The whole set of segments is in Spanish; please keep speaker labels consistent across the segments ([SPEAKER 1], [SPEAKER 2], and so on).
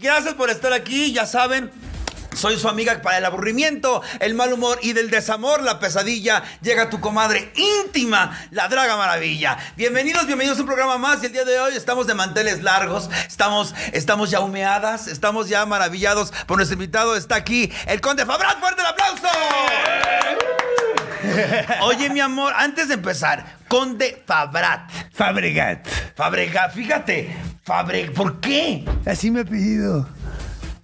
[SPEAKER 1] Gracias por estar aquí, ya saben. Soy su amiga para el aburrimiento, el mal humor y del desamor, la pesadilla. Llega tu comadre íntima, la Draga Maravilla. Bienvenidos, bienvenidos a un programa más. Y el día de hoy estamos de manteles largos, estamos, estamos ya humeadas, estamos ya maravillados por nuestro invitado. Está aquí el Conde Fabrat. ¡Fuerte el aplauso! Oye, mi amor, antes de empezar, Conde Fabrat.
[SPEAKER 2] Fabregat.
[SPEAKER 1] Fabregat, fíjate, Fabre, ¿por qué?
[SPEAKER 2] Así me ha pedido.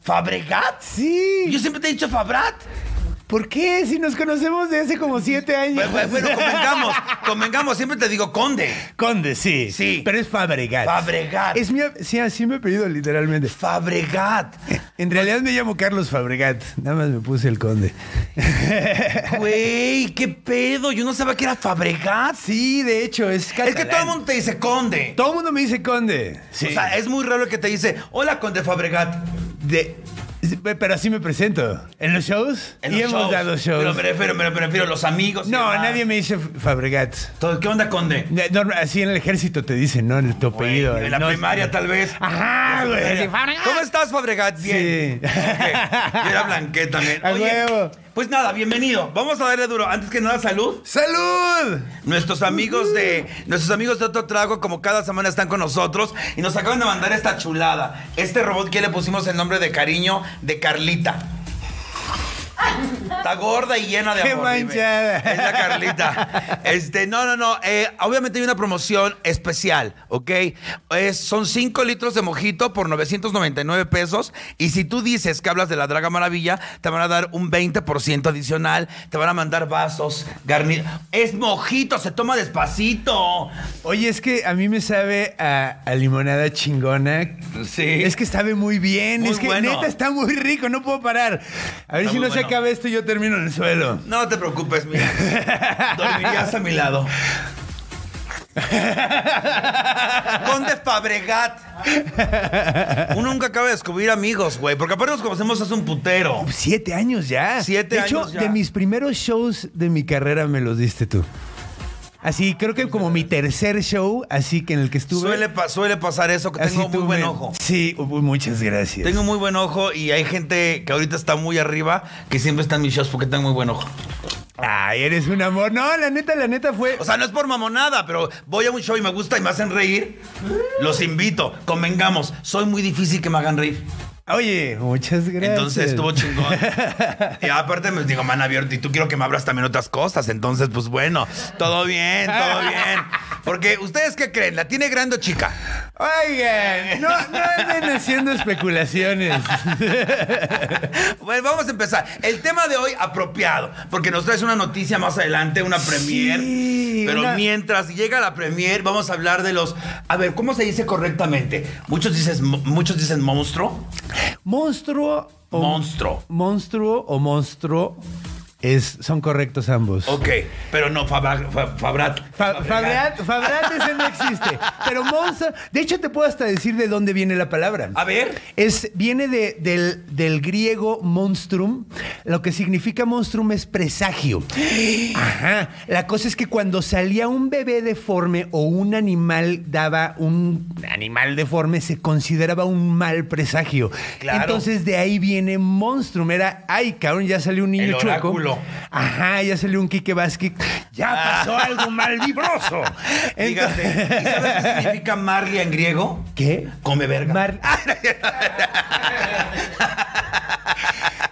[SPEAKER 1] ¿Fabregat? Yo
[SPEAKER 2] Sí.
[SPEAKER 1] siempre te he dicho Fabrat.
[SPEAKER 2] ¿Por qué? Si nos conocemos de hace como siete años.
[SPEAKER 1] Bueno, bueno, bueno, convengamos, convengamos, siempre te digo Conde.
[SPEAKER 2] Conde, sí.
[SPEAKER 1] Sí.
[SPEAKER 2] Pero es Fabregat.
[SPEAKER 1] Fabregat.
[SPEAKER 2] Es mi, sí, así me ha pedido literalmente.
[SPEAKER 1] Fabregat.
[SPEAKER 2] En realidad me llamo Carlos Fabregat. Nada más me puse el conde.
[SPEAKER 1] Güey, qué pedo. Yo no sabía que era Fabregat.
[SPEAKER 2] Ah, Sí, de hecho, es
[SPEAKER 1] Es
[SPEAKER 2] catalán.
[SPEAKER 1] que todo el mundo te dice Conde.
[SPEAKER 2] Todo el mundo me dice conde.
[SPEAKER 1] O sea, es muy raro el que te dice, hola Conde Fabregat.
[SPEAKER 2] De- pero así me presento. En los shows.
[SPEAKER 1] En
[SPEAKER 2] y
[SPEAKER 1] los
[SPEAKER 2] hemos
[SPEAKER 1] shows.
[SPEAKER 2] dado shows.
[SPEAKER 1] Pero me refiero, me refiero a los amigos. y
[SPEAKER 2] no,
[SPEAKER 1] demás.
[SPEAKER 2] nadie me dice Fabregat.
[SPEAKER 1] Todo- ¿Qué onda, Conde?
[SPEAKER 2] Ne- norma- así en el ejército te dicen, ¿no? En el tu
[SPEAKER 1] Güey,
[SPEAKER 2] apellido.
[SPEAKER 1] en la
[SPEAKER 2] no-
[SPEAKER 1] primaria, tal vez.
[SPEAKER 2] Ajá, güey.
[SPEAKER 1] ¿Cómo estás, Fabregat? Bien.
[SPEAKER 2] Sí.
[SPEAKER 1] Ok. Yo era blanqué también.
[SPEAKER 2] A
[SPEAKER 1] Oye,
[SPEAKER 2] huevo.
[SPEAKER 1] Pues nada, bienvenido. Vamos a darle duro. Antes que nada, salud.
[SPEAKER 2] ¡Salud!
[SPEAKER 1] Nuestros amigos de
[SPEAKER 2] Uh-huh.
[SPEAKER 1] nuestros amigos de Otro Trago, como cada semana están con nosotros y nos acaban de mandar esta chulada. Este robot que le pusimos el nombre de cariño de Carlita. Está gorda y llena de
[SPEAKER 2] Qué
[SPEAKER 1] amor. dime.
[SPEAKER 2] manchada.
[SPEAKER 1] Es la Carlita. Este, no, no, no. eh, obviamente hay una promoción especial, ¿ok? Es- son 5 litros de mojito por 999 pesos. Y si tú dices que hablas de la Draga Maravilla, te van a dar un 20% adicional. Te van a mandar vasos, garni... Es mojito, se toma despacito.
[SPEAKER 2] Oye, es que a mí me sabe a, a limonada chingona.
[SPEAKER 1] Sí.
[SPEAKER 2] Es que sabe muy bien.
[SPEAKER 1] Muy
[SPEAKER 2] es que
[SPEAKER 1] bueno.
[SPEAKER 2] neta está muy rico, no puedo parar. A ver
[SPEAKER 1] Está
[SPEAKER 2] si
[SPEAKER 1] muy
[SPEAKER 2] no se
[SPEAKER 1] bueno.
[SPEAKER 2] acaba esto y yo termino en el suelo.
[SPEAKER 1] No te preocupes, mira. Dormirías a mi lado. Conde Fabregat. Uno nunca acaba de descubrir amigos, güey. Porque aparte nos conocemos hace un putero.
[SPEAKER 2] Siete años ya.
[SPEAKER 1] Siete
[SPEAKER 2] de hecho,
[SPEAKER 1] años ya.
[SPEAKER 2] de mis primeros shows de mi carrera me los diste tú. Así, creo que como mi tercer show, así que en el que estuve.
[SPEAKER 1] Suele, pa- suele pasar eso, que
[SPEAKER 2] así
[SPEAKER 1] tengo muy
[SPEAKER 2] tú
[SPEAKER 1] buen
[SPEAKER 2] me-
[SPEAKER 1] ojo.
[SPEAKER 2] Sí, uy, muchas gracias.
[SPEAKER 1] Tengo muy buen ojo y hay gente que ahorita está muy arriba que siempre está en mis shows porque tengo muy buen ojo.
[SPEAKER 2] Ay, eres un amor. No, la neta, la neta fue.
[SPEAKER 1] O sea, no es por mamonada, pero voy a un show y me gusta y me hacen reír. Los invito, convengamos. Soy muy difícil que me hagan reír.
[SPEAKER 2] Oye, muchas gracias.
[SPEAKER 1] Entonces estuvo chingón. Y aparte me digo, man, abierto, y tú quiero que me abras también otras cosas. Entonces, pues bueno, todo bien, todo bien. Porque, ¿ustedes qué creen? ¿La tiene grande o chica?
[SPEAKER 2] Oigan, no, no anden haciendo especulaciones.
[SPEAKER 1] Bueno, vamos a empezar. El tema de hoy apropiado, porque nos traes una noticia más adelante, una premier.
[SPEAKER 2] Sí,
[SPEAKER 1] pero
[SPEAKER 2] una-
[SPEAKER 1] mientras llega la premier, vamos a hablar de los. A ver, ¿cómo se dice correctamente? Muchos dicen, muchos dicen monstruo.
[SPEAKER 2] Monstruo o
[SPEAKER 1] Monstruo.
[SPEAKER 2] Monstruo o monstruo es, son correctos ambos.
[SPEAKER 1] Ok, pero no, Fabra- Fa- Fabrat.
[SPEAKER 2] Fa- Fabreat, Fabreat ese no existe. Pero monstruo. De hecho, te puedo hasta decir de dónde viene la palabra.
[SPEAKER 1] A ver.
[SPEAKER 2] Es, viene de- del, del griego monstrum. Lo que significa monstrum es presagio. Ajá. La cosa es que cuando salía un bebé deforme o un animal daba un animal deforme, se consideraba un mal presagio.
[SPEAKER 1] Claro.
[SPEAKER 2] Entonces de ahí viene monstrum. Era, ay, cabrón, ya salió un niño
[SPEAKER 1] El
[SPEAKER 2] chueco.
[SPEAKER 1] oráculo.
[SPEAKER 2] Ajá, ya salió un Quique Vázquez. Ya pasó algo mal vibroso.
[SPEAKER 1] Fíjate, ¿y sabes qué significa Marley en griego?
[SPEAKER 2] ¿Qué?
[SPEAKER 1] Come verga.
[SPEAKER 2] Mar-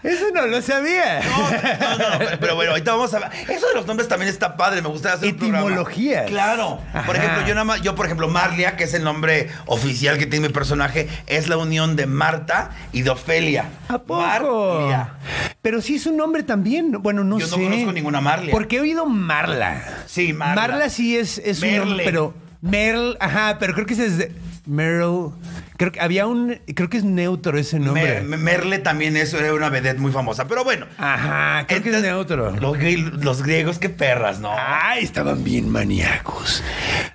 [SPEAKER 2] Eso no lo sabía.
[SPEAKER 1] No, no, no, no, pero bueno, ahorita vamos a ver. Eso de los nombres también está padre, me gustaría hacer un programa.
[SPEAKER 2] Etimologías.
[SPEAKER 1] Claro. Por
[SPEAKER 2] Ajá.
[SPEAKER 1] ejemplo, yo nada más, yo por ejemplo, Marlia, que es el nombre oficial que tiene mi personaje, es la unión de Marta y de Ofelia.
[SPEAKER 2] ¿A poco?
[SPEAKER 1] Marlia.
[SPEAKER 2] Pero sí es un nombre también. Bueno, no
[SPEAKER 1] Yo no
[SPEAKER 2] sé.
[SPEAKER 1] conozco ninguna Marlia.
[SPEAKER 2] Porque he oído Marla.
[SPEAKER 1] Sí, Marla.
[SPEAKER 2] Marla, sí es, es un
[SPEAKER 1] Merle.
[SPEAKER 2] nombre, pero Merle, ajá, pero creo que ese es de- Merle. Creo que había un. Creo que es neutro ese nombre.
[SPEAKER 1] Mer- Merle también es era una vedette muy famosa, pero bueno.
[SPEAKER 2] ajá, creo que es
[SPEAKER 1] Entonces,
[SPEAKER 2] neutro.
[SPEAKER 1] Los, gri- los griegos, qué perras, ¿no?
[SPEAKER 2] Ay, estaban bien maníacos.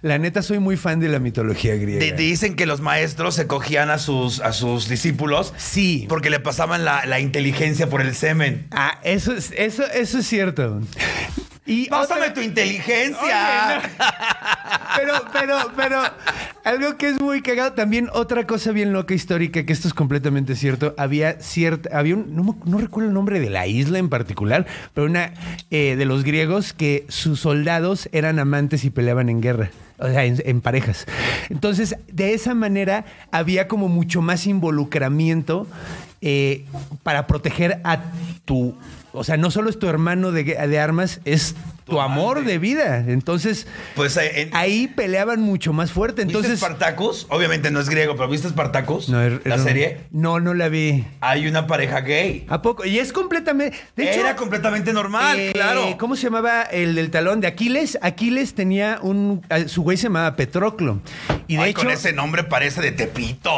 [SPEAKER 2] La neta, soy muy fan de la mitología griega.
[SPEAKER 1] Di- dicen que los maestros se cogían a sus, a sus discípulos
[SPEAKER 2] Sí.
[SPEAKER 1] porque le pasaban la, la inteligencia por el semen.
[SPEAKER 2] Ah, eso es, eso, eso es cierto. Y
[SPEAKER 1] Pásame
[SPEAKER 2] otra-
[SPEAKER 1] tu inteligencia.
[SPEAKER 2] Oye, Pero, pero, pero, algo que es muy cagado, también otra cosa bien loca histórica, que esto es completamente cierto, había cierta, había un, no, me- no recuerdo el nombre de la isla en particular, pero una eh, de los griegos que sus soldados eran amantes y peleaban en guerra. O sea, en, en parejas. Entonces, de esa manera había como mucho más involucramiento eh, para proteger a tu. O sea, no solo es tu hermano de, gue- de armas, es tu, amor de vida. Entonces,
[SPEAKER 1] Pues eh, en,
[SPEAKER 2] ahí peleaban mucho más fuerte.
[SPEAKER 1] ¿Viste
[SPEAKER 2] Ah, Entonces,
[SPEAKER 1] Spartacus? Obviamente no es griego, pero ¿viste Spartacus?
[SPEAKER 2] No, er-
[SPEAKER 1] la
[SPEAKER 2] er-
[SPEAKER 1] serie.
[SPEAKER 2] No, no la vi.
[SPEAKER 1] Hay una pareja gay.
[SPEAKER 2] ¿A poco? Y es completamente. De hecho,
[SPEAKER 1] Era completamente normal,
[SPEAKER 2] eh,
[SPEAKER 1] claro.
[SPEAKER 2] ¿Cómo se llamaba el del talón de Aquiles? Aquiles tenía un. eh, Su güey se llamaba Petróclo. Y de
[SPEAKER 1] Ay,
[SPEAKER 2] hecho.
[SPEAKER 1] con ese nombre parece de Tepito.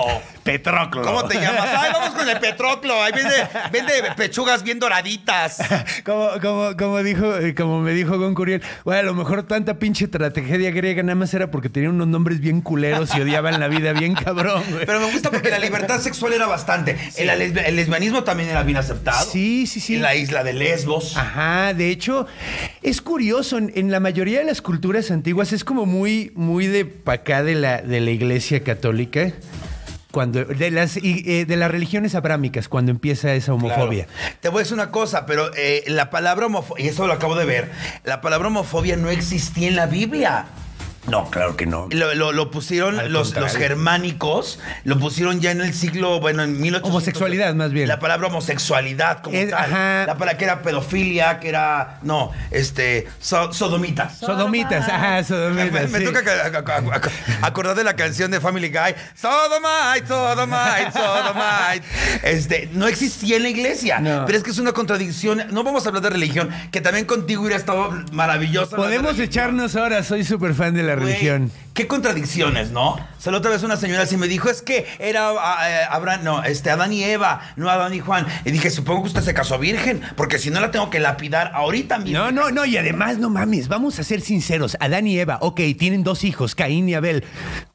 [SPEAKER 2] Petróclo.
[SPEAKER 1] ¿Cómo te llamas? Ay, vamos con el Petroclo. Ahí vende, vende pechugas bien doraditas.
[SPEAKER 2] Como, como, como dijo, eh, como me dijo Goncuriel, bueno, a lo mejor tanta pinche tragedia griega nada más era porque tenían unos nombres bien culeros y odiaban la vida bien cabrón, güey.
[SPEAKER 1] Pero me gusta porque la libertad sexual era bastante. El, lesb- el lesbianismo también era bien aceptado.
[SPEAKER 2] Sí, sí, Ah, sí.
[SPEAKER 1] En la isla de Lesbos.
[SPEAKER 2] Ajá, de hecho, es curioso, en, en la mayoría de las culturas antiguas es como muy, muy de pa' acá de la, de la iglesia católica. Cuando, de las y, eh, de las religiones abrámicas, cuando empieza esa homofobia.
[SPEAKER 1] Claro. Te voy a decir una cosa, pero eh, la palabra homofobia, y eso lo acabo de ver, la palabra homofobia no existía en la Biblia.
[SPEAKER 2] No, claro que no.
[SPEAKER 1] Lo, lo- lo
[SPEAKER 2] Al
[SPEAKER 1] pusieron los,
[SPEAKER 2] contrario.
[SPEAKER 1] los germánicos, lo pusieron ya en el siglo, bueno, en 1800.
[SPEAKER 2] Homosexualidad, más bien.
[SPEAKER 1] La palabra homosexualidad como
[SPEAKER 2] Es-
[SPEAKER 1] tal.
[SPEAKER 2] ajá.
[SPEAKER 1] La palabra que era pedofilia, que era, no, este, so- sodomitas.
[SPEAKER 2] Sodomitas, ajá,
[SPEAKER 1] Me,
[SPEAKER 2] sodomitas.
[SPEAKER 1] me
[SPEAKER 2] sí.
[SPEAKER 1] toca ac- ac- ac- ac- acordar de la canción de Family Guy. Sodomite, Sodomite, Sodomite. Este, no existía en la iglesia.
[SPEAKER 2] No.
[SPEAKER 1] Pero es que es una contradicción. No vamos a hablar de religión, que también contigo hubiera estado maravillosa. hablar de
[SPEAKER 2] Podemos
[SPEAKER 1] religión.
[SPEAKER 2] echarnos horas, soy súper fan de la
[SPEAKER 1] Güey,
[SPEAKER 2] religión.
[SPEAKER 1] Qué contradicciones, ¿no? O sea, la otra vez una señora así me dijo, es que era ah, eh, Abraham, no, este, Adán y Eva, no Adán y Juan. Y dije, supongo que usted se casó virgen, porque si no la tengo que lapidar ahorita mismo.
[SPEAKER 2] No, no, no, y además, no mames, vamos a ser sinceros. Adán y Eva, ok, tienen dos hijos, Caín y Abel.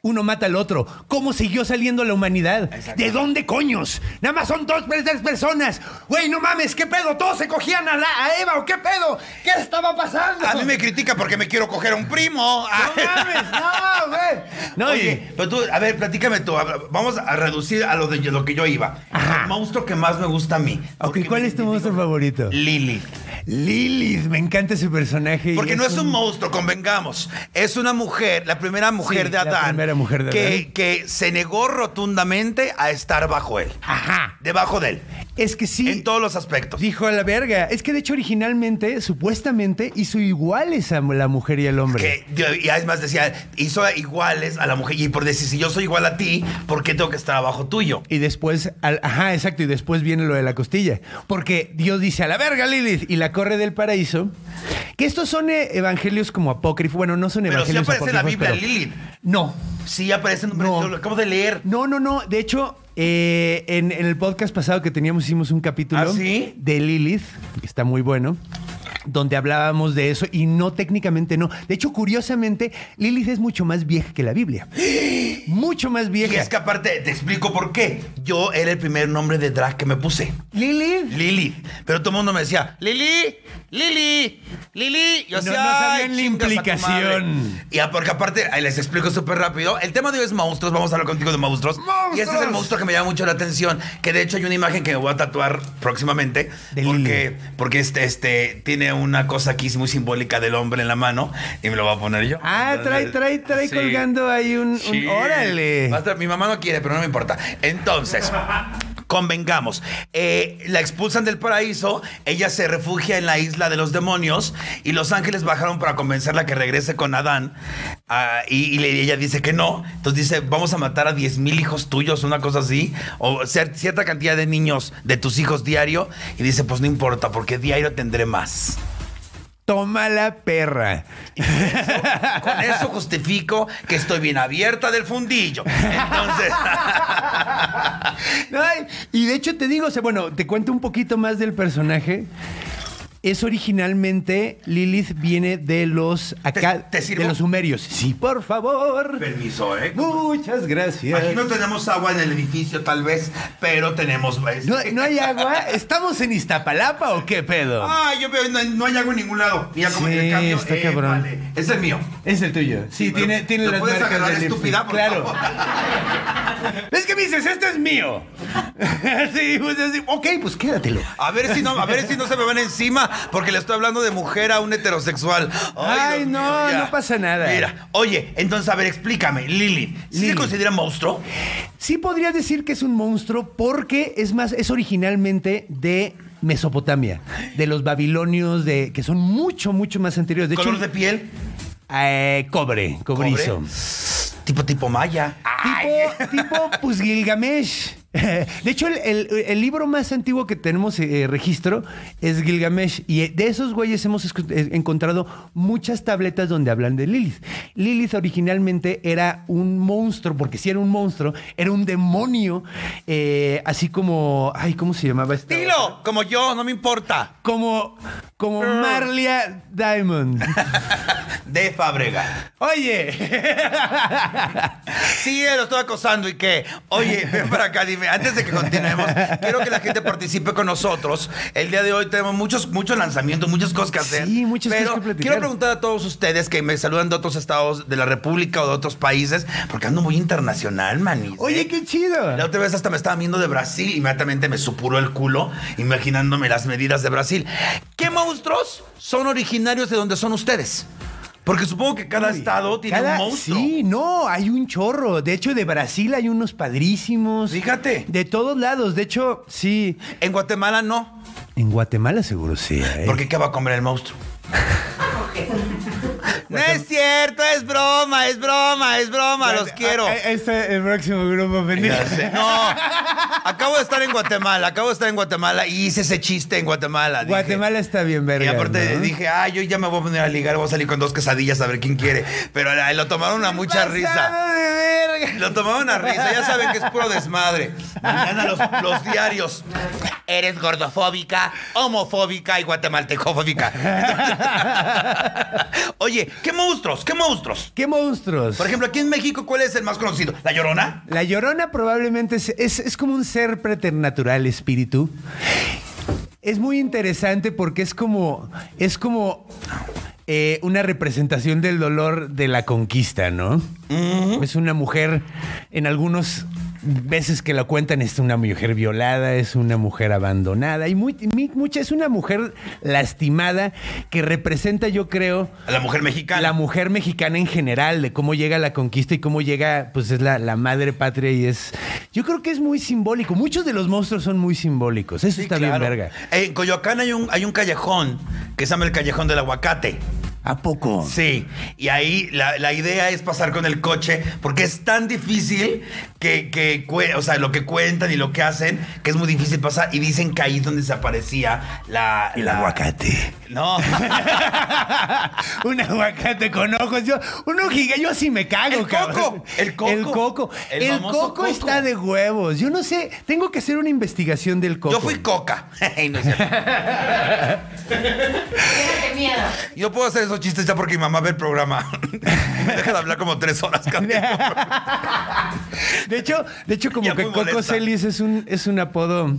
[SPEAKER 2] Uno mata al otro. ¿Cómo siguió saliendo la humanidad?
[SPEAKER 1] Exacto.
[SPEAKER 2] ¿De dónde coños? Nada más son dos, tres personas. Güey, no mames, ¿qué pedo? ¿Todos se cogían a, la- a Eva o qué pedo? ¿Qué estaba pasando?
[SPEAKER 1] A mí me critica porque me quiero coger a un primo.
[SPEAKER 2] No mames, no, güey. No, y-
[SPEAKER 1] Oye, pero tú, a ver, platícame tú. a ver, Vamos a reducir a lo de lo que yo iba.
[SPEAKER 2] Ajá.
[SPEAKER 1] El monstruo que más me gusta a mí.
[SPEAKER 2] Ok,
[SPEAKER 1] Porque
[SPEAKER 2] ¿cuál
[SPEAKER 1] me
[SPEAKER 2] es tu
[SPEAKER 1] identifico-
[SPEAKER 2] monstruo favorito?
[SPEAKER 1] Lilith.
[SPEAKER 2] Lilith, me encanta ese personaje. y
[SPEAKER 1] Porque no es un monstruo, convengamos. Es una mujer, la primera mujer
[SPEAKER 2] Sí,
[SPEAKER 1] de
[SPEAKER 2] la
[SPEAKER 1] Adán.
[SPEAKER 2] primera mujer de
[SPEAKER 1] que,
[SPEAKER 2] Adán.
[SPEAKER 1] que se negó rotundamente a estar bajo él.
[SPEAKER 2] Ajá.
[SPEAKER 1] Debajo de él.
[SPEAKER 2] Es que sí.
[SPEAKER 1] En todos los aspectos.
[SPEAKER 2] Dijo a la verga. Es que de hecho originalmente, supuestamente, hizo iguales a la mujer y al hombre.
[SPEAKER 1] Que, y además decía, hizo iguales a la mujer. Y por decir, si yo soy igual a ti, ¿por qué tengo que estar abajo tuyo?
[SPEAKER 2] Y después, al- ajá, exacto, y después viene lo de la costilla. Porque Dios dice a la verga Lilith y la corre del paraíso. Que estos son eh, evangelios como apócrifos. Bueno, no son
[SPEAKER 1] Pero sí
[SPEAKER 2] evangelios
[SPEAKER 1] aparece en la
[SPEAKER 2] apócrifos,
[SPEAKER 1] Biblia
[SPEAKER 2] pero-
[SPEAKER 1] Lilith.
[SPEAKER 2] No.
[SPEAKER 1] Sí, aparece en un
[SPEAKER 2] No.
[SPEAKER 1] lo acabo de leer.
[SPEAKER 2] No, no, no. De hecho, eh, en, en el podcast pasado que teníamos, hicimos un capítulo
[SPEAKER 1] ¿Ah, sí?
[SPEAKER 2] de Lilith, que está muy bueno, donde hablábamos de eso y no técnicamente no. De hecho, curiosamente, Lilith es mucho más vieja que la Biblia. mucho más
[SPEAKER 1] Y
[SPEAKER 2] vieja.
[SPEAKER 1] es que aparte, te explico por qué. Yo era el primer nombre de drag que me puse.
[SPEAKER 2] Lilith.
[SPEAKER 1] Lili. Pero todo el mundo me decía, Lili, Lili, Lili. Yo
[SPEAKER 2] No-
[SPEAKER 1] decía,
[SPEAKER 2] no sabían
[SPEAKER 1] "Ay, chingas a
[SPEAKER 2] la
[SPEAKER 1] tu
[SPEAKER 2] implicación".
[SPEAKER 1] madre". Y a- porque aparte, ahí les explico súper rápido. El tema de hoy es monstruos. Vamos a hablar contigo de monstruos. Y este es el
[SPEAKER 2] ¡Monstruos!
[SPEAKER 1] monstruo que me llama mucho la atención. Que de hecho hay una imagen que me voy a tatuar próximamente.
[SPEAKER 2] De
[SPEAKER 1] porque porque este, este tiene una cosa aquí muy simbólica del hombre en la mano. Y me lo voy a poner yo.
[SPEAKER 2] Ah, trae, trae, trae
[SPEAKER 1] Sí.
[SPEAKER 2] colgando ahí un, un-
[SPEAKER 1] Sí.
[SPEAKER 2] órale.
[SPEAKER 1] Va a estar- mi mamá no quiere, pero no me importa. Entonces, convengamos. eh, la expulsan del paraíso, ella se refugia en la isla de los demonios y los ángeles bajaron para convencerla que regrese con Adán. ah, y y le- ella dice que no. Entonces dice, vamos a matar a 10 mil hijos tuyos, una cosa así, o cier- cierta cantidad de niños de tus hijos diario. Y dice, pues no importa, porque diario tendré más.
[SPEAKER 2] Toma la perra.
[SPEAKER 1] Con eso justifico que estoy bien abierta del fundillo. Entonces...
[SPEAKER 2] Ay, y de hecho te digo, o sea, bueno, te cuento un poquito más del personaje. Es originalmente, Lilith viene de los acá,
[SPEAKER 1] ¿Te- te sirvo?
[SPEAKER 2] de los sumerios. Sí, por favor.
[SPEAKER 1] Permiso, ¿eh?
[SPEAKER 2] Muchas gracias.
[SPEAKER 1] Aquí no tenemos agua en el edificio, tal vez, pero tenemos. pues, este,
[SPEAKER 2] ¿No, no hay agua? ¿Estamos en Iztapalapa o qué pedo?
[SPEAKER 1] Ah, yo veo, no, no hay agua en ningún lado. Mira cómo
[SPEAKER 2] Sí,
[SPEAKER 1] en el cambio. eh,
[SPEAKER 2] está cabrón.
[SPEAKER 1] Ese es mío.
[SPEAKER 2] Es el tuyo. Sí,
[SPEAKER 1] pero
[SPEAKER 2] tiene, tiene
[SPEAKER 1] lo
[SPEAKER 2] las
[SPEAKER 1] puedes
[SPEAKER 2] marcas
[SPEAKER 1] agarrar,
[SPEAKER 2] del Ipsen.
[SPEAKER 1] estúpida, por
[SPEAKER 2] Claro.
[SPEAKER 1] favor.
[SPEAKER 2] Es que me dices, este es mío. sí, pues así, ok, pues quédatelo.
[SPEAKER 1] A ver si no, a ver si no se me van encima, porque le estoy hablando de mujer a un heterosexual.
[SPEAKER 2] Ay,
[SPEAKER 1] Dios
[SPEAKER 2] no,
[SPEAKER 1] ya.
[SPEAKER 2] no pasa nada.
[SPEAKER 1] Mira, oye, entonces, a ver, explícame, Lili, ¿sí se
[SPEAKER 2] Lili.
[SPEAKER 1] considera monstruo?
[SPEAKER 2] Sí podrías decir que es un monstruo porque es más, es originalmente de Mesopotamia, de los babilonios, de que son mucho, mucho más anteriores. De
[SPEAKER 1] ¿Color
[SPEAKER 2] hecho,
[SPEAKER 1] de piel?
[SPEAKER 2] eh, cobre, cobrizo.
[SPEAKER 1] ¿Cobre? Tipo, tipo maya.
[SPEAKER 2] Ah, Tipo, tipo, pues Gilgamesh. De hecho, el, el- el libro más antiguo que tenemos eh, registro es Gilgamesh. Y eh, de esos güeyes hemos escu- eh, encontrado muchas tabletas donde hablan de Lilith. Lilith originalmente era un monstruo, porque si era un monstruo, era un demonio. eh, así como. Ay, ¿cómo se llamaba este?
[SPEAKER 1] Dilo, como yo, no me importa.
[SPEAKER 2] Como, como Marlia Diamond.
[SPEAKER 1] De Fábrega.
[SPEAKER 2] Oye,
[SPEAKER 1] Sí, eh, lo estoy acosando y que, oye, ven para acá, dime, antes de que continuemos, quiero que la gente participe con nosotros. El día de hoy tenemos muchos, muchos lanzamientos, muchas cosas que hacer.
[SPEAKER 2] Sí, muchas
[SPEAKER 1] pero
[SPEAKER 2] cosas que platicar.
[SPEAKER 1] Quiero preguntar a todos ustedes que me saludan de otros estados de la República o de otros países, porque ando muy internacional, maní. ¿Eh?
[SPEAKER 2] oye, qué chido.
[SPEAKER 1] La otra vez hasta me estaban viendo de Brasil, inmediatamente me supuró el culo imaginándome las medidas de Brasil. ¿Qué monstruos son originarios de donde son ustedes? Porque supongo que cada
[SPEAKER 2] Uy,
[SPEAKER 1] estado tiene
[SPEAKER 2] cada-
[SPEAKER 1] un monstruo.
[SPEAKER 2] Sí, no, hay un chorro. De hecho, de Brasil hay unos padrísimos.
[SPEAKER 1] Fíjate.
[SPEAKER 2] De todos lados. De hecho, sí.
[SPEAKER 1] En Guatemala no,
[SPEAKER 2] En Guatemala seguro sí. ¿eh?
[SPEAKER 1] porque ¿qué va a comer el monstruo? No es cierto, es broma, es broma, es broma, los quiero.
[SPEAKER 2] Ah, ah, Este es el próximo grupo pendiente.
[SPEAKER 1] eh, Ya sé. No, acabo de estar en Guatemala, acabo de estar en Guatemala y hice ese chiste en Guatemala. dije.
[SPEAKER 2] Guatemala está bien verga,
[SPEAKER 1] Y aparte
[SPEAKER 2] ¿no?
[SPEAKER 1] dije, ah, yo ya me voy a poner a ligar, voy a salir con dos quesadillas a ver quién quiere. Pero la- lo tomaron a mucha
[SPEAKER 2] Pasado
[SPEAKER 1] risa.
[SPEAKER 2] de verga.
[SPEAKER 1] Lo tomaron a risa, ya saben que es puro desmadre. Mañana los, los diarios. Eres gordofóbica, homofóbica y guatemaltecofóbica. Oye, ¿qué monstruos? ¿Qué monstruos?
[SPEAKER 2] ¿Qué monstruos?
[SPEAKER 1] Por ejemplo, aquí en México, ¿cuál es el más conocido? ¿La Llorona?
[SPEAKER 2] La llorona probablemente es, es- es como un ser preternatural, espíritu. Es muy interesante porque es como. Es como. eh, una representación del dolor de la conquista, ¿no? Es una mujer, en algunos veces que la cuentan, es una mujer violada, es una mujer abandonada y muy, mi- mucha, es una mujer lastimada que representa, yo creo,
[SPEAKER 1] A La mujer mexicana.
[SPEAKER 2] la mujer mexicana en general, de cómo llega la conquista y cómo llega, pues es la, la madre patria y es. Yo creo que es muy simbólico. Muchos de los monstruos son muy simbólicos. Eso
[SPEAKER 1] Sí,
[SPEAKER 2] está
[SPEAKER 1] claro.
[SPEAKER 2] bien, verga.
[SPEAKER 1] En Coyoacán hay un, hay un callejón que se llama el Callejón del Aguacate.
[SPEAKER 2] ¿A poco?
[SPEAKER 1] Sí, y ahí la, la idea es pasar con el coche, porque es tan difícil que, que cue- o sea, lo que cuentan y lo que hacen, que es muy difícil pasar, y dicen que ahí es donde se aparecía la...
[SPEAKER 2] El
[SPEAKER 1] la-
[SPEAKER 2] aguacate.
[SPEAKER 1] No,
[SPEAKER 2] Un aguacate con ojos. Yo, un ojiga, yo sí me cago,
[SPEAKER 1] El coco,
[SPEAKER 2] cabrón.
[SPEAKER 1] el coco,
[SPEAKER 2] El coco.
[SPEAKER 1] el
[SPEAKER 2] El,
[SPEAKER 1] famoso
[SPEAKER 2] coco,
[SPEAKER 1] coco.
[SPEAKER 2] está de huevos. Yo no sé. Tengo que hacer una investigación del coco.
[SPEAKER 1] yo fui coca. No es cierto.
[SPEAKER 3] Déjate miedo.
[SPEAKER 1] yo puedo hacer esos chistes ya porque mi mamá ve el programa. Me deja de hablar como tres horas cada día.
[SPEAKER 2] De hecho, de hecho como
[SPEAKER 1] Ya
[SPEAKER 2] que
[SPEAKER 1] muy
[SPEAKER 2] Coco
[SPEAKER 1] molesta.
[SPEAKER 2] Celis es un, es un apodo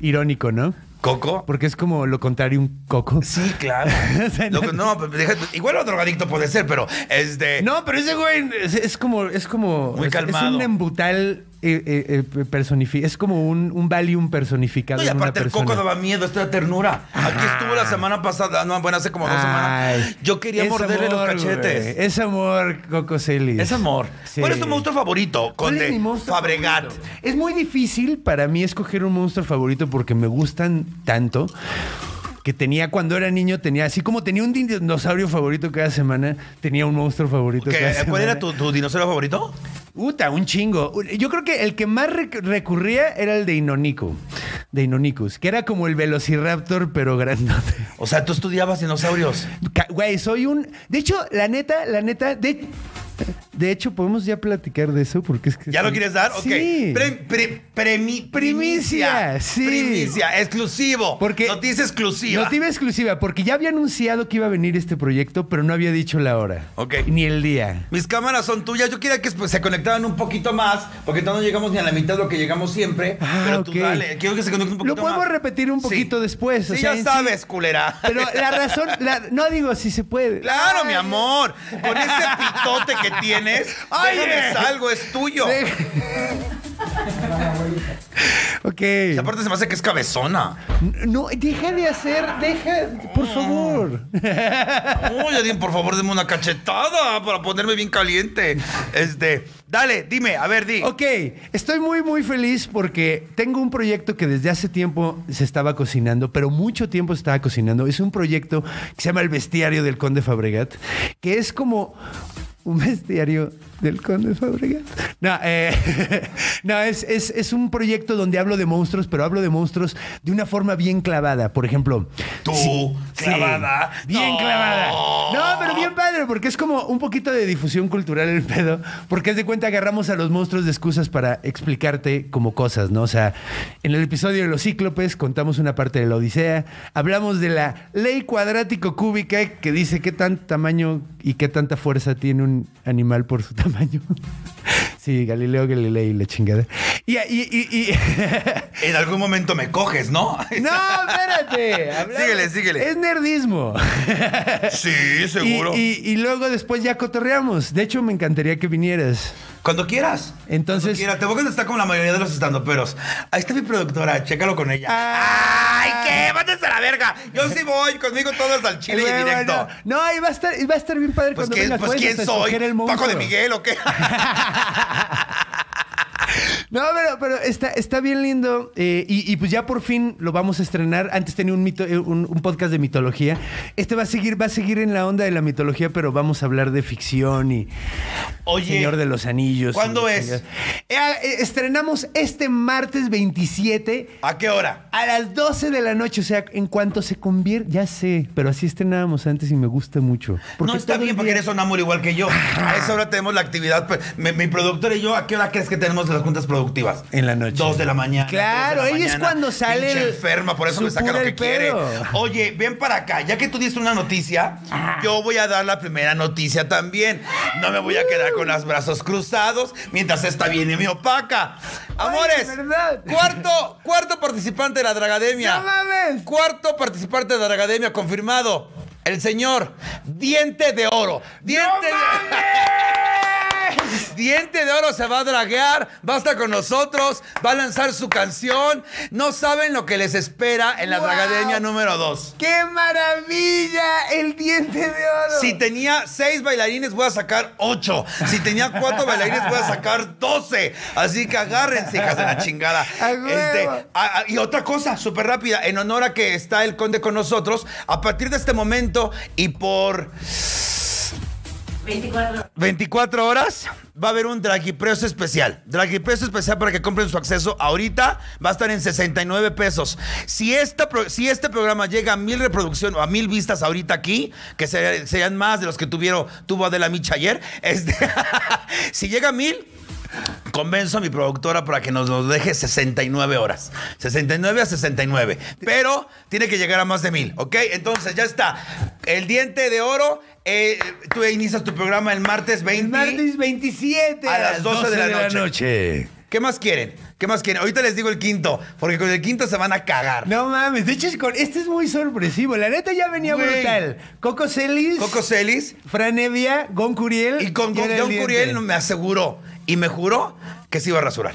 [SPEAKER 2] irónico, ¿no?
[SPEAKER 1] ¿Coco?
[SPEAKER 2] Porque es como lo contrario un coco.
[SPEAKER 1] Sí, claro. Lo que- no, pues, deja- igual lo drogadicto puede ser, pero este...
[SPEAKER 2] No, pero ese güey es, es como. Es como
[SPEAKER 1] Muy
[SPEAKER 2] es-
[SPEAKER 1] calmado.
[SPEAKER 2] Es un embutal eh, eh, eh, personifi- Es como un, un Valium personificado.
[SPEAKER 1] No, y
[SPEAKER 2] en una
[SPEAKER 1] aparte el
[SPEAKER 2] persona.
[SPEAKER 1] coco daba miedo, esta ternura. Aquí estuvo la semana pasada, no, bueno, hace como dos semanas.
[SPEAKER 2] Ay,
[SPEAKER 1] Yo quería
[SPEAKER 2] es
[SPEAKER 1] morderle
[SPEAKER 2] amor,
[SPEAKER 1] los cachetes.
[SPEAKER 2] güey. Es amor, Coco Celis.
[SPEAKER 1] Es amor.
[SPEAKER 2] Sí.
[SPEAKER 1] ¿Cuál es tu monstruo favorito?
[SPEAKER 2] ¿Cuál
[SPEAKER 1] Conde
[SPEAKER 2] es mi monstruo
[SPEAKER 1] Fabregat.
[SPEAKER 2] favorito? Es muy difícil para mí escoger un monstruo favorito porque me gustan tanto que tenía cuando era niño, tenía así como tenía un dinosaurio favorito cada semana, tenía un monstruo favorito
[SPEAKER 1] ¿Qué-
[SPEAKER 2] cada semana.
[SPEAKER 1] ¿Cuál era tu, tu dinosaurio favorito?
[SPEAKER 2] Uta, un chingo. Yo creo que el que más rec- recurría era el de Inonico, de Inonicus, que era como el Velociraptor, pero grandote.
[SPEAKER 1] O sea, tú estudiabas dinosaurios.
[SPEAKER 2] Ca- Güey, soy un. De hecho, la neta, la neta, de. De hecho, podemos ya platicar de eso porque es que.
[SPEAKER 1] ¿Ya lo
[SPEAKER 2] sí.
[SPEAKER 1] quieres dar? Ok.
[SPEAKER 2] Sí.
[SPEAKER 1] Pre- pre- premi-
[SPEAKER 2] Primicia,
[SPEAKER 1] primicia.
[SPEAKER 2] sí.
[SPEAKER 1] Primicia, exclusivo.
[SPEAKER 2] Porque-
[SPEAKER 1] Noticia exclusiva.
[SPEAKER 2] Noticia exclusiva, porque ya había anunciado que iba a venir este proyecto, pero no había dicho la hora.
[SPEAKER 1] Ok.
[SPEAKER 2] Ni el día.
[SPEAKER 1] Mis cámaras son tuyas. Yo quería que pues, se conectaran un poquito más, porque no llegamos ni a la mitad de lo que llegamos siempre.
[SPEAKER 2] Ah,
[SPEAKER 1] pero
[SPEAKER 2] ok.
[SPEAKER 1] tú dale, quiero que se conecte un
[SPEAKER 2] Lo
[SPEAKER 1] poquito más.
[SPEAKER 2] podemos repetir un poquito
[SPEAKER 1] Sí.
[SPEAKER 2] después. o
[SPEAKER 1] Sí,
[SPEAKER 2] sea,
[SPEAKER 1] ya
[SPEAKER 2] en sí.
[SPEAKER 1] sabes, culera.
[SPEAKER 2] Pero la razón, la- no digo si se puede.
[SPEAKER 1] Claro,
[SPEAKER 2] Ay,
[SPEAKER 1] mi amor. Con ese pitote que tienes,
[SPEAKER 2] Ay,
[SPEAKER 1] déjame
[SPEAKER 2] eh.
[SPEAKER 1] salgo, es tuyo.
[SPEAKER 2] de-
[SPEAKER 1] Y
[SPEAKER 2] ok.
[SPEAKER 1] aparte se me hace que es cabezona.
[SPEAKER 2] No, deja de hacer, deja, por favor.
[SPEAKER 1] Oye, Adrián, por favor, denme una cachetada para ponerme bien caliente. Este, dale, dime, a ver, di.
[SPEAKER 2] Ok, estoy muy muy feliz porque tengo un proyecto que desde hace tiempo se estaba cocinando, pero mucho tiempo se estaba cocinando. Es un proyecto que se llama El Bestiario del Conde Fabregat, que es como un bestiario del Conde Fabregat. No, eh, no es, es- es un proyecto donde hablo de monstruos, pero hablo de monstruos de una forma bien clavada. Por ejemplo,
[SPEAKER 1] Tú, clavada.
[SPEAKER 2] bien
[SPEAKER 1] No.
[SPEAKER 2] clavada. No, pero bien padre, porque es como un poquito de difusión cultural el pedo, porque es de cuenta agarramos a los monstruos de excusas para explicarte como cosas, ¿no? O sea, en el episodio de los cíclopes contamos una parte de la Odisea, hablamos de la ley cuadrático cúbica que dice qué tan tamaño y qué tanta fuerza tiene un animal por su tamaño. Sí, Galileo Galilei, la chingada. Y, y- y- y-
[SPEAKER 1] En algún momento me coges, ¿no?
[SPEAKER 2] No, espérate. Hablamos-
[SPEAKER 1] Síguele, síguele.
[SPEAKER 2] Es nerdismo.
[SPEAKER 1] Sí, seguro.
[SPEAKER 2] Y, y- y luego después ya cotorreamos. De hecho, me encantaría que vinieras.
[SPEAKER 1] Cuando quieras.
[SPEAKER 2] Entonces-
[SPEAKER 1] Cuando quieras. Te voy a contestar como la mayoría de los estandoperos. Ahí está mi productora, chécalo con ella.
[SPEAKER 2] Ay.
[SPEAKER 1] ¡Ay, qué! ¡Mátense a la verga! Yo sí voy, conmigo todo es al chile y
[SPEAKER 2] Bueno,
[SPEAKER 1] directo.
[SPEAKER 2] No, no, y va a estar, y va a estar bien padre
[SPEAKER 1] Pues,
[SPEAKER 2] cuando
[SPEAKER 1] ¿qué-
[SPEAKER 2] vengas.
[SPEAKER 1] pues
[SPEAKER 2] puedes
[SPEAKER 1] ¿quién
[SPEAKER 2] hasta
[SPEAKER 1] soy?
[SPEAKER 2] escoger el
[SPEAKER 1] ¿Paco
[SPEAKER 2] monstruo.
[SPEAKER 1] de Miguel o qué?
[SPEAKER 2] No, pero, pero está, está bien lindo. eh, y, y pues ya por fin lo vamos a estrenar. Antes tenía un, mito, eh, un, un podcast de mitología. Este va a seguir, va a seguir en la onda de la mitología, pero vamos a hablar de ficción y
[SPEAKER 1] Oye.
[SPEAKER 2] Señor de los Anillos.
[SPEAKER 1] ¿Cuándo
[SPEAKER 2] y-
[SPEAKER 1] es?
[SPEAKER 2] Eh, eh, estrenamos este martes 27
[SPEAKER 1] ¿A qué hora?
[SPEAKER 2] A las 12 de la noche, o sea, en cuanto se convierte, ya sé, pero así estrenábamos antes y me gusta mucho. Porque
[SPEAKER 1] no está
[SPEAKER 2] todo el
[SPEAKER 1] bien porque
[SPEAKER 2] día-
[SPEAKER 1] eres sonámbulo igual que yo. A esa hora tenemos la actividad. pues, Mi, mi productora y yo, ¿a qué hora crees que tenemos las juntas productivas?
[SPEAKER 2] En la noche.
[SPEAKER 1] Dos de la mañana.
[SPEAKER 2] Claro,
[SPEAKER 1] tres de la
[SPEAKER 2] ella es
[SPEAKER 1] mañana.
[SPEAKER 2] cuando sale
[SPEAKER 1] Pinche
[SPEAKER 2] el-
[SPEAKER 1] enferma, por eso
[SPEAKER 2] su
[SPEAKER 1] me saca lo
[SPEAKER 2] pura
[SPEAKER 1] que
[SPEAKER 2] el
[SPEAKER 1] quiere.
[SPEAKER 2] pedo.
[SPEAKER 1] Oye, ven para acá. Ya que tú diste una noticia, yo voy a dar la primera noticia también. No me voy a quedar con los brazos cruzados mientras esta viene mi opaca. Amores,
[SPEAKER 2] Ay, ¿verdad?
[SPEAKER 1] cuarto, cuarto participante de la Dragademia.
[SPEAKER 2] ¡No mames!
[SPEAKER 1] Cuarto participante de la Dragademia confirmado. El señor Diente de Oro. Diente de Diente de Oro se va a draguear, va a estar con nosotros, va a lanzar su canción. No saben lo que les espera en la
[SPEAKER 2] ¡Wow!
[SPEAKER 1] Dragademia número 2.
[SPEAKER 2] ¡Qué maravilla! El diente de oro.
[SPEAKER 1] Si tenía seis bailarines, voy a sacar ocho. Si tenía cuatro bailarines, voy a sacar 12. Así que agárrense, hijas de la chingada. Este,
[SPEAKER 2] ¡A huevo!
[SPEAKER 1] a- a- y otra cosa, súper rápida, en honor a que está el conde con nosotros, a partir de este momento y por
[SPEAKER 3] 24
[SPEAKER 1] 24 horas va a haber un dragiprecio especial. Dragiprecio especial para que compren su acceso ahorita. Va a estar en 69 pesos. Si, esta pro- si este programa llega a mil reproducciones o a mil vistas ahorita aquí, que ser- serían más de los que tuvieron, tuvo Adela Micha ayer, este, si llega a mil... Convenzo a mi productora para que nos lo deje 69 horas. 69 a 69. Pero tiene que llegar a más de mil, ¿ok? Entonces ya está. El diente de oro. eh, tú inicias tu programa el martes 20.
[SPEAKER 2] El martes 27
[SPEAKER 1] A las 12 de la
[SPEAKER 2] noche.
[SPEAKER 1] ¿Qué más quieren? ¿Qué más quieren? Ahorita les digo el quinto, porque con el quinto se van a cagar.
[SPEAKER 2] No mames, de hecho, es con- este es muy sorpresivo. La neta ya venía
[SPEAKER 1] Güey.
[SPEAKER 2] brutal. Coco Celis,
[SPEAKER 1] Coco Celis
[SPEAKER 2] Fran Evia, Gon Curiel.
[SPEAKER 1] y con, con
[SPEAKER 2] ahora el
[SPEAKER 1] John
[SPEAKER 2] diente.
[SPEAKER 1] Curiel me aseguró y me juró que se iba a rasurar.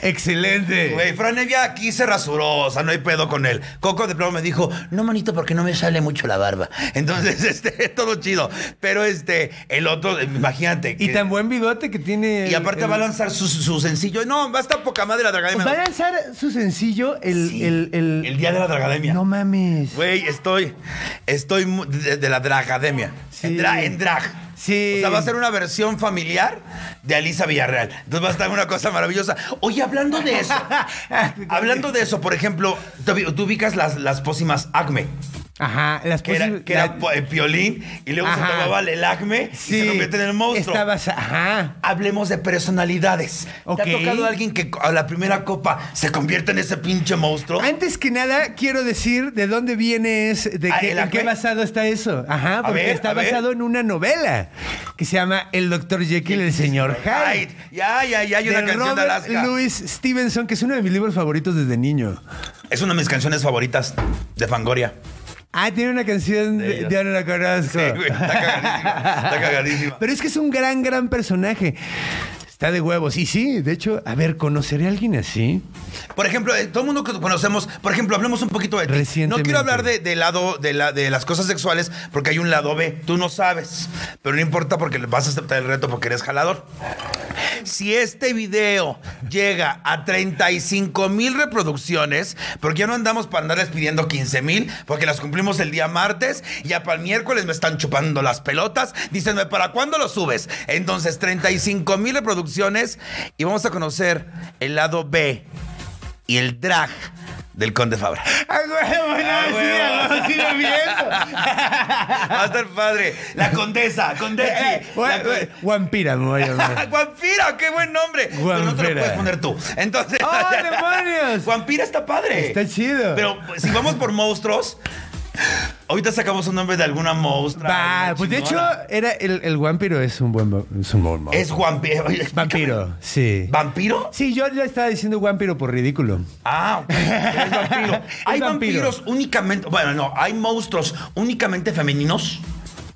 [SPEAKER 2] Excelente.
[SPEAKER 1] Güey, Fran Evia aquí se rasuró, o sea, no hay pedo con él. Coco de plano me dijo, no, manito, porque no me sale mucho la barba. Entonces, este, todo chido. Pero este, el otro, imagínate.
[SPEAKER 2] Y
[SPEAKER 1] que-
[SPEAKER 2] tan buen bigote que tiene.
[SPEAKER 1] y aparte
[SPEAKER 2] el- Pues
[SPEAKER 1] va a lanzar su, su sencillo. No, va a estar poca madre la Dragademia.
[SPEAKER 2] Va a lanzar su sencillo el.
[SPEAKER 1] Sí,
[SPEAKER 2] el, el-
[SPEAKER 1] el día de la Dragademia.
[SPEAKER 2] No mames.
[SPEAKER 1] Güey, estoy, estoy mu- de, de la Dragademia.
[SPEAKER 2] Sí.
[SPEAKER 1] En, dra- en drag.
[SPEAKER 2] Sí.
[SPEAKER 1] O sea, va a ser una versión familiar de Alisa Villarreal. Entonces va a estar una cosa maravillosa. Oye, hablando de eso, hablando de eso, por ejemplo, tú, tú ubicas las, las pócimas Acme.
[SPEAKER 2] Ajá, las
[SPEAKER 1] Que era,
[SPEAKER 2] poses-
[SPEAKER 1] que
[SPEAKER 2] Pues la-
[SPEAKER 1] era po- el piolín y luego se
[SPEAKER 2] Ajá.
[SPEAKER 1] tomaba el acme y se convierte en el monstruo.
[SPEAKER 2] Está basa- ajá.
[SPEAKER 1] Hablemos de personalidades. ¿Te ha
[SPEAKER 2] Ok.
[SPEAKER 1] tocado alguien que a la primera copa se convierte en ese pinche monstruo?
[SPEAKER 2] Antes que nada, quiero decir de dónde viene es, de
[SPEAKER 1] Ah,
[SPEAKER 2] qué,
[SPEAKER 1] el
[SPEAKER 2] en qué
[SPEAKER 1] acme.
[SPEAKER 2] basado está eso. Ajá, porque
[SPEAKER 1] ver, a
[SPEAKER 2] está
[SPEAKER 1] ver.
[SPEAKER 2] basado en una novela que se llama El Doctor Jekyll y el Señor Hyde.
[SPEAKER 1] Ay, ya, ya, ya hay una
[SPEAKER 2] de
[SPEAKER 1] canción de
[SPEAKER 2] Robert
[SPEAKER 1] Alaska.
[SPEAKER 2] Louis Stevenson, que es uno de mis libros favoritos desde niño.
[SPEAKER 1] Es una de mis canciones favoritas de Fangoria.
[SPEAKER 2] Ah, tiene una canción
[SPEAKER 1] De
[SPEAKER 2] de,
[SPEAKER 1] ellos.
[SPEAKER 2] yo no la conozco.
[SPEAKER 1] Sí, güey, está cagadísima. Está cagadísima.
[SPEAKER 2] Pero es que es un gran, gran personaje. Está de huevos. Y sí, de hecho, a ver, ¿conoceré a alguien así?
[SPEAKER 1] Por ejemplo, eh, todo el mundo que conocemos, por ejemplo, hablemos un poquito de ti. No
[SPEAKER 2] Recientemente.
[SPEAKER 1] quiero hablar de, de lado de, la- de las cosas sexuales porque hay un lado B. Tú no sabes, pero no importa porque vas a aceptar el reto porque eres jalador. Si este video llega a 35 mil reproducciones, porque ya no andamos para andarles pidiendo 15 mil, porque las cumplimos el día martes, ya para el miércoles me están chupando las pelotas, dicenme, ¿para cuándo lo subes? Entonces, 35 mil reproducciones y vamos a conocer el lado B y el drag del Conde Fabra.
[SPEAKER 2] ¡Ah, huevo!
[SPEAKER 1] Ah,
[SPEAKER 2] No, sí,
[SPEAKER 1] huevo.
[SPEAKER 2] a huevo, sí lo viendo.
[SPEAKER 1] Va a estar padre. La Condesa, Condesa.
[SPEAKER 2] Eh, eh, Guampira, me voy a llamar.
[SPEAKER 1] Guampira, qué buen nombre. Pero no te lo
[SPEAKER 2] Guampira.
[SPEAKER 1] puedes poner tú. Entonces.
[SPEAKER 2] ¡Oh, demonios!
[SPEAKER 1] Guampira está padre.
[SPEAKER 2] Está chido.
[SPEAKER 1] Pero pues, si vamos por monstruos, ahorita sacamos un nombre de alguna monstrua.
[SPEAKER 2] Va,
[SPEAKER 1] alguna
[SPEAKER 2] pues de hecho,
[SPEAKER 1] chingona.
[SPEAKER 2] era el, el guampiro es un buen es un buen
[SPEAKER 1] Es Guampiro.
[SPEAKER 2] vampiro, sí.
[SPEAKER 1] ¿Vampiro?
[SPEAKER 2] Sí, yo le estaba diciendo guampiro por ridículo.
[SPEAKER 1] Ah, ok. Es vampiro.
[SPEAKER 2] Es
[SPEAKER 1] ¿Hay
[SPEAKER 2] vampiro.
[SPEAKER 1] vampiros únicamente. Bueno, no, hay monstruos únicamente femeninos.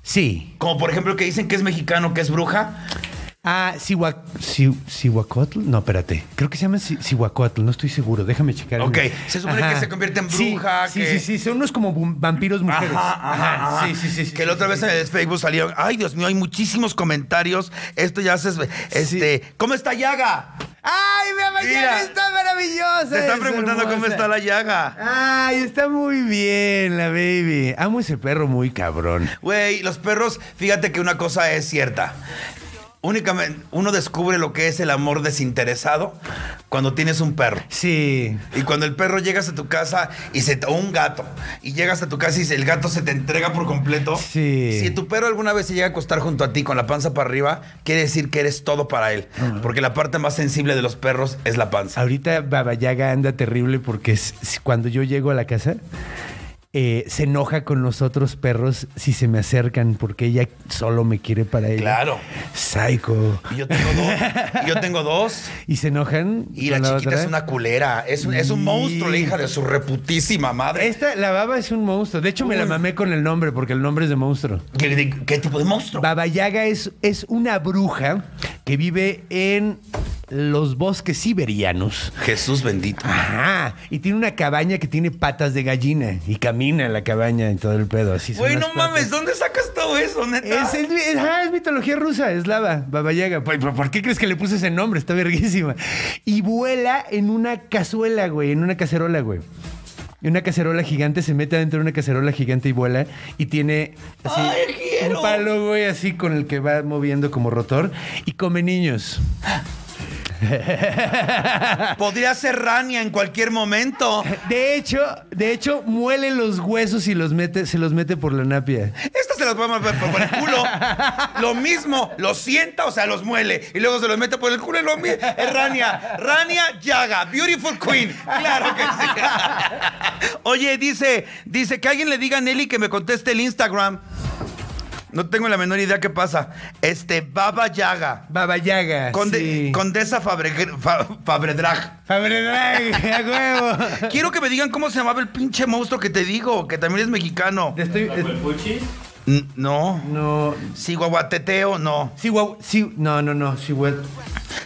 [SPEAKER 2] Sí.
[SPEAKER 1] Como por ejemplo que dicen que es mexicano, que es bruja.
[SPEAKER 2] Ah, Sihuac- Si- Sihuacotl. No, espérate. Creo que se llama Si- Sihuacotl. No estoy seguro. Déjame checar.
[SPEAKER 1] Ok, se supone que se convierte en
[SPEAKER 2] Sí,
[SPEAKER 1] bruja,
[SPEAKER 2] Sí,
[SPEAKER 1] que-
[SPEAKER 2] sí, sí. Son unos como bu- vampiros mujeres.
[SPEAKER 1] ajá.
[SPEAKER 2] Sí, sí, sí. sí,
[SPEAKER 1] Que la
[SPEAKER 2] sí,
[SPEAKER 1] otra
[SPEAKER 2] sí,
[SPEAKER 1] vez
[SPEAKER 2] sí.
[SPEAKER 1] en el Facebook salieron. Ay, Dios mío, hay muchísimos comentarios. Esto ya se. Este, ¿Cómo está Yaga?
[SPEAKER 2] ¡Ay, mi
[SPEAKER 1] Mira.
[SPEAKER 2] mañana está maravillosa!
[SPEAKER 1] Te están
[SPEAKER 2] es
[SPEAKER 1] preguntando cómo
[SPEAKER 2] hermosa.
[SPEAKER 1] está la Yaga.
[SPEAKER 2] Ay, está muy bien la baby. Amo ese perro muy cabrón.
[SPEAKER 1] Güey, los perros, fíjate que una cosa es cierta. Únicamente uno descubre lo que es el amor desinteresado cuando tienes un perro.
[SPEAKER 2] Sí.
[SPEAKER 1] Y cuando el perro llegas a tu casa y se o un gato y llegas a tu casa y el gato se te entrega por completo.
[SPEAKER 2] Sí.
[SPEAKER 1] Si tu perro alguna vez se llega a acostar junto a ti con la panza para arriba, quiere decir que eres todo para él, porque la parte más sensible de los perros es la panza.
[SPEAKER 2] Ahorita Baba Yaga anda terrible porque es- si- cuando yo llego a la casa eh, se enoja con los otros perros si se me acercan porque ella solo me quiere para ella.
[SPEAKER 1] Claro.
[SPEAKER 2] Psycho.
[SPEAKER 1] Y yo tengo dos. y yo tengo dos.
[SPEAKER 2] Y se enojan.
[SPEAKER 1] Y la
[SPEAKER 2] con
[SPEAKER 1] chiquita
[SPEAKER 2] otra.
[SPEAKER 1] es una culera, es un, es un
[SPEAKER 2] Y-
[SPEAKER 1] monstruo, la hija de su reputísima madre.
[SPEAKER 2] Esta, la baba es un monstruo. De hecho, me la
[SPEAKER 1] Uy.
[SPEAKER 2] mamé con el nombre porque el nombre es de monstruo.
[SPEAKER 1] ¿Qué, qué tipo de monstruo?
[SPEAKER 2] Baba Yaga es, es una bruja que vive en los bosques siberianos.
[SPEAKER 1] Jesús bendito.
[SPEAKER 2] Ajá. Y tiene una cabaña que tiene patas de gallina. Y camina en la cabaña y todo el pedo. Así son
[SPEAKER 1] Güey,
[SPEAKER 2] las
[SPEAKER 1] no
[SPEAKER 2] patas.
[SPEAKER 1] mames, ¿dónde sacas todo eso, neta?
[SPEAKER 2] Es, es, es- ajá, es mitología rusa, eslava, babayaga. Pues, ¿Por, por, por qué crees que le puse ese nombre? Está verguísima. Y vuela en una cazuela, güey, en una cacerola, güey. Y una cacerola gigante se mete adentro de una cacerola gigante y vuela. Y tiene así
[SPEAKER 1] ¡Ay, quiero!
[SPEAKER 2] un palo, güey, así con el que va moviendo como rotor. Y come niños.
[SPEAKER 1] Podría ser Rania en cualquier momento.
[SPEAKER 2] De hecho, de hecho, muele los huesos y los mete, se los mete por la napia.
[SPEAKER 1] Estas se las va a meter por el culo. Lo mismo, los sienta, o sea, los muele. Y luego se los mete por el culo y lo mide. Es Rania. Rania Yaga, Beautiful Queen. Claro que sí. Oye, dice, dice que alguien le diga a Nelly que me conteste el Instagram. No tengo la menor idea qué pasa. Este, Baba Yaga.
[SPEAKER 2] Babayaga.
[SPEAKER 1] Conde-
[SPEAKER 2] sí.
[SPEAKER 1] Condesa Fabregue- Fa- Fabredrag.
[SPEAKER 2] Fabredrag, a huevo.
[SPEAKER 1] Quiero que me digan cómo se llamaba el pinche monstruo que te digo, que también es mexicano.
[SPEAKER 2] Te estoy-
[SPEAKER 3] ¿Como el Puchis?
[SPEAKER 1] N- No.
[SPEAKER 2] No.
[SPEAKER 1] Sí, guaguateteo, no.
[SPEAKER 2] Sí, guau- sí, no, no, no, sí, güey.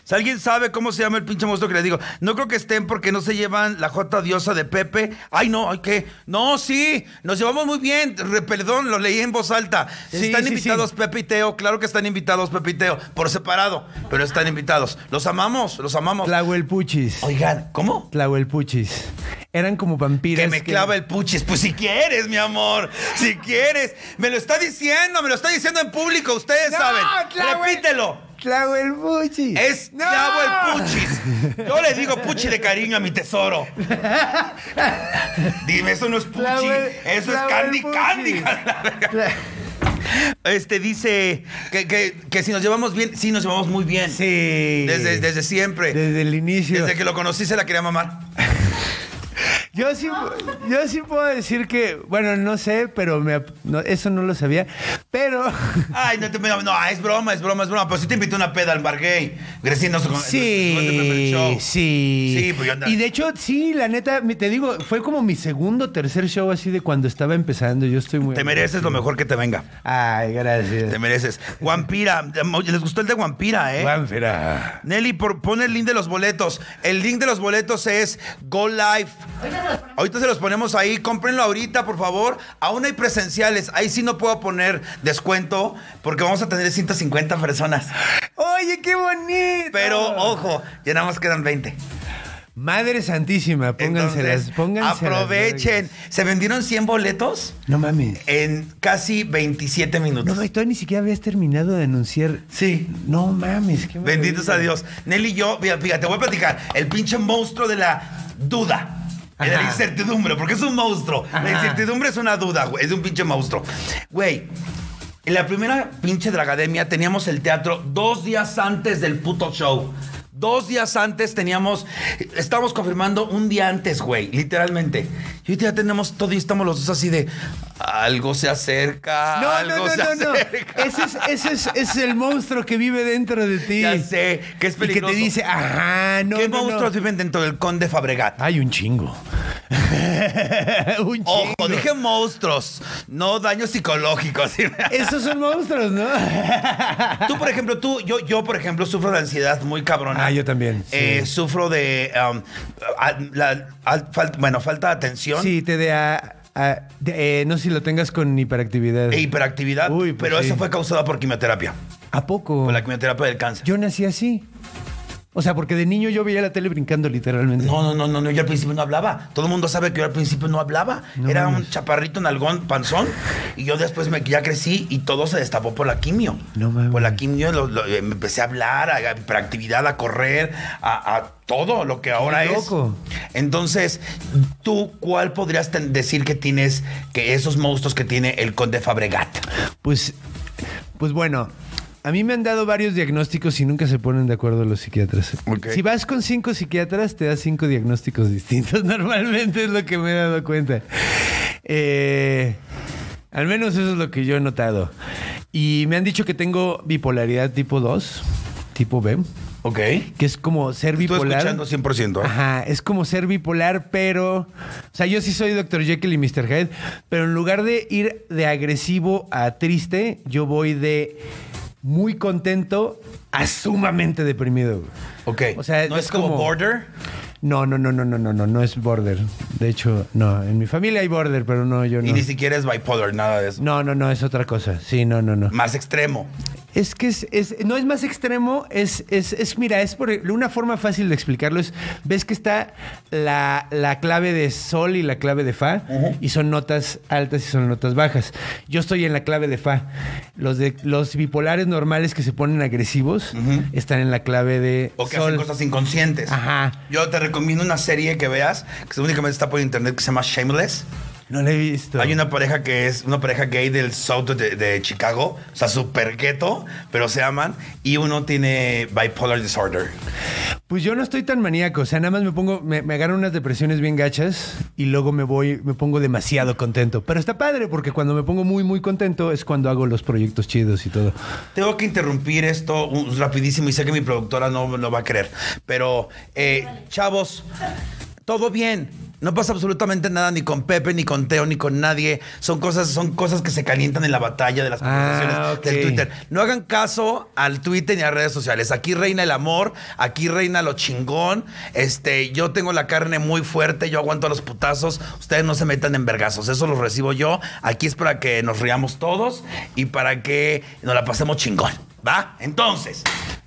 [SPEAKER 1] Si alguien sabe cómo se llama el pinche monstruo que les digo, no creo que estén porque no se llevan la J diosa de Pepe. Ay, no, ay, ¿qué? No, sí, nos llevamos muy bien. Re- perdón, lo leí en voz alta.
[SPEAKER 2] Sí,
[SPEAKER 1] están
[SPEAKER 2] sí,
[SPEAKER 1] invitados Pepe y Teo, claro que están invitados Pepe y Teo, por separado, pero están invitados. Los amamos, los amamos.
[SPEAKER 2] Tlahuelpuchis.
[SPEAKER 1] Oigan, ¿cómo?
[SPEAKER 2] Tlahuelpuchis. Eran como vampiras.
[SPEAKER 1] Que me clava el puchis. Pues si quieres, mi amor. Si quieres. Me lo está diciendo, me lo está diciendo en público. Ustedes
[SPEAKER 2] No,
[SPEAKER 1] saben.
[SPEAKER 2] Tlahue-
[SPEAKER 1] Repítelo.
[SPEAKER 2] Tlahuelpuchi.
[SPEAKER 1] Es
[SPEAKER 2] ¡No!
[SPEAKER 1] Chavo el Puchis. Yo le digo Puchi de cariño a mi tesoro. Dime, eso no es Puchi.
[SPEAKER 2] Tlahuel-
[SPEAKER 1] eso es Candy
[SPEAKER 2] Tlahuelpuchi.
[SPEAKER 1] Candy.
[SPEAKER 2] Tla-
[SPEAKER 1] Este dice que, que- que si nos llevamos bien, sí nos llevamos muy bien.
[SPEAKER 2] Sí.
[SPEAKER 1] Desde, desde siempre. Desde,
[SPEAKER 2] Desde el inicio.
[SPEAKER 1] que lo conocí se la quería mamar.
[SPEAKER 2] Yo sí, yo sí puedo decir que, bueno, no sé, pero me, ap- no, eso no lo sabía. Pero
[SPEAKER 1] Ay, no, te- no, no, es broma, es broma, es broma. Pero sí te invité una peda al bar gay. Grecia no se con- no se- no se- no se-
[SPEAKER 2] sí,
[SPEAKER 1] no se-
[SPEAKER 2] sí,
[SPEAKER 1] show. Sí, pues yo andaba-
[SPEAKER 2] Y de hecho, sí, la neta, mi- te digo, fue como mi segundo o tercer show así de cuando estaba empezando. Yo estoy muy.
[SPEAKER 1] Te mereces lo mejor que te venga.
[SPEAKER 2] Ay, gracias.
[SPEAKER 1] Te mereces. Guampira. Oye, les gustó el de Guampira, ¿eh?
[SPEAKER 2] Guámpira.
[SPEAKER 1] Nelly, por, pon el link de los boletos. El link de los boletos es Go Live. Ahorita se los ponemos ahí. Cómprenlo ahorita, por favor. Aún hay presenciales. Ahí sí no puedo poner descuento porque vamos a tener 150 personas.
[SPEAKER 2] Oye, qué bonito.
[SPEAKER 1] Pero ojo, ya nada más quedan 20.
[SPEAKER 2] Madre Santísima, pónganselas,
[SPEAKER 1] Entonces,
[SPEAKER 2] pónganselas.
[SPEAKER 1] aprovechen. Se vendieron 100 boletos
[SPEAKER 2] No mames.
[SPEAKER 1] en casi 27
[SPEAKER 2] No,
[SPEAKER 1] minutos.
[SPEAKER 2] mames, todavía ni siquiera habías terminado de anunciar.
[SPEAKER 1] Sí.
[SPEAKER 2] No mames, qué maravilla.
[SPEAKER 1] Benditos a Dios. Nelly y yo, mira, fíjate, voy a platicar. El pinche monstruo de la duda. De la
[SPEAKER 2] Ajá.
[SPEAKER 1] incertidumbre, porque es un monstruo. La
[SPEAKER 2] Ajá.
[SPEAKER 1] incertidumbre es una duda, güey. Es un pinche monstruo. Güey, en la primera pinche Dragademia teníamos el teatro dos días antes del puto show. Dos días antes teníamos. Estábamos confirmando un día antes, güey, literalmente. Y ahorita ya tenemos todo y estamos los dos así de. Algo se acerca.
[SPEAKER 2] No,
[SPEAKER 1] algo
[SPEAKER 2] no, no,
[SPEAKER 1] se
[SPEAKER 2] no, no.
[SPEAKER 1] acerca".
[SPEAKER 2] Ese es, ese es, ese es el monstruo que vive dentro de ti.
[SPEAKER 1] Ya sé, que es
[SPEAKER 2] Y que
[SPEAKER 1] peligroso.
[SPEAKER 2] te dice, ajá, no.
[SPEAKER 1] ¿Qué
[SPEAKER 2] no, no".
[SPEAKER 1] monstruos viven dentro del Conde Fabregat?
[SPEAKER 2] Hay un chingo. un chingo.
[SPEAKER 1] Ojo, dije monstruos, no daños psicológicos.
[SPEAKER 2] Esos son monstruos, ¿no?
[SPEAKER 1] Tú, por ejemplo, tú, yo, yo, por ejemplo, sufro de ansiedad muy cabrona.
[SPEAKER 2] Ah, yo también, sí.
[SPEAKER 1] Eh, sufro de, um, a- la- a- fal- bueno, falta de atención
[SPEAKER 2] sí, TDA. ah, de- eh, no sé si lo tengas con hiperactividad.
[SPEAKER 1] e hiperactividad,
[SPEAKER 2] Uy, pues
[SPEAKER 1] pero
[SPEAKER 2] sí.
[SPEAKER 1] eso fue causada por quimioterapia,
[SPEAKER 2] ¿A poco?
[SPEAKER 1] por la quimioterapia del cáncer.
[SPEAKER 2] Yo nací así. O sea, porque de niño yo veía la tele brincando literalmente.
[SPEAKER 1] No, no, no, no, no, yo al principio no hablaba. Todo el mundo sabe que yo al principio no hablaba.
[SPEAKER 2] No
[SPEAKER 1] Era un
[SPEAKER 2] mames.
[SPEAKER 1] chaparrito nalgón, panzón. Y yo después me, ya crecí y todo se destapó por la quimio.
[SPEAKER 2] No mames.
[SPEAKER 1] Por la quimio lo- lo- eh, me empecé a hablar, a, a hiperactividad, a correr, a, a todo lo que ahora
[SPEAKER 2] loco.
[SPEAKER 1] es. Entonces, ¿tú cuál podrías ten- decir que tienes, que esos monstruos que tiene el conde Fabregat?
[SPEAKER 2] Pues, pues bueno, a mí me han dado varios diagnósticos y nunca se ponen de acuerdo los psiquiatras.
[SPEAKER 1] Ok.
[SPEAKER 2] Si vas con cinco psiquiatras, te das cinco diagnósticos distintos. Normalmente es lo que me he dado cuenta. Eh, al menos eso es lo que yo he notado. Y me han dicho que tengo bipolaridad tipo 2, tipo B,
[SPEAKER 1] Ok.
[SPEAKER 2] que es como ser
[SPEAKER 1] Estoy
[SPEAKER 2] bipolar.
[SPEAKER 1] escuchando 100%. ¿eh?
[SPEAKER 2] Ajá, es como ser bipolar, pero. O sea, yo sí soy Dr. Jekyll y Mr. Hyde, pero en lugar de ir de agresivo a triste, yo voy de muy contento a sumamente deprimido. güey.
[SPEAKER 1] Ok.
[SPEAKER 2] O sea,
[SPEAKER 1] ¿No
[SPEAKER 2] es
[SPEAKER 1] es, como,
[SPEAKER 2] como-
[SPEAKER 1] border?
[SPEAKER 2] No, no, no, no, no, no, no, no es border. De hecho, no, en mi familia hay border, pero no, yo
[SPEAKER 1] Y
[SPEAKER 2] no.
[SPEAKER 1] ni siquiera es bipolar, nada de eso.
[SPEAKER 2] No, no, no, es otra cosa. Sí, no, no, no.
[SPEAKER 1] Más extremo.
[SPEAKER 2] Es que es, es- no es más extremo, es, es, es- mira, es por e-, una forma fácil de explicarlo es, ves que está la, la clave de sol y la clave de fa, y son notas altas y son notas bajas. Yo estoy en la clave de fa. Los, de, los bipolares normales que se ponen agresivos están en la clave de
[SPEAKER 1] O que
[SPEAKER 2] sol.
[SPEAKER 1] hacen cosas inconscientes.
[SPEAKER 2] Ajá.
[SPEAKER 1] Yo te recomiendo una serie que veas, que se- únicamente está por internet, que se llama Shameless.
[SPEAKER 2] No lo he visto.
[SPEAKER 1] Hay una pareja que es una pareja gay del south de, de Chicago, o sea, súper gueto, pero se aman, y uno tiene bipolar disorder.
[SPEAKER 2] Pues yo no estoy tan maníaco, o sea, nada más me pongo, me, me agarro unas depresiones bien gachas y luego me voy, me pongo demasiado contento. Pero está padre porque cuando me pongo muy, muy contento es cuando hago los proyectos chidos y todo.
[SPEAKER 1] Tengo que interrumpir esto un- rapidísimo y sé que mi productora no lo va a creer, pero eh, chavos, todo bien. No pasa absolutamente nada ni con Pepe, ni con Teo, ni con nadie. Son cosas, son cosas que se calientan en la batalla de las conversaciones
[SPEAKER 2] Ah, ok.
[SPEAKER 1] del Twitter. No hagan caso al Twitter ni a las redes sociales. Aquí reina el amor, aquí reina lo chingón. Este, yo tengo la carne muy fuerte, yo aguanto los putazos. Ustedes no se metan en vergazos, eso los recibo yo. Aquí es para que nos riamos todos y para que nos la pasemos chingón, ¿va? Entonces,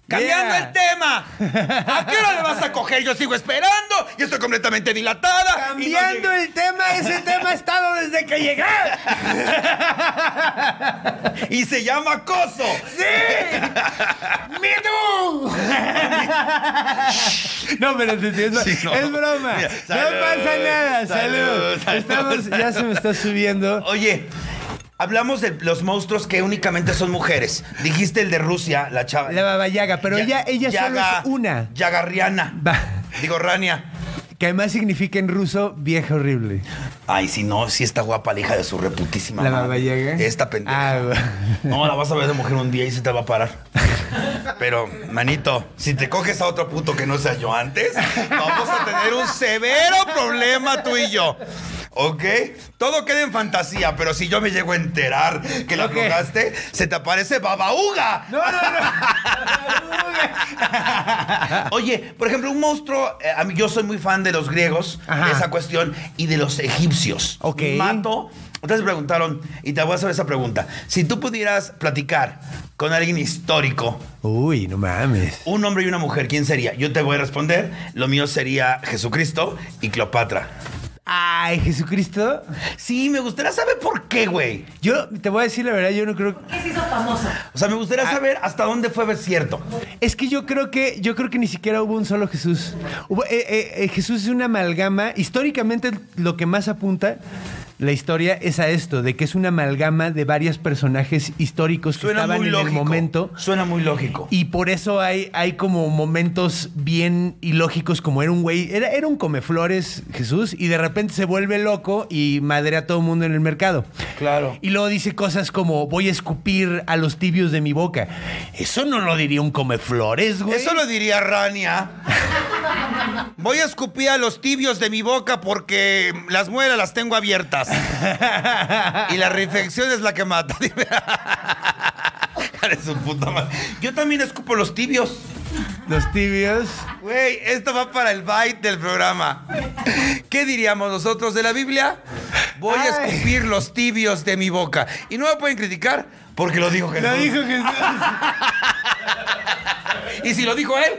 [SPEAKER 1] cambiando
[SPEAKER 2] Yeah.
[SPEAKER 1] el tema. ¿A qué hora le vas a coger? Yo sigo esperando y estoy completamente dilatada. y no
[SPEAKER 2] Cambiando
[SPEAKER 1] llegué.
[SPEAKER 2] el tema, ese tema ha estado desde que llegué.
[SPEAKER 1] Y se llama acoso.
[SPEAKER 2] ¡Sí! ¡Me too! No, pero te entiendo.
[SPEAKER 1] Sí, no.
[SPEAKER 2] es broma.
[SPEAKER 1] Mira,
[SPEAKER 2] no
[SPEAKER 1] salud,
[SPEAKER 2] pasa nada. Salud.
[SPEAKER 1] salud, salud,
[SPEAKER 2] Estamos, ya se me está subiendo.
[SPEAKER 1] Oye, hablamos de los monstruos que únicamente son mujeres. Dijiste el de Rusia, la chava.
[SPEAKER 2] La babayaga, pero
[SPEAKER 1] Ya-
[SPEAKER 2] ella, ella solo
[SPEAKER 1] Yaga-
[SPEAKER 2] es una.
[SPEAKER 1] Yagarriana.
[SPEAKER 2] Va.
[SPEAKER 1] Digo, Rania.
[SPEAKER 2] Que además significa en ruso vieja horrible.
[SPEAKER 1] Ay, si no, si está guapa la hija de su reputísima
[SPEAKER 2] ¿La
[SPEAKER 1] madre.
[SPEAKER 2] babayaga?
[SPEAKER 1] Esta pendeja.
[SPEAKER 2] Ah, va.
[SPEAKER 1] No, la vas a ver de mujer un día y se te va a parar. Pero, manito, si te coges a otro puto que no sea yo antes, vamos a tener un severo problema tú y yo. ¿Ok? Todo queda en fantasía, pero si yo me llego a enterar que la
[SPEAKER 2] Ok.
[SPEAKER 1] drogaste, se te aparece babauga.
[SPEAKER 2] No, no, no.
[SPEAKER 1] Oye, por ejemplo, un monstruo, eh, a mí yo soy muy fan de los griegos,
[SPEAKER 2] Ajá.
[SPEAKER 1] de esa cuestión, y de los egipcios.
[SPEAKER 2] Ok.
[SPEAKER 1] Mato. Entonces preguntaron, y te voy a hacer esa pregunta. Si tú pudieras platicar con alguien histórico,
[SPEAKER 2] Uy, no mames.
[SPEAKER 1] un hombre y una mujer, ¿quién sería? Yo te voy a responder, lo mío sería Jesucristo y Cleopatra.
[SPEAKER 2] Ay, Jesucristo.
[SPEAKER 1] Sí, me gustaría saber por qué, güey.
[SPEAKER 2] Yo te voy a decir la verdad, yo no creo.
[SPEAKER 3] ¿Qué se hizo famosa?
[SPEAKER 1] O sea, me gustaría saber hasta dónde fue cierto.
[SPEAKER 2] Es que yo creo que yo creo que ni siquiera hubo un solo Jesús. Hubo- eh, eh, eh, Jesús es una amalgama. Históricamente lo que más apunta la historia es a esto, de que es una amalgama de varios personajes históricos que
[SPEAKER 1] Suena
[SPEAKER 2] estaban
[SPEAKER 1] muy
[SPEAKER 2] en
[SPEAKER 1] lógico.
[SPEAKER 2] el momento.
[SPEAKER 1] Suena muy lógico.
[SPEAKER 2] Y por eso hay, hay como momentos bien ilógicos, como era un güey, era, era un comeflores Jesús, y de repente se vuelve loco y madrea a todo el mundo en el mercado.
[SPEAKER 1] Claro.
[SPEAKER 2] Y luego dice cosas como, voy a escupir a los tibios de mi boca. Eso no lo diría un comeflores, güey.
[SPEAKER 1] Eso lo diría Rania. Voy a escupir a los tibios de mi boca porque las muelas las tengo abiertas. Y la reinfección es la que mata. Dime. Eres un puta madre. Yo también escupo los tibios.
[SPEAKER 2] Los tibios.
[SPEAKER 1] Güey, esto va para el bite del programa. ¿Qué diríamos nosotros de la Biblia? Voy a
[SPEAKER 2] Ay.
[SPEAKER 1] escupir los tibios de mi boca. Y no me pueden criticar porque lo dijo Jesús.
[SPEAKER 2] Lo dijo Jesús.
[SPEAKER 1] Y si lo dijo él,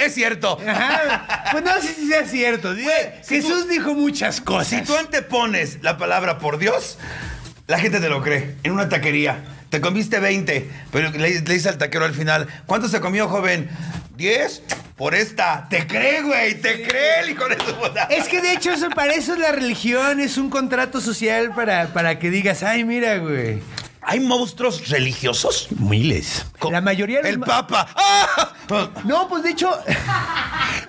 [SPEAKER 1] es cierto.
[SPEAKER 2] Ajá. Pues no sé si sea cierto.
[SPEAKER 1] Güey, si
[SPEAKER 2] Jesús dijo muchas cosas.
[SPEAKER 1] Si tú antepones la palabra por Dios, la gente te lo cree. En una taquería. Te comiste 20, pero le, le dice al taquero al final, ¿cuánto se comió, joven? ¿10? Por esta. Te cree, güey. Te cree el hijo de su puta.
[SPEAKER 2] Es que de hecho eso, para eso es la religión, es un contrato social para, para que digas, ay, mira, güey.
[SPEAKER 1] ¿Hay monstruos religiosos?
[SPEAKER 2] Miles. La mayoría de los
[SPEAKER 1] El
[SPEAKER 2] ma-
[SPEAKER 1] Papa. ¡Ah!
[SPEAKER 2] No, pues de hecho.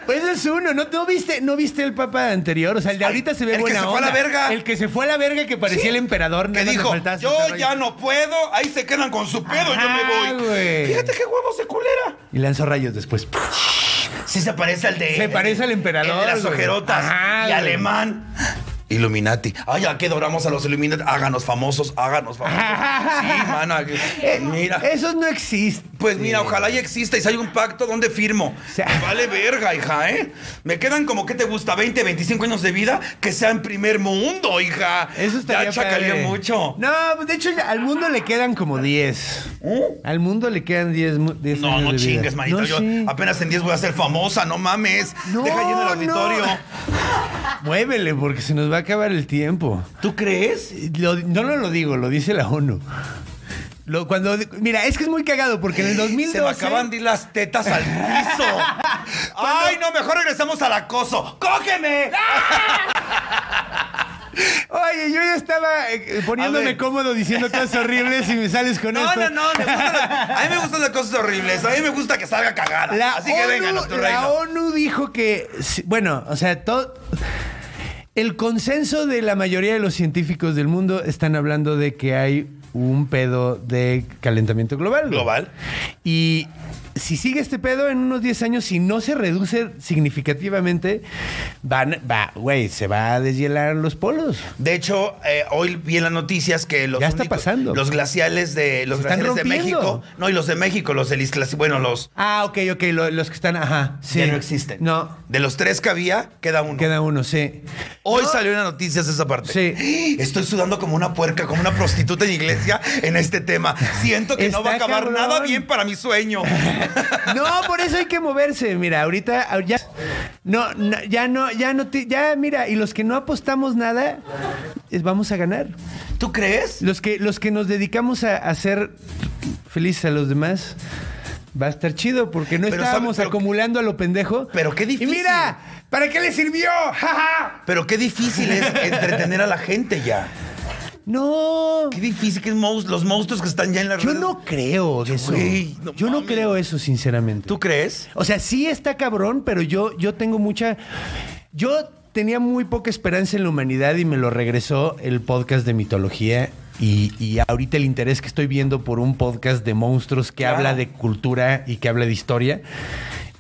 [SPEAKER 2] Pues eso es uno, ¿no, ¿No viste, ¿no viste el papa anterior? O sea, el de ahorita se ve
[SPEAKER 1] el que
[SPEAKER 2] buena
[SPEAKER 1] se fue a la
[SPEAKER 2] onda.
[SPEAKER 1] verga.
[SPEAKER 2] El que se fue a la verga que parecía
[SPEAKER 1] Sí.
[SPEAKER 2] el emperador.
[SPEAKER 1] Que
[SPEAKER 2] nada más le
[SPEAKER 1] dijo,
[SPEAKER 2] faltaba
[SPEAKER 1] yo
[SPEAKER 2] sacar
[SPEAKER 1] ya
[SPEAKER 2] rayos".
[SPEAKER 1] no puedo, ahí se quedan con su pedo,
[SPEAKER 2] Ajá,
[SPEAKER 1] yo me voy.
[SPEAKER 2] güey.
[SPEAKER 1] Fíjate qué huevo se culera.
[SPEAKER 2] Y lanzó rayos después.
[SPEAKER 1] Sí se parece al de...
[SPEAKER 2] Se parece al emperador,
[SPEAKER 1] el de las
[SPEAKER 2] güey.
[SPEAKER 1] ojerotas.
[SPEAKER 2] Ajá,
[SPEAKER 1] y
[SPEAKER 2] güey.
[SPEAKER 1] alemán. Illuminati. Ay, ya que adoramos a los Illuminati. Háganos famosos, háganos famosos. sí, mana.
[SPEAKER 2] Eh,
[SPEAKER 1] Mira.
[SPEAKER 2] Esos no existen.
[SPEAKER 1] Pues mira, ojalá ya exista y si hay un pacto, ¿dónde firmo?
[SPEAKER 2] sea-
[SPEAKER 1] Me vale verga, hija, ¿eh? Me quedan como que te gusta 20, 25 años de vida que sea en primer mundo, hija.
[SPEAKER 2] Eso
[SPEAKER 1] Ya
[SPEAKER 2] estaría
[SPEAKER 1] chacaleó
[SPEAKER 2] padre.
[SPEAKER 1] mucho.
[SPEAKER 2] No, pues, de hecho al mundo le quedan como 10.
[SPEAKER 1] ¿Eh?
[SPEAKER 2] Al mundo le quedan 10 mu- 10
[SPEAKER 1] No,
[SPEAKER 2] años
[SPEAKER 1] no
[SPEAKER 2] de vida.
[SPEAKER 1] chingues, manito.
[SPEAKER 2] No,
[SPEAKER 1] Yo
[SPEAKER 2] sí.
[SPEAKER 1] apenas en 10 voy a ser famosa, no mames.
[SPEAKER 2] No,
[SPEAKER 1] Deja lleno el
[SPEAKER 2] no.
[SPEAKER 1] auditorio.
[SPEAKER 2] Muévele porque se nos va a acabar el tiempo.
[SPEAKER 1] ¿Tú crees?
[SPEAKER 2] Lo- no, no lo digo, lo dice la ONU. Lo- cuando, mira, es que es muy cagado porque en el 2012...
[SPEAKER 1] Se me acaban de ir las tetas al piso. Ay, no, mejor regresamos al acoso. ¡Cógeme!
[SPEAKER 2] Oye, yo ya estaba eh,
[SPEAKER 1] A
[SPEAKER 2] poniéndome
[SPEAKER 1] ver.
[SPEAKER 2] cómodo diciendo cosas horribles y me sales con
[SPEAKER 1] No, no,
[SPEAKER 2] esto.
[SPEAKER 1] no. me gustan las- a mí me gustan las cosas horribles. A mí me gusta que salga cagada.
[SPEAKER 2] La,
[SPEAKER 1] Así
[SPEAKER 2] ONU,
[SPEAKER 1] que vengan a tu
[SPEAKER 2] la
[SPEAKER 1] reino.
[SPEAKER 2] ONU dijo que, si- bueno, o sea, todo... El consenso de la mayoría de los científicos del mundo están hablando de que hay un pedo de calentamiento global. güey.
[SPEAKER 1] Global.
[SPEAKER 2] Y si sigue este pedo en unos 10 años, si no se reduce significativamente, van, va, güey, se va a deshielar los polos.
[SPEAKER 1] De hecho, eh, hoy vi en las noticias que los
[SPEAKER 2] Ya está
[SPEAKER 1] únicos-
[SPEAKER 2] pasando.
[SPEAKER 1] los glaciales de los
[SPEAKER 2] Se están
[SPEAKER 1] glaciales de
[SPEAKER 2] rompiendo.
[SPEAKER 1] México, no y los de México, los del Islas, bueno, los
[SPEAKER 2] Ah, ok, ok, lo- los que están, ajá. sí.
[SPEAKER 1] ya no existen.
[SPEAKER 2] No,
[SPEAKER 1] De los tres que había, queda uno.
[SPEAKER 2] queda uno, sí.
[SPEAKER 1] Hoy
[SPEAKER 2] No.
[SPEAKER 1] salió en las noticias esa parte.
[SPEAKER 2] Sí.
[SPEAKER 1] Estoy sudando como una puerca, como una prostituta en iglesia en este tema. Siento que no va a
[SPEAKER 2] Está
[SPEAKER 1] acabar
[SPEAKER 2] cabrón.
[SPEAKER 1] nada bien para mi sueño.
[SPEAKER 2] No, por eso hay que moverse. Mira, ahorita ah, ya no, no, ya no, ya no te- ya mira, y los que no apostamos nada es- vamos a ganar.
[SPEAKER 1] ¿Tú crees?
[SPEAKER 2] Los que los que nos dedicamos a, a hacer felices a los demás va a estar chido porque no
[SPEAKER 1] Pero sabe-
[SPEAKER 2] estábamos
[SPEAKER 1] pero-
[SPEAKER 2] acumulando a lo pendejo.
[SPEAKER 1] pero qué difícil.
[SPEAKER 2] Y mira, ¿para qué le sirvió? ¡Ja, ja!
[SPEAKER 1] Pero qué difícil es entretener a la gente ya.
[SPEAKER 2] No.
[SPEAKER 1] Qué difícil que es mous- los monstruos que están ya en la
[SPEAKER 2] Yo no creo de eso.
[SPEAKER 1] Güey, no
[SPEAKER 2] yo no
[SPEAKER 1] mames.
[SPEAKER 2] creo eso, sinceramente.
[SPEAKER 1] ¿Tú crees?
[SPEAKER 2] O sea, sí está cabrón, pero yo, yo tengo mucha. Yo tenía muy poca esperanza en la humanidad y me lo regresó el podcast de mitología. Y, y ahorita el interés que estoy viendo por un podcast de monstruos que
[SPEAKER 1] Claro.
[SPEAKER 2] habla de cultura y que habla de historia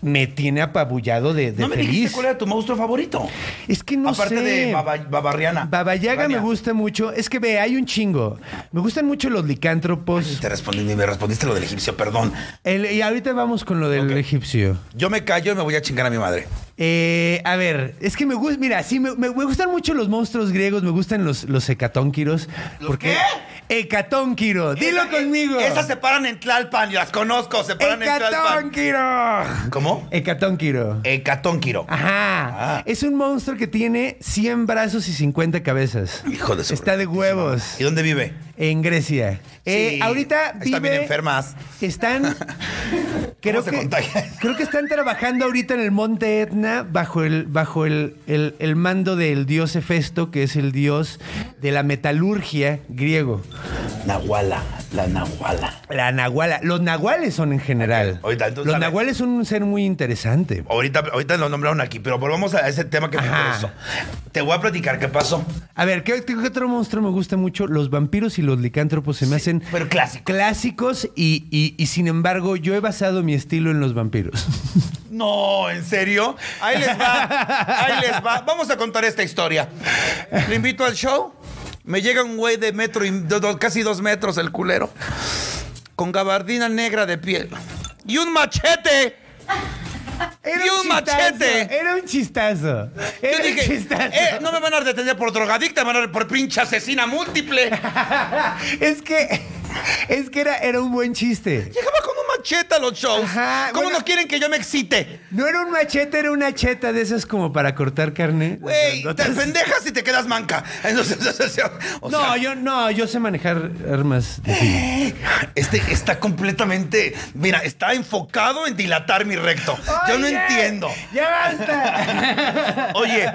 [SPEAKER 2] me tiene apabullado de, de
[SPEAKER 1] no me
[SPEAKER 2] feliz.
[SPEAKER 1] dijiste cuál era tu monstruo favorito.
[SPEAKER 2] Es que no
[SPEAKER 1] Aparte
[SPEAKER 2] sé.
[SPEAKER 1] de Baba- Babarriana.
[SPEAKER 2] Babayaga me
[SPEAKER 1] Rania.
[SPEAKER 2] gusta mucho. Es que ve, hay un chingo. Me gustan mucho los licántropos.
[SPEAKER 1] Te respondí, ni me respondiste lo del egipcio, perdón.
[SPEAKER 2] El- y ahorita vamos con lo del
[SPEAKER 1] Ok.
[SPEAKER 2] egipcio.
[SPEAKER 1] Yo me callo y me voy a chingar a mi madre.
[SPEAKER 2] Eh, a ver, es que me gusta, mira, sí, me, me- me gustan mucho los monstruos griegos, me gustan los, los hecatónquiros.
[SPEAKER 1] ¿Los
[SPEAKER 2] porque Hecatónquiro, dilo
[SPEAKER 1] Esa-
[SPEAKER 2] conmigo.
[SPEAKER 1] Esas se paran en Tlalpan, las conozco, se paran en Tlalpan.
[SPEAKER 2] Hecatónquiro.
[SPEAKER 1] ¿Cómo?
[SPEAKER 2] Hecatónquiro.
[SPEAKER 1] Hecatónquiro.
[SPEAKER 2] Ajá.
[SPEAKER 1] Ah.
[SPEAKER 2] Es un monstruo que tiene 100 brazos y 50 cabezas.
[SPEAKER 1] Hijo de su
[SPEAKER 2] Está de huevos.
[SPEAKER 1] ¿Y dónde vive?
[SPEAKER 2] En Grecia. Eh,
[SPEAKER 1] Sí,
[SPEAKER 2] ahorita
[SPEAKER 1] están
[SPEAKER 2] vive...
[SPEAKER 1] bien enfermas.
[SPEAKER 2] Están... creo,
[SPEAKER 1] se
[SPEAKER 2] que,
[SPEAKER 1] contagia?
[SPEAKER 2] creo que están trabajando ahorita en el monte Etna bajo el, bajo el, el- el mando del dios Hefesto, que es el dios de la metalurgia griego.
[SPEAKER 1] Nahuala, la Nahuala.
[SPEAKER 2] La nahuala. Los nahuales son en general.
[SPEAKER 1] Ok, ahorita, entonces,
[SPEAKER 2] Los
[SPEAKER 1] a ver.
[SPEAKER 2] nahuales son un ser muy interesante.
[SPEAKER 1] Ahorita, ahorita lo nombraron aquí, pero volvamos a ese tema que me
[SPEAKER 2] Ajá.
[SPEAKER 1] interesó. Te voy a platicar qué pasó.
[SPEAKER 2] A ver, ¿qué, qué otro monstruo me gusta mucho? Los vampiros y los licántropos se me hacen
[SPEAKER 1] Pero clásico.
[SPEAKER 2] clásicos y, y- y sin embargo yo he basado mi estilo en los vampiros.
[SPEAKER 1] No, ¿en serio? Ahí les va, ahí les va. Vamos a contar esta historia. Le invito al show. Me llega un güey de metro, y do- do- casi dos metros, el culero. Con gabardina negra de piel. Y un machete. Y un machete.
[SPEAKER 2] Era un chistazo.
[SPEAKER 1] Yo
[SPEAKER 2] Era un
[SPEAKER 1] dije,
[SPEAKER 2] chistazo.
[SPEAKER 1] "Eh, no me van a detener por drogadicta, me van a detener por pinche asesina múltiple.
[SPEAKER 2] es que es que era, era un buen chiste.
[SPEAKER 1] Llegaba con un machete a los shows.
[SPEAKER 2] Ajá,
[SPEAKER 1] ¿Cómo
[SPEAKER 2] bueno.
[SPEAKER 1] no quieren que yo me excite?
[SPEAKER 2] No era un machete, era una cheta de esas como para cortar carne.
[SPEAKER 1] Güey, te
[SPEAKER 2] Grandotas.
[SPEAKER 1] pendejas y te quedas manca. Entonces, o sea, o sea,
[SPEAKER 2] No, yo no, yo sé manejar armas. de fuego.
[SPEAKER 1] Este está completamente. Mira, está enfocado en dilatar mi recto. Yo no
[SPEAKER 2] Oye,
[SPEAKER 1] entiendo.
[SPEAKER 2] Ya basta.
[SPEAKER 1] Oye,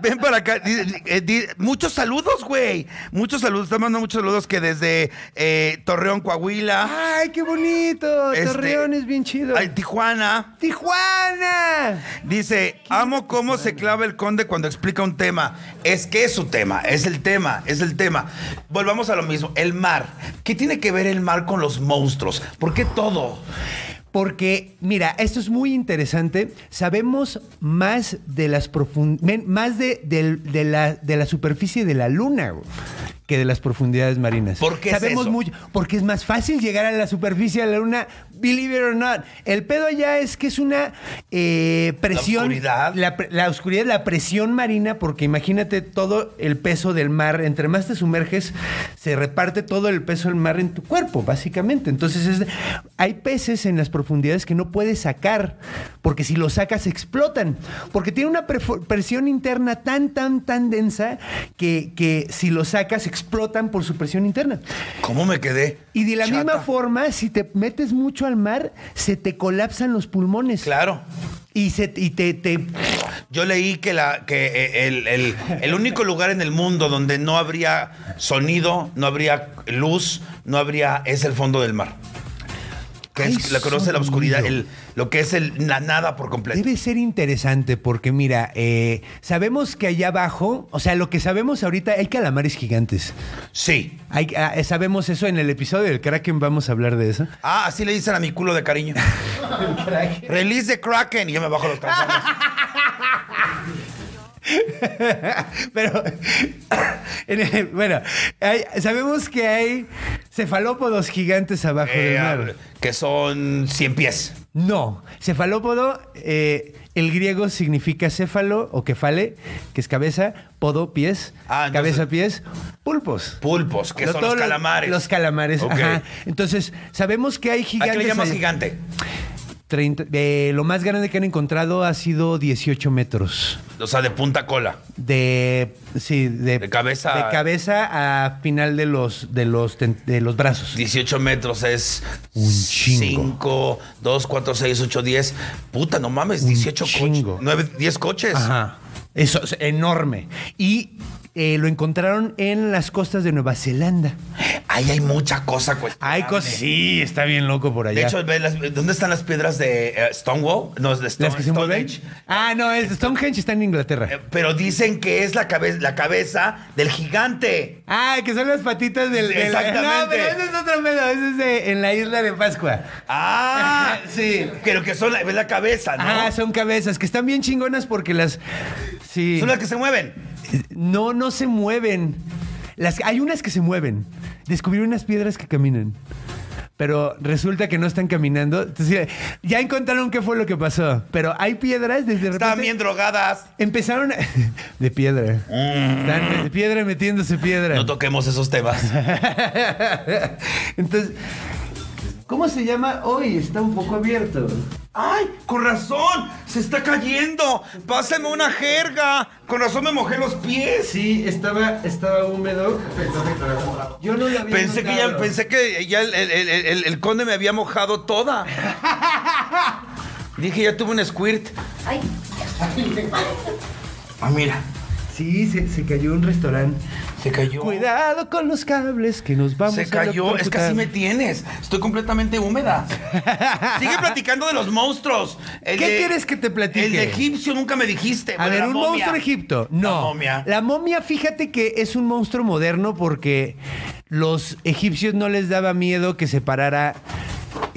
[SPEAKER 1] ven para acá. Di- eh, di- muchos saludos, güey. Muchos saludos. Están mandando muchos saludos que desde eh, Torreón, Coahuila,
[SPEAKER 2] Ay, qué bonito.
[SPEAKER 1] Este-
[SPEAKER 2] Ah, Torreón es bien chido.
[SPEAKER 1] ay, Tijuana.
[SPEAKER 2] Tijuana.
[SPEAKER 1] Dice, amo cómo se clava el conde cuando explica un tema. Es que es su tema, es el tema, es el tema. Volvamos a lo mismo, el mar. ¿Qué tiene que ver el mar con los monstruos? ¿Por qué todo?
[SPEAKER 2] Porque, mira, esto es muy interesante. Sabemos más de las profun- men- más de, del- de la, de la superficie de la luna güey, que de las profundidades marinas.
[SPEAKER 1] ¿Por qué es
[SPEAKER 2] Sabemos
[SPEAKER 1] eso?
[SPEAKER 2] mucho- porque es más fácil llegar a la superficie de la luna, believe it or not. El pedo allá es que es una eh, presión.
[SPEAKER 1] oscuridad.
[SPEAKER 2] La, pre- la oscuridad, la presión marina, porque imagínate todo el peso del mar. Entre más te sumerges, se reparte todo el peso del mar en tu cuerpo, básicamente. Entonces, es- hay peces en las profundidades que no puedes sacar, porque si los sacas explotan, porque tiene una perfo- presión interna tan, tan, tan densa que, que si los sacas explotan por su presión interna.
[SPEAKER 1] ¿Cómo me quedé?
[SPEAKER 2] Y de la
[SPEAKER 1] Chata.
[SPEAKER 2] misma forma, si te metes mucho al mar, se te colapsan los pulmones.
[SPEAKER 1] Claro.
[SPEAKER 2] Y, se, y te- te
[SPEAKER 1] Yo leí que, la, que eh, el, el- el único lugar en el mundo donde no habría sonido, no habría luz, no habría. es el fondo del mar. Que
[SPEAKER 2] Ay,
[SPEAKER 1] es lo que conoce la oscuridad,
[SPEAKER 2] sonido.
[SPEAKER 1] el- lo que es el, la nada por completo.
[SPEAKER 2] Debe ser interesante porque, mira, eh, sabemos que allá abajo, o sea, lo que sabemos ahorita, hay calamares gigantes.
[SPEAKER 1] Sí.
[SPEAKER 2] Hay- ah, eh, sabemos eso en el episodio del Kraken, vamos a hablar de eso.
[SPEAKER 1] Ah, así le dicen a mi culo de cariño. Release the Kraken. Y yo me bajo los calzones.
[SPEAKER 2] Pero, en el- bueno, hay- sabemos que hay cefalópodos gigantes abajo del
[SPEAKER 1] Eh,
[SPEAKER 2] mar.
[SPEAKER 1] que son 100 pies.
[SPEAKER 2] No, cefalópodo, eh, el griego significa céfalo o kefale, que es cabeza, podo, pies,
[SPEAKER 1] Ah, entonces-
[SPEAKER 2] cabeza, pies, pulpos.
[SPEAKER 1] Pulpos, que
[SPEAKER 2] Lo-
[SPEAKER 1] son
[SPEAKER 2] todo
[SPEAKER 1] los
[SPEAKER 2] lo-
[SPEAKER 1] calamares.
[SPEAKER 2] Los calamares,
[SPEAKER 1] Ok.
[SPEAKER 2] ajá. Entonces, sabemos que hay
[SPEAKER 1] ¿A
[SPEAKER 2] gigantes.
[SPEAKER 1] qué le llamas
[SPEAKER 2] ahí.
[SPEAKER 1] gigante?
[SPEAKER 2] 30. eh, lo más grande que han encontrado ha sido 18 metros.
[SPEAKER 1] O sea, de punta cola.
[SPEAKER 2] De. Sí, de.
[SPEAKER 1] De cabeza.
[SPEAKER 2] De cabeza a final de los, de los, ten- de los brazos.
[SPEAKER 1] 18 metros es
[SPEAKER 2] Un chingo.
[SPEAKER 1] 5, 2, 4, 6, 8, 10. Puta, no mames,
[SPEAKER 2] Un
[SPEAKER 1] 18 coches.
[SPEAKER 2] chingo.
[SPEAKER 1] 9, 10 coches.
[SPEAKER 2] Ajá. Eso es enorme. Y eh, lo encontraron en las costas de Nueva Zelanda.
[SPEAKER 1] Ahí hay mucha cosa cuestionable.
[SPEAKER 2] Hay cosas. Sí, está bien loco por allá.
[SPEAKER 1] Ah, De hecho, ve las- ¿dónde están las piedras de eh, Stonewall? No, es de Stone,
[SPEAKER 2] las que se
[SPEAKER 1] Stone
[SPEAKER 2] mueven.
[SPEAKER 1] Age.
[SPEAKER 2] Ah, no, es Stonehenge está en Inglaterra.
[SPEAKER 1] Eh, Pero dicen que es la, cabe- la cabeza del gigante.
[SPEAKER 2] Ah, que son las patitas del. del-
[SPEAKER 1] Exactamente.
[SPEAKER 2] No, pero ese es otro pedo. Ese es de- en la isla de Pascua.
[SPEAKER 1] Ah,
[SPEAKER 2] Sí.
[SPEAKER 1] Pero que son la, es la cabeza, ¿no?
[SPEAKER 2] Ah, son cabezas que están bien chingonas porque las. Sí.
[SPEAKER 1] Son las que se mueven.
[SPEAKER 2] No, no se mueven. Las, hay unas que se mueven. Descubrí unas piedras que caminan. Pero resulta que no están caminando. Entonces, ya encontraron qué fue lo que pasó. Pero hay piedras desde
[SPEAKER 1] Estaban
[SPEAKER 2] repente-
[SPEAKER 1] bien drogadas. Mm,
[SPEAKER 2] Empezaron a- de piedra. Están de piedra metiéndose piedra.
[SPEAKER 1] No toquemos esos temas.
[SPEAKER 2] Entonces, ¿cómo se llama hoy? Está un poco abierto.
[SPEAKER 1] ¡Ay! ¡Con razón! ¡Se está cayendo! ¡Pásame una jerga! ¡Con razón me mojé los pies!
[SPEAKER 2] Sí, estaba, estaba húmedo. Yo no lo había
[SPEAKER 1] Pensé que ya,
[SPEAKER 2] notado.
[SPEAKER 1] pensé que ya el, el- el- el- el conde me había mojado toda. Dije, ya tuve un squirt.
[SPEAKER 3] Ay,
[SPEAKER 1] Ah, mira,
[SPEAKER 2] Sí, se, se cayó un restaurante.
[SPEAKER 1] se cayó.
[SPEAKER 2] Cuidado con los cables que nos vamos
[SPEAKER 1] Se cayó, es que así me tienes. Estoy completamente húmeda. Sigue platicando de los monstruos. El
[SPEAKER 2] ¿Qué
[SPEAKER 1] de-
[SPEAKER 2] quieres que te platique?
[SPEAKER 1] El de egipcio nunca me dijiste.
[SPEAKER 2] A
[SPEAKER 1] bueno,
[SPEAKER 2] ver,
[SPEAKER 1] la
[SPEAKER 2] un
[SPEAKER 1] momia.
[SPEAKER 2] monstruo egipto. No.
[SPEAKER 1] La momia.
[SPEAKER 2] La momia, fíjate que es un monstruo moderno porque los egipcios no les daba miedo que se parara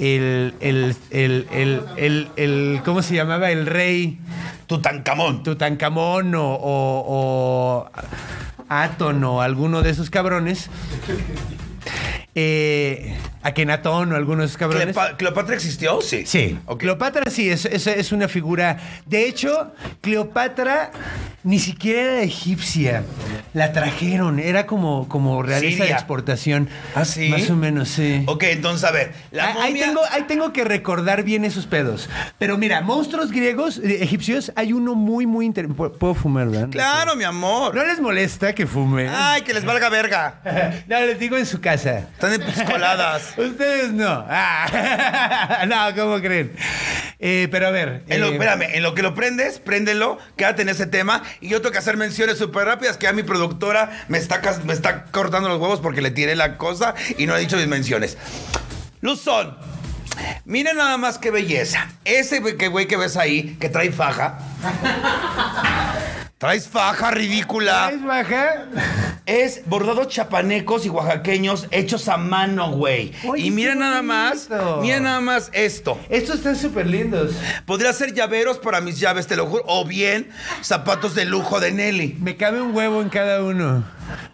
[SPEAKER 2] el. el, el, el, el- el- ¿Cómo se llamaba? El rey
[SPEAKER 1] Tutankamón.
[SPEAKER 2] Tutankamón o. o, o Atón o alguno de esos cabrones. Eh, Akenatón o alguno de esos cabrones.
[SPEAKER 1] Clepa- ¿Cleopatra existió? Sí.
[SPEAKER 2] Sí.
[SPEAKER 1] Ok.
[SPEAKER 2] Cleopatra sí, es, es- es una figura. De hecho, Cleopatra ni siquiera era egipcia. La trajeron, era como, como realeza de
[SPEAKER 1] Siria.
[SPEAKER 2] exportación.
[SPEAKER 1] Ah, ¿sí?
[SPEAKER 2] Más o menos, sí.
[SPEAKER 1] Ok, entonces, a ver. La
[SPEAKER 2] Ah, ahí,
[SPEAKER 1] momia-
[SPEAKER 2] tengo, ahí tengo que recordar bien esos pedos. Pero mira, monstruos griegos, eh, egipcios, hay uno muy, muy interesante. ¿Puedo fumar, verdad?
[SPEAKER 1] Claro, mi amor.
[SPEAKER 2] ¿No les molesta que fume?
[SPEAKER 1] Ay, que les valga verga.
[SPEAKER 2] No, les digo en su casa.
[SPEAKER 1] Están en tus coladas.
[SPEAKER 2] Ustedes no. Ah. No, ¿cómo creen? Eh, pero a ver.
[SPEAKER 1] En lo,
[SPEAKER 2] eh,
[SPEAKER 1] espérame, en lo que lo prendes, préndelo, quédate en ese tema. Y yo tengo que hacer menciones súper rápidas que a mi productora me está, cas- me está cortando los huevos porque le tiré la cosa y no ha dicho mis menciones. Luzón, miren nada más qué belleza. Ese güey que- güey que ves ahí, que trae faja. Traes faja ridícula.
[SPEAKER 2] ¿Es baja?
[SPEAKER 1] Es bordados chapanecos y oaxaqueños hechos a mano, güey.
[SPEAKER 2] Oye,
[SPEAKER 1] Y mira
[SPEAKER 2] qué
[SPEAKER 1] nada más,
[SPEAKER 2] bonito.
[SPEAKER 1] mira nada más esto.
[SPEAKER 2] Estos están súper lindos.
[SPEAKER 1] Podría ser llaveros para mis llaves, te lo juro. O bien zapatos de lujo de Nelly.
[SPEAKER 2] Me cabe un huevo en cada uno.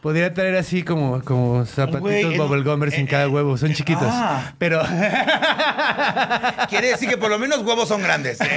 [SPEAKER 2] Podría traer así como, como
[SPEAKER 1] Güey,
[SPEAKER 2] zapatitos
[SPEAKER 1] en-
[SPEAKER 2] bubblegummers en
[SPEAKER 1] eh,
[SPEAKER 2] cada
[SPEAKER 1] eh,
[SPEAKER 2] huevo. Son chiquitos.
[SPEAKER 1] ah.
[SPEAKER 2] Pero.
[SPEAKER 1] Quiere decir que por lo menos huevos son grandes. Eh,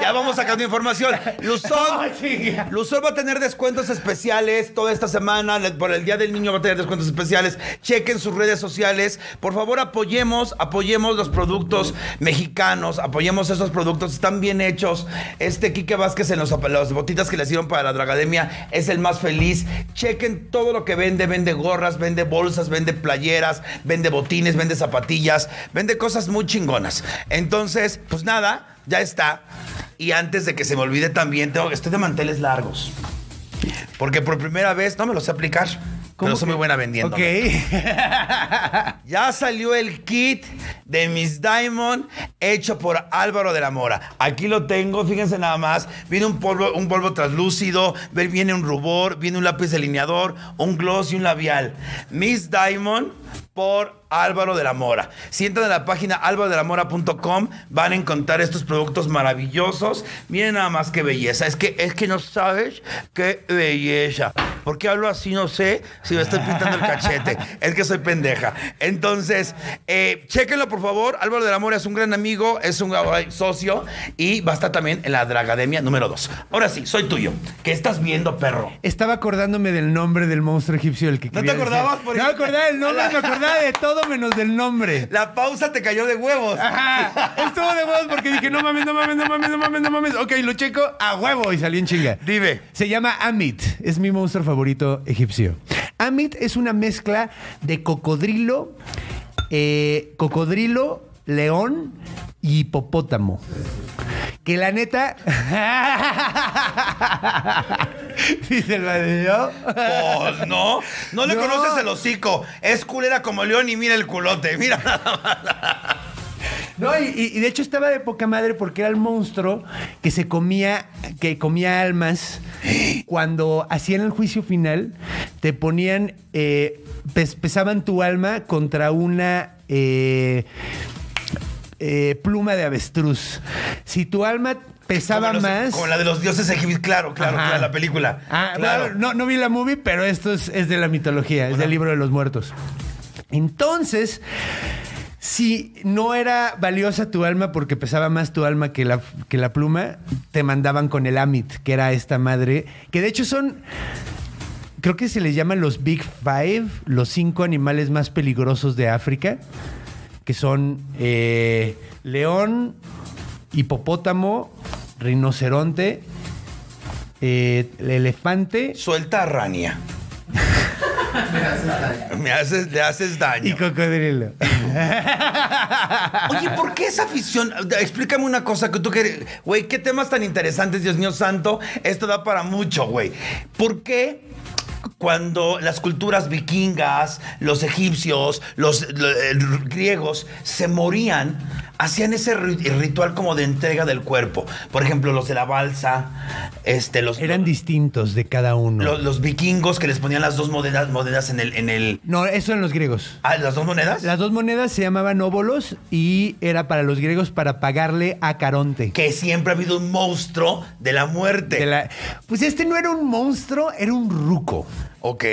[SPEAKER 1] ya vamos sacando información. Luzón,
[SPEAKER 2] Ay, chinga.
[SPEAKER 1] Luzón va a tener descuentos especiales toda esta semana. Le- Por el Día del Niño va a tener descuentos especiales. Chequen sus redes sociales. Por favor, apoyemos, apoyemos los productos mexicanos. Apoyemos esos productos. Están bien hechos. Este Quique Vázquez en los, zap- las botitas que le hicieron para la Dragademia es el más feliz. Chequen todo lo que vende. Vende gorras, vende bolsas, vende playeras, vende botines, vende zapatillas. Vende cosas muy chingonas. Entonces, pues nada, ya está. Y antes de que se me olvide también, tengo, estoy de manteles largos. Porque por primera vez no me los sé aplicar. Pero soy
[SPEAKER 2] que-
[SPEAKER 1] muy buena vendiendo.
[SPEAKER 2] Ok.
[SPEAKER 1] Ya salió el kit de Miss Diamond hecho por Álvaro de la Mora. Aquí lo tengo, fíjense nada más. Viene un polvo, un polvo translúcido, ve- viene un rubor, viene un lápiz delineador, un gloss y un labial. Miss Diamond por Álvaro de la Mora. Si entran a la página alvarodelamora.com van a encontrar estos productos maravillosos. Miren nada más qué belleza. Es que, es que no sabes qué belleza. ¿Por qué hablo así? No sé si me estoy pintando el cachete. Es que soy pendeja. Entonces, eh, chéquenlo, por favor. Álvaro del Amor es un gran amigo, es un eh, socio y va a estar también en la Dragademia número 2. Ahora sí, soy tuyo. ¿Qué estás viendo, perro?
[SPEAKER 2] Estaba acordándome del nombre del monstruo egipcio del que
[SPEAKER 1] ¿No te
[SPEAKER 2] quería decir.
[SPEAKER 1] acordabas, por
[SPEAKER 2] No me
[SPEAKER 1] ejemplo?
[SPEAKER 2] acordaba del nombre, me acordaba de todo menos del nombre.
[SPEAKER 1] La pausa te cayó de huevos.
[SPEAKER 2] Ajá. Estuvo de huevos porque dije, no mames, no mames, no mames, no mames, no mames. Ok, lo checo a huevo y salí en chinga.
[SPEAKER 1] Dime.
[SPEAKER 2] Se llama Amit. Es mi monstruo favorito egipcio. Amit es una mezcla de cocodrilo, eh, cocodrilo, león y hipopótamo. Que la neta. Sí, se lo dio.
[SPEAKER 1] Pues no, no le
[SPEAKER 2] No.
[SPEAKER 1] conoces el hocico. Es culera como león y mira el culote. Mira
[SPEAKER 2] No, y, y- y de hecho estaba de poca madre porque era el monstruo que se comía, que comía almas. Cuando hacían el juicio final, te ponían, eh, pes- pesaban tu alma contra una eh, eh, pluma de avestruz. Si tu alma pesaba
[SPEAKER 1] Como los-
[SPEAKER 2] más...
[SPEAKER 1] Como la de los dioses egipcios. Claro, claro,
[SPEAKER 2] Ajá.
[SPEAKER 1] claro, la película.
[SPEAKER 2] Ah,
[SPEAKER 1] claro.
[SPEAKER 2] bueno, no, no vi la movie, pero esto es, es de la mitología, es del libro de los muertos. Entonces, si no era valiosa tu alma porque pesaba más tu alma que la, que la pluma, te mandaban con el Amit, que era esta madre, que de hecho son... Creo que se les llama los Big Five, los cinco animales más peligrosos de África, que son eh, león, hipopótamo, rinoceronte, eh, el elefante
[SPEAKER 1] Suelta a Rania. Me haces, le haces
[SPEAKER 2] y
[SPEAKER 1] daño.
[SPEAKER 2] cocodrilo.
[SPEAKER 1] Oye, ¿por qué esa afición? Explícame una cosa que tú quieres. Güey, qué temas tan interesantes, Dios mío santo. Esto da para mucho, güey. ¿Por qué? Cuando las culturas vikingas, los egipcios, los eh, griegos se morían, hacían ese ri- ritual como de entrega del cuerpo. Por ejemplo, los de la balsa, este, los,
[SPEAKER 2] Eran distintos de cada uno.
[SPEAKER 1] los, los vikingos que les ponían las dos monedas, monedas en el, en el.
[SPEAKER 2] No, eso en los griegos.
[SPEAKER 1] Ah, las dos monedas.
[SPEAKER 2] Las dos monedas se llamaban óbolos y era para los griegos para pagarle a Caronte.
[SPEAKER 1] Que siempre ha habido un monstruo de la muerte.
[SPEAKER 2] De la- Pues este no era un monstruo, era un ruco.
[SPEAKER 1] Ok.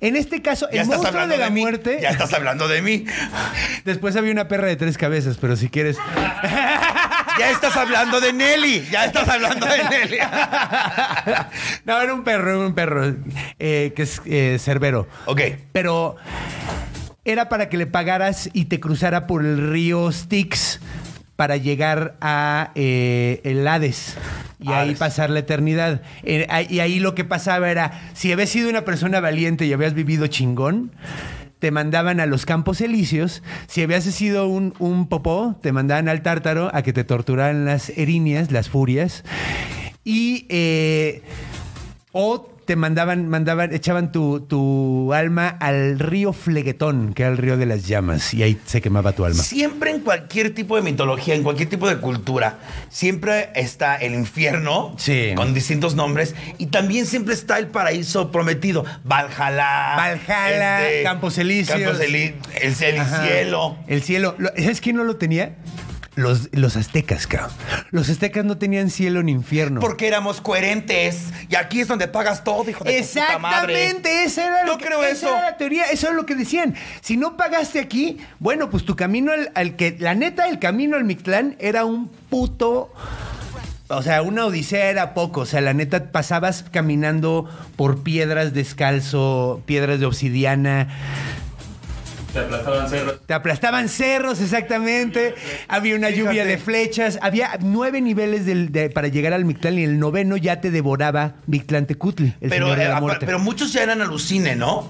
[SPEAKER 2] En este caso,
[SPEAKER 1] Ya
[SPEAKER 2] el
[SPEAKER 1] estás
[SPEAKER 2] monstruo
[SPEAKER 1] hablando
[SPEAKER 2] de
[SPEAKER 1] de
[SPEAKER 2] la
[SPEAKER 1] mí.
[SPEAKER 2] muerte.
[SPEAKER 1] Ya estás hablando de mí.
[SPEAKER 2] Después había una perra de tres cabezas, pero si quieres.
[SPEAKER 1] Ya estás hablando de Nelly. Ya estás hablando de Nelly.
[SPEAKER 2] No, era un perro, era un perro. eh, que es eh, cerbero.
[SPEAKER 1] ok.
[SPEAKER 2] Pero era para que le pagaras y te cruzara por el río Styx para llegar a eh, el Hades y ahí
[SPEAKER 1] Hades.
[SPEAKER 2] pasar la eternidad. Eh, ahí- y ahí lo que pasaba era, si habías sido una persona valiente y habías vivido chingón, te mandaban a los campos elíseos. Si habías sido un, un popó, te mandaban al tártaro a que te torturaran las erinias, las furias. Y... eh, o te mandaban, mandaban, echaban tu, tu alma al río Fleguetón, que era el río de las llamas, y ahí se quemaba tu alma.
[SPEAKER 1] Siempre en cualquier tipo de mitología, en cualquier tipo de cultura, siempre está el infierno
[SPEAKER 2] Sí.
[SPEAKER 1] con distintos nombres y también siempre está el paraíso prometido, Valhalla,
[SPEAKER 2] Valhalla, Campos Elíseos.
[SPEAKER 1] Campos Elí- el, el
[SPEAKER 2] Ajá.
[SPEAKER 1] cielo.
[SPEAKER 2] El cielo. Lo- ¿Sabes quién no lo tenía? Los, los aztecas, cabrón. Los aztecas no tenían cielo ni infierno.
[SPEAKER 1] Porque éramos coherentes y aquí es donde pagas todo, hijo de tu puta madre.
[SPEAKER 2] Exactamente, esa era, lo
[SPEAKER 1] Yo
[SPEAKER 2] que-
[SPEAKER 1] creo
[SPEAKER 2] esa
[SPEAKER 1] eso.
[SPEAKER 2] era la teoría, eso es lo que decían. Si no pagaste aquí, bueno, pues tu camino al, al que, la neta, el camino al Mictlán era un puto... O sea, una odisea era poco. O sea, la neta, pasabas caminando por piedras descalzo, piedras de obsidiana.
[SPEAKER 3] Te aplastaban cerros.
[SPEAKER 2] Te aplastaban cerros, exactamente. Había una lluvia de flechas. Había nueve niveles del- de- para llegar al Mictlán y el noveno ya te devoraba Mictlán Tecutli, el
[SPEAKER 1] Pero,
[SPEAKER 2] señor de
[SPEAKER 1] eh,
[SPEAKER 2] la
[SPEAKER 1] apa-
[SPEAKER 2] muerte.
[SPEAKER 1] pero muchos ya eran alucine, ¿no?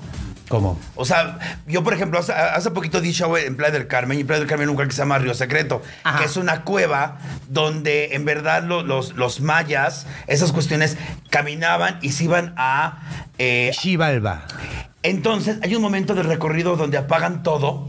[SPEAKER 2] ¿Cómo?
[SPEAKER 1] O sea, yo por ejemplo, hace, hace poquito di show en Playa del Carmen, y en Playa del Carmen hay un lugar que se llama Río Secreto,
[SPEAKER 2] Ajá.
[SPEAKER 1] que es una cueva donde en verdad lo- los, los mayas, esas cuestiones, caminaban y se iban a... eh,
[SPEAKER 2] Xibalba.
[SPEAKER 1] entonces hay un momento del recorrido donde apagan todo.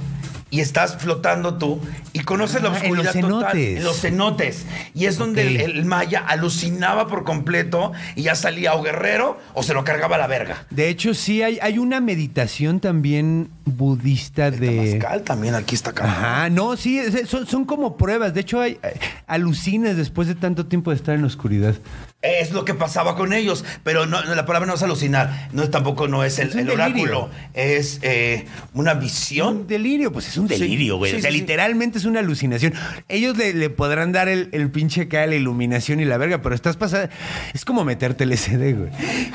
[SPEAKER 1] Y estás flotando tú y conoces la
[SPEAKER 2] Ah, en
[SPEAKER 1] oscuridad
[SPEAKER 2] los
[SPEAKER 1] total.
[SPEAKER 2] cenotes.
[SPEAKER 1] En los cenotes. Y es donde
[SPEAKER 2] Ok.
[SPEAKER 1] el, el maya alucinaba por completo y ya salía o guerrero o se lo cargaba a la verga.
[SPEAKER 2] De hecho, sí, hay, hay una meditación también budista de...
[SPEAKER 1] Pascal también aquí está acá.
[SPEAKER 2] Ajá, no, sí, es- son, son como pruebas. De hecho, hay, hay- alucinas después de tanto tiempo de estar en la oscuridad.
[SPEAKER 1] Es lo que pasaba con ellos, pero no, la palabra no es alucinar, no es tampoco no es el,
[SPEAKER 2] Es un
[SPEAKER 1] el
[SPEAKER 2] delirio.
[SPEAKER 1] oráculo, es eh, una
[SPEAKER 2] Un
[SPEAKER 1] visión.
[SPEAKER 2] delirio, pues es un delirio, güey.
[SPEAKER 1] sí,
[SPEAKER 2] o sea,
[SPEAKER 1] sí, sí.
[SPEAKER 2] literalmente es una alucinación. Ellos le, le podrán dar el, el pinche acá, la iluminación y la verga, pero estás pasando. Es como meterte el SD, güey.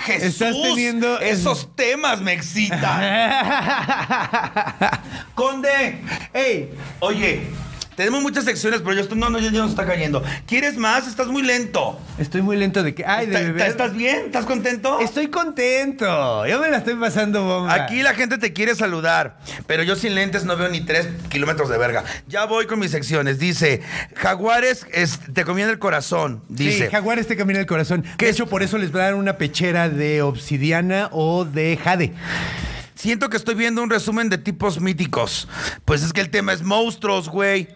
[SPEAKER 1] Jesús,
[SPEAKER 2] estás teniendo.
[SPEAKER 1] esos temas me excitan. Conde,
[SPEAKER 2] ¡Ey!
[SPEAKER 1] oye, tenemos muchas secciones, pero yo estoy, no, no, ya, ya nos está cayendo. ¿Quieres más? Estás muy lento.
[SPEAKER 2] Estoy muy lento de que. ¡Ay, de
[SPEAKER 1] ¿Está- está-
[SPEAKER 2] beber.
[SPEAKER 1] ¿Estás bien? ¿Estás contento?
[SPEAKER 2] Estoy contento. Yo me la estoy pasando bomba.
[SPEAKER 1] Aquí la gente te quiere saludar, pero yo sin lentes no veo ni tres kilómetros de verga. Ya voy con mis secciones. Dice, Jaguares es- te comiendo el corazón. Dice,
[SPEAKER 2] Sí, Jaguares te camina el corazón.
[SPEAKER 1] ¿Qué
[SPEAKER 2] De
[SPEAKER 1] es?
[SPEAKER 2] hecho, por eso les va a dar una pechera de obsidiana o de jade.
[SPEAKER 1] siento que estoy viendo un resumen de tipos míticos. Pues es que el tema es monstruos, güey.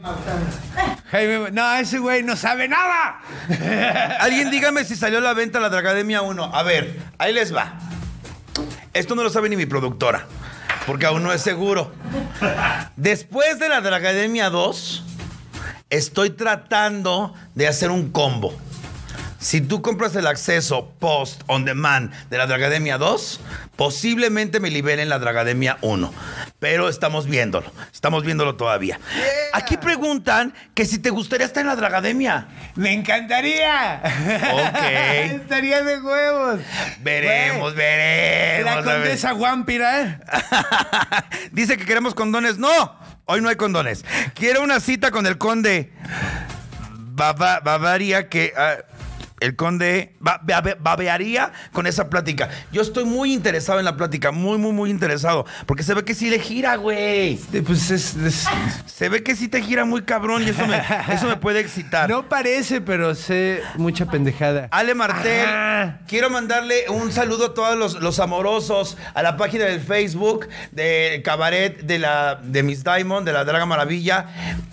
[SPEAKER 2] Jaime, no, ese güey no sabe nada.
[SPEAKER 1] Alguien dígame si salió a la venta la Dragademia 1. A ver, ahí les va. Esto no lo sabe ni mi productora, porque aún no es seguro. Después de la Dragademia 2, estoy tratando de hacer un combo. Si tú compras el acceso post on demand de la Dragademia 2, posiblemente me liberen la Dragademia 1. Pero estamos viéndolo, estamos viéndolo todavía. Aquí preguntan que si te gustaría estar en la Dragademia.
[SPEAKER 2] Me encantaría.
[SPEAKER 1] Ok.
[SPEAKER 2] Estaría de huevos.
[SPEAKER 1] Veremos,
[SPEAKER 2] Güey,
[SPEAKER 1] veremos.
[SPEAKER 2] La
[SPEAKER 1] a ver.
[SPEAKER 2] condesa Guampira.
[SPEAKER 1] Dice que queremos condones. No, hoy no hay condones. Quiero una cita con el conde Bava- Bavaria que... ah, el conde ba- babe- babearía con esa plática. Yo estoy muy interesado en la plática, muy, muy, muy interesado. Porque se ve que sí le gira, güey.
[SPEAKER 2] Este, Pues es- es-
[SPEAKER 1] Se ve que sí te gira muy cabrón y eso me, eso me puede excitar.
[SPEAKER 2] no parece, pero sé mucha pendejada.
[SPEAKER 1] Ale Martel,
[SPEAKER 2] Ajá.
[SPEAKER 1] quiero mandarle un saludo a todos los, los amorosos, a la página del Facebook de Cabaret de la de Miss Diamond, de la Draga Maravilla.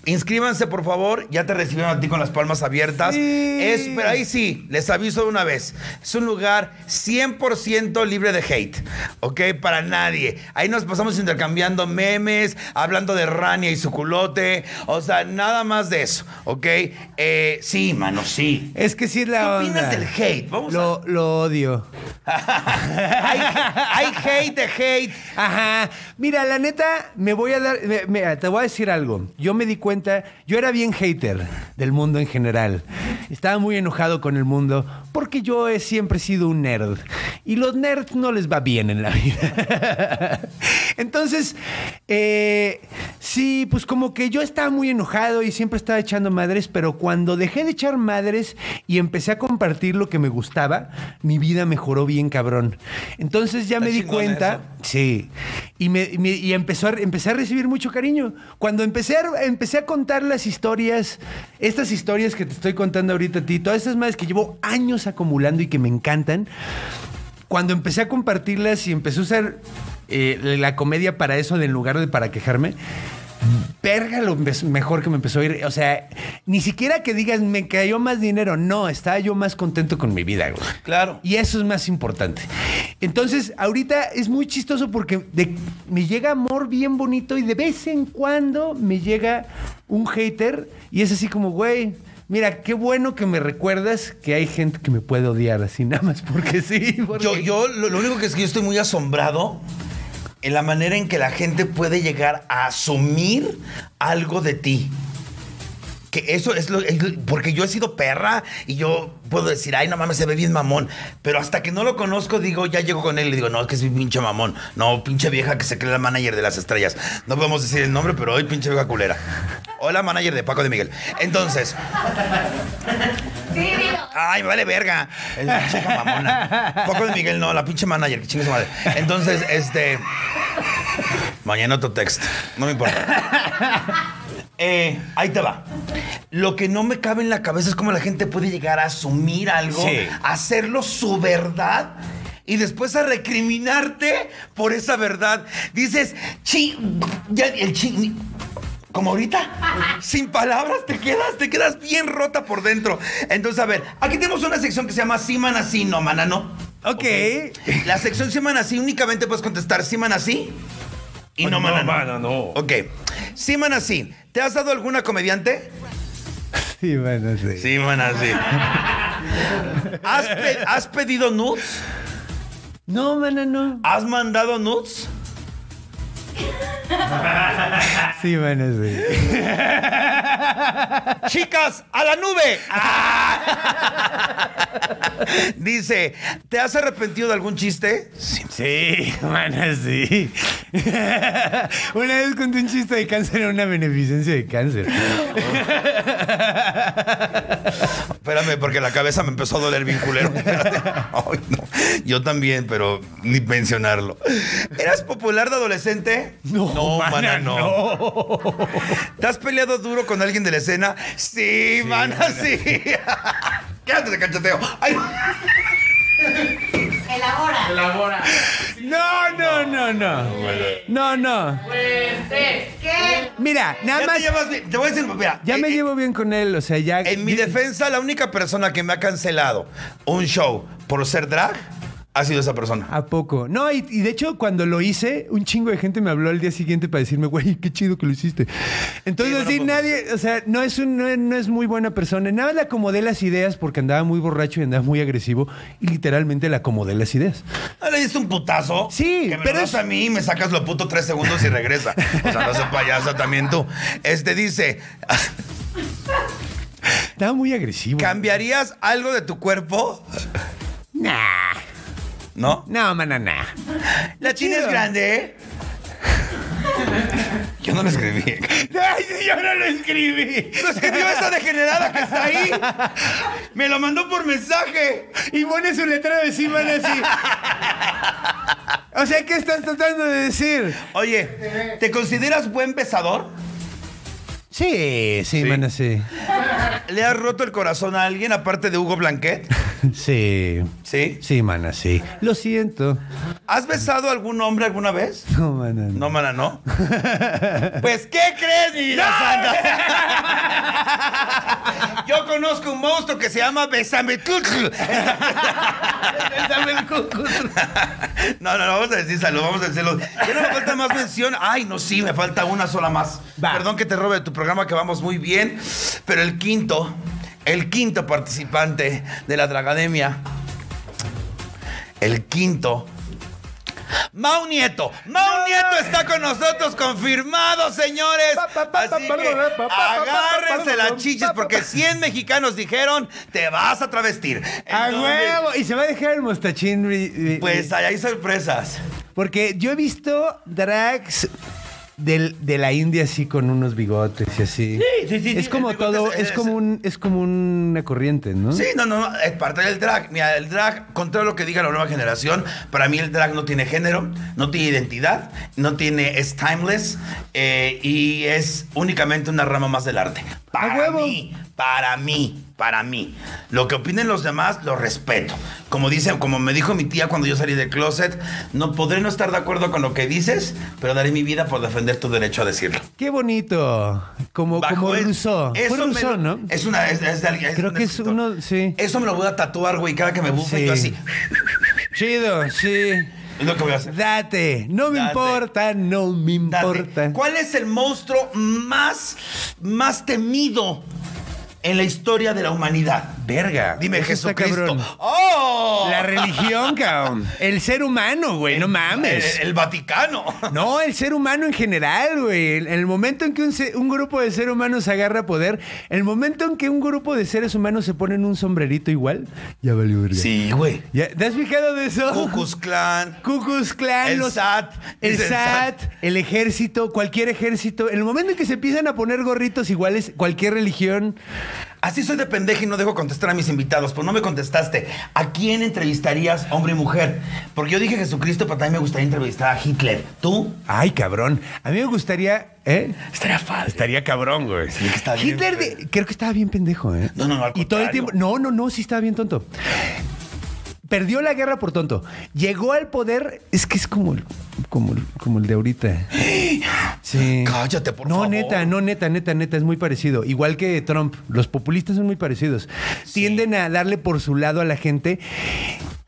[SPEAKER 1] Inscríbanse, por favor. Ya te recibieron a ti con las palmas abiertas.
[SPEAKER 2] Sí.
[SPEAKER 1] Es, pero ahí sí, les aviso de una vez. Es un lugar 100% libre de hate, ¿ok? Para nadie. Ahí nos pasamos intercambiando memes, hablando de Rania y su culote. O sea, nada más de eso, ¿ok? Eh, sí, mano, sí.
[SPEAKER 2] Es que sí es la
[SPEAKER 1] ¿Qué opinas
[SPEAKER 2] onda.
[SPEAKER 1] del hate? Vamos
[SPEAKER 2] Lo, lo odio.
[SPEAKER 1] hay, hay hate de hate.
[SPEAKER 2] Ajá. Mira, la neta, me voy a dar. me- Mira, te voy a decir algo. Yo me di cuenta, yo era bien hater del mundo en general. Estaba muy enojado con el mundo porque yo he siempre sido un nerd. Y los nerds no les va bien en la vida. Entonces, eh, sí, pues como que yo estaba muy enojado y siempre estaba echando madres, pero cuando dejé de echar madres y empecé a compartir lo que me gustaba, mi vida mejoró bien cabrón. Entonces ya
[SPEAKER 1] Está
[SPEAKER 2] me di
[SPEAKER 1] chingón
[SPEAKER 2] cuenta.
[SPEAKER 1] eso.
[SPEAKER 2] Sí. Y, me, y me- y empezó a, empecé a recibir mucho cariño. Cuando empecé a, empecé a contar las historias, estas historias que te estoy contando ahorita a ti, todas estas madres que llevo años acumulando y que me encantan, cuando empecé a compartirlas y empecé a usar eh, la comedia para eso en lugar de para quejarme, verga lo empe- mejor que me empezó a ir. O sea, ni siquiera que digas me cayó más dinero. No, estaba yo más contento con mi vida, güey.
[SPEAKER 1] Claro.
[SPEAKER 2] Y eso es más importante. Entonces, ahorita es muy chistoso porque de- me llega amor bien bonito y de vez en cuando me llega un hater y es así como, güey, mira, qué bueno que me recuerdas que hay gente que me puede odiar así, nada más porque sí. porque-
[SPEAKER 1] Yo, yo lo, lo único que es que yo estoy muy asombrado en la manera en que la gente puede llegar a asumir algo de ti. Que eso es lo. es lo- Porque yo he sido perra y yo puedo decir, ay, no mames, se ve bien mamón. Pero hasta que no lo conozco, digo, ya llego con él y le digo, no, es que es un pinche mamón. No, pinche vieja que se cree la manager de las estrellas. No podemos decir el nombre, pero hoy pinche vieja culera. Hola, manager de Paco de Miguel. Entonces.
[SPEAKER 4] Sí, digo.
[SPEAKER 1] Ay, me vale verga. Es una chica mamona. Poco de Miguel, no, la pinche manager, que chingue su madre. Entonces, este. Mañana otro texto. No me importa. Eh, ahí te va. Lo que no me cabe en la cabeza es cómo la gente puede llegar a asumir algo,
[SPEAKER 2] Sí.
[SPEAKER 1] hacerlo su verdad y después a recriminarte por esa verdad. Dices, chi, ya, el chi, como ahorita, sin palabras, te quedas, te quedas bien rota por dentro. Entonces, a ver, aquí tenemos una sección que se llama Sí, man, así, no, mana, no.
[SPEAKER 2] Ok.
[SPEAKER 1] La sección Sí, man, así, únicamente puedes contestar Sí, man, así y no, mana, no.
[SPEAKER 3] mana, no.
[SPEAKER 1] Ok. Sí, man, así. ¿Te has dado alguna comediante?
[SPEAKER 2] Sí, bueno, sí.
[SPEAKER 1] Sí, man, así. ¿Has, pe- has pedido nudes?
[SPEAKER 2] No, mana, no.
[SPEAKER 1] ¿Has mandado nudes?
[SPEAKER 2] Sí, mana, sí.
[SPEAKER 1] ¡Chicas, a la nube! ¡Ah! Dice, ¿te has arrepentido de algún chiste?
[SPEAKER 2] Sí, mana, sí. Una vez conté un chiste de cáncer a una beneficencia de cáncer.
[SPEAKER 1] Espérame, porque la cabeza me empezó a doler bien culero. Espérate. Ay, no. Yo también, pero ni mencionarlo. ¿Eras popular de adolescente?
[SPEAKER 2] mana,
[SPEAKER 1] mana, ¿Te has peleado duro con alguien de la escena? Sí, mana, sí. Quédate de cacheteo. Ay.
[SPEAKER 4] Elabora.
[SPEAKER 3] Elabora.
[SPEAKER 2] No, no, no, no. No, no.
[SPEAKER 3] Fuente.
[SPEAKER 4] ¿Qué?
[SPEAKER 2] Mira, nada
[SPEAKER 1] Ya
[SPEAKER 2] más.
[SPEAKER 1] te llevas bien. Te voy a decir, mira.
[SPEAKER 2] Ya me
[SPEAKER 1] eh,
[SPEAKER 2] llevo bien con él, o sea, ya.
[SPEAKER 1] En mi defensa, la única persona que me ha cancelado un show por ser drag ha sido esa persona.
[SPEAKER 2] ¿A poco? No, y, y de hecho, cuando lo hice, un chingo de gente me habló al día siguiente para decirme, güey, qué chido que lo hiciste. Entonces,
[SPEAKER 1] Sí,
[SPEAKER 2] así
[SPEAKER 1] bueno, pues,
[SPEAKER 2] nadie, o sea, no es, un, no, es- no es muy buena persona. Nada más le acomodé las ideas porque andaba muy borracho y andaba muy agresivo y literalmente le acomodé las ideas.
[SPEAKER 1] Ah, Le diste un putazo.
[SPEAKER 2] Sí,
[SPEAKER 1] que me
[SPEAKER 2] pero
[SPEAKER 1] pero es
[SPEAKER 2] es-
[SPEAKER 1] a mí me sacas lo puto tres segundos y regresa. O sea, no seas payasa también tú. Este dice,
[SPEAKER 2] Estaba muy agresivo.
[SPEAKER 1] ¿cambiarías algo de tu cuerpo?
[SPEAKER 2] Nah.
[SPEAKER 1] ¿No?
[SPEAKER 2] No, mana, nah.
[SPEAKER 1] La china es
[SPEAKER 2] chido.
[SPEAKER 1] grande, ¿eh? Yo no lo escribí.
[SPEAKER 2] Ay, sí, yo no lo escribí.
[SPEAKER 1] Lo escribió esa degenerada que está ahí. Me lo mandó por mensaje.
[SPEAKER 2] Y pone su letrero encima así. O sea, ¿qué estás tratando de decir?
[SPEAKER 1] Oye, ¿te consideras buen besador?
[SPEAKER 2] Sí, sí, mana, sí.
[SPEAKER 1] ¿Le has roto el corazón a alguien aparte de Hugo Blanquet?
[SPEAKER 2] Sí.
[SPEAKER 1] Sí.
[SPEAKER 2] Sí, mana, sí. Lo siento.
[SPEAKER 1] ¿Has besado a algún hombre alguna vez?
[SPEAKER 2] No, mana.
[SPEAKER 1] No, mana, no. Pues, ¿qué crees, mi vida santa? Yo conozco un monstruo que se llama Besame Cucu. No, no, no, vamos a decir salud, vamos a decirlo. Ya no me falta más mención. Ay, no, sí, me falta una sola más.
[SPEAKER 2] Va.
[SPEAKER 1] Perdón que te robe de tu programa, que vamos muy bien. Pero el quinto, el quinto participante de la Dragademia, el quinto. Mau Nieto, Mau Nieto está con nosotros, confirmado, señores. Así que agárrense las chiches porque 100 mexicanos dijeron, te vas a travestir.
[SPEAKER 2] ¡A
[SPEAKER 1] Entonces,
[SPEAKER 2] huevo! Y se va a dejar el mostachín. ri- ri-
[SPEAKER 1] Pues ah. ahí hay sorpresas.
[SPEAKER 2] Porque yo he visto drags del- de la India así con unos bigotes y así.
[SPEAKER 1] Sí, sí, sí,
[SPEAKER 2] Es
[SPEAKER 1] sí,
[SPEAKER 2] como
[SPEAKER 1] el bigote
[SPEAKER 2] todo,
[SPEAKER 1] es-
[SPEAKER 2] es,
[SPEAKER 1] es-
[SPEAKER 2] como un, es como una corriente, ¿no?
[SPEAKER 1] Sí, no, no, no, es parte del drag. Mira, el drag, contra lo que diga la nueva generación, para mí el drag no tiene género, no tiene identidad, no tiene, es timeless eh, y es únicamente una rama más del arte. Para
[SPEAKER 2] huevo.
[SPEAKER 1] mí, para mí, para mí. Lo que opinen los demás, lo respeto. Como dicen, como me dijo mi tía cuando yo salí del closet, no podré no estar de acuerdo con lo que dices, pero daré mi vida por defender tu derecho a decirlo.
[SPEAKER 2] Qué bonito. Como,
[SPEAKER 1] Bajo
[SPEAKER 2] como
[SPEAKER 1] el-
[SPEAKER 2] Rousseau. Fue
[SPEAKER 1] eso me lo-
[SPEAKER 2] Rousseau,
[SPEAKER 1] eh.
[SPEAKER 2] ¿no?
[SPEAKER 1] Es una. es- es de alguien- es
[SPEAKER 2] Creo
[SPEAKER 1] un
[SPEAKER 2] que es
[SPEAKER 1] escritor.
[SPEAKER 2] uno, sí.
[SPEAKER 1] Eso me lo voy a tatuar, güey. Cada que me bufe,
[SPEAKER 2] Sí.
[SPEAKER 1] yo así.
[SPEAKER 2] Chido, sí.
[SPEAKER 1] Es lo que voy a hacer.
[SPEAKER 2] Date. No me
[SPEAKER 1] Date.
[SPEAKER 2] importa, no me
[SPEAKER 1] Date.
[SPEAKER 2] importa.
[SPEAKER 1] ¿Cuál es el monstruo más, más temido en la historia de la humanidad?
[SPEAKER 2] Verga.
[SPEAKER 1] Dime
[SPEAKER 2] eso está
[SPEAKER 1] Jesucristo.
[SPEAKER 2] cabrón.
[SPEAKER 1] ¡Oh!
[SPEAKER 2] La religión, cabrón. El ser humano, güey, no mames.
[SPEAKER 1] El, el Vaticano.
[SPEAKER 2] No, el ser humano en general, güey. En el momento en que un, se- un grupo de seres humanos agarra poder, el momento en que un grupo de seres humanos se ponen un sombrerito igual, ya valió verga.
[SPEAKER 1] Sí, güey.
[SPEAKER 2] Ya- ¿Te has fijado de eso?
[SPEAKER 1] Cucus Clan.
[SPEAKER 2] Cucus Clan,
[SPEAKER 1] El
[SPEAKER 2] los-
[SPEAKER 1] SAT.
[SPEAKER 2] el
[SPEAKER 1] Dice el
[SPEAKER 2] SAT, el ejército, cualquier ejército. En el momento en que se empiezan a poner gorritos iguales, cualquier religión.
[SPEAKER 1] Así soy de pendeja y no dejo contestar a mis invitados, pero no me contestaste. ¿A quién entrevistarías, hombre y mujer? Porque yo dije Jesucristo, pero también me gustaría entrevistar a Hitler. ¿Tú?
[SPEAKER 2] Ay, cabrón. A mí me gustaría, ¿eh?
[SPEAKER 1] Estaría padre.
[SPEAKER 2] Estaría cabrón, güey.
[SPEAKER 1] está bien,
[SPEAKER 2] Hitler, de- creo que estaba bien pendejo, ¿eh?
[SPEAKER 1] No, no, no, al
[SPEAKER 2] Y todo el
[SPEAKER 1] contrario.
[SPEAKER 2] tiempo. No, no, no, sí estaba bien tonto. Perdió la guerra por tonto. Llegó al poder. Es que es como el, como el- como el de ahorita. Sí.
[SPEAKER 1] Cállate, por
[SPEAKER 2] no,
[SPEAKER 1] favor.
[SPEAKER 2] neta, no, neta, neta, neta. Es muy parecido. Igual que Trump. Los populistas son muy parecidos. Tienden a darle por su lado a la gente.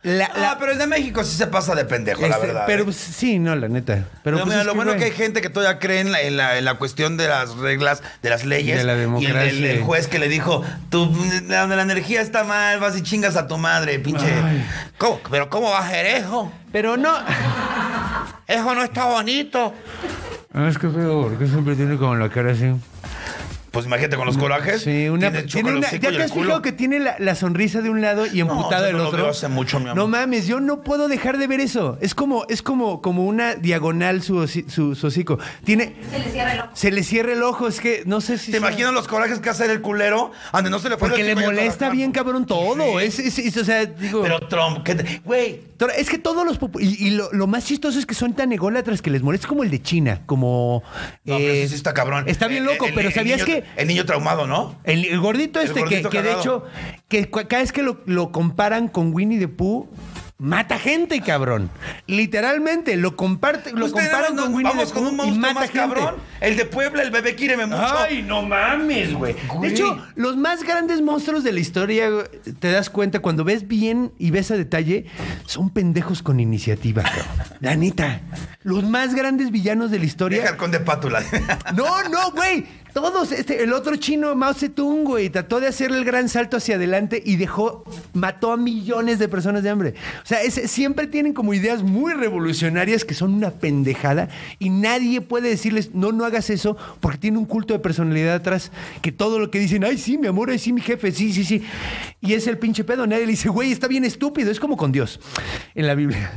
[SPEAKER 2] La-
[SPEAKER 1] Ah,
[SPEAKER 2] la-
[SPEAKER 1] pero el de México sí se pasa de pendejo, la
[SPEAKER 2] este,
[SPEAKER 1] verdad.
[SPEAKER 2] Pero
[SPEAKER 1] ¿eh?
[SPEAKER 2] pues, sí, no, la neta. Pero,
[SPEAKER 1] Pero
[SPEAKER 2] pues,
[SPEAKER 1] mira,
[SPEAKER 2] es
[SPEAKER 1] lo
[SPEAKER 2] que,
[SPEAKER 1] bueno
[SPEAKER 2] güey,
[SPEAKER 1] que hay gente que todavía cree en la, en la- en la cuestión de las reglas, de las leyes.
[SPEAKER 2] De la democracia.
[SPEAKER 1] Y el, el- el juez que le dijo, tú, la, la energía está mal, vas y chingas a tu madre, pinche.
[SPEAKER 2] Ay.
[SPEAKER 1] ¿Cómo? ¿Pero cómo va a ser eso?
[SPEAKER 2] Pero no.
[SPEAKER 1] Eso no está bonito.
[SPEAKER 2] Ah, es que feo, porque siempre tiene como la cara así.
[SPEAKER 1] Pues imagínate con los corajes.
[SPEAKER 2] Sí, una.
[SPEAKER 1] Tiene
[SPEAKER 2] tiene
[SPEAKER 1] chuca el
[SPEAKER 2] una-
[SPEAKER 1] hocico
[SPEAKER 2] ¿Ya
[SPEAKER 1] y
[SPEAKER 2] te
[SPEAKER 1] el
[SPEAKER 2] has
[SPEAKER 1] culo.
[SPEAKER 2] fijado que tiene la, la sonrisa de un lado y emputada
[SPEAKER 1] yo
[SPEAKER 2] del
[SPEAKER 1] no lo
[SPEAKER 2] otro?
[SPEAKER 1] veo hace mucho, mi amor.
[SPEAKER 2] No mames, yo no puedo dejar de ver eso. Es como, es como, como una diagonal su, hoci- su, su hocico. Tiene.
[SPEAKER 4] Se le cierra el ojo.
[SPEAKER 2] Se le cierra el ojo, es que no sé si.
[SPEAKER 1] ¿Te
[SPEAKER 2] sea-
[SPEAKER 1] imaginas los corajes que hace el culero? Ande, no se le fue
[SPEAKER 2] Porque
[SPEAKER 1] el
[SPEAKER 2] le
[SPEAKER 1] hocico y el
[SPEAKER 2] molesta
[SPEAKER 1] coraje.
[SPEAKER 2] bien cabrón todo. Es, es- es- o sea, digo.
[SPEAKER 1] Pero Trump, ¿qué te- Güey,
[SPEAKER 2] Tro- Es que todos los... popu- Y, y lo, lo más chistoso es que son tan ególatras que les molesta como el de China, como...
[SPEAKER 1] No, pero
[SPEAKER 2] eh,
[SPEAKER 1] ese sí está cabrón.
[SPEAKER 2] Está bien
[SPEAKER 1] El-
[SPEAKER 2] loco,
[SPEAKER 1] el-
[SPEAKER 2] pero
[SPEAKER 1] el
[SPEAKER 2] ¿sabías
[SPEAKER 1] niño-
[SPEAKER 2] que...
[SPEAKER 1] El niño traumado, ¿no?
[SPEAKER 2] El, el gordito
[SPEAKER 1] el
[SPEAKER 2] este
[SPEAKER 1] gordito
[SPEAKER 2] que, que de
[SPEAKER 1] cagado.
[SPEAKER 2] hecho, que cu- cada vez que lo, lo comparan con Winnie the Pooh, mata gente, cabrón. Literalmente, lo, comparte, lo
[SPEAKER 1] Ustedes
[SPEAKER 2] comparan
[SPEAKER 1] no-
[SPEAKER 2] con Winnie the
[SPEAKER 1] Vamos con un
[SPEAKER 2] Pooh y
[SPEAKER 1] monstruo
[SPEAKER 2] mata
[SPEAKER 1] más
[SPEAKER 2] gente.
[SPEAKER 1] cabrón. El de Puebla, el bebé quíreme mucho.
[SPEAKER 2] Ay,
[SPEAKER 1] no.
[SPEAKER 2] De hecho, los más grandes monstruos de la historia, güey, te das cuenta cuando ves bien y ves a detalle, son pendejos con iniciativa, cabrón. La neta. Los más grandes villanos de la
[SPEAKER 1] Deja
[SPEAKER 2] historia.
[SPEAKER 1] con de pátula.
[SPEAKER 2] No, no, güey. Todos, este, el otro chino, Mao Zedong, güey, trató de hacer el gran salto hacia adelante y dejó, mató a millones de personas de hambre. O sea, es- siempre tienen como ideas muy revolucionarias que son una pendejada y nadie puede decirles, no, no hagas eso, porque tiene un culto de personalidad atrás que todo lo que dicen, ay, sí, mi amor, ay, sí, mi jefe, sí, sí, sí. Y es el pinche pedo. Nadie le dice, güey, está bien estúpido. Es como con Dios en la Biblia.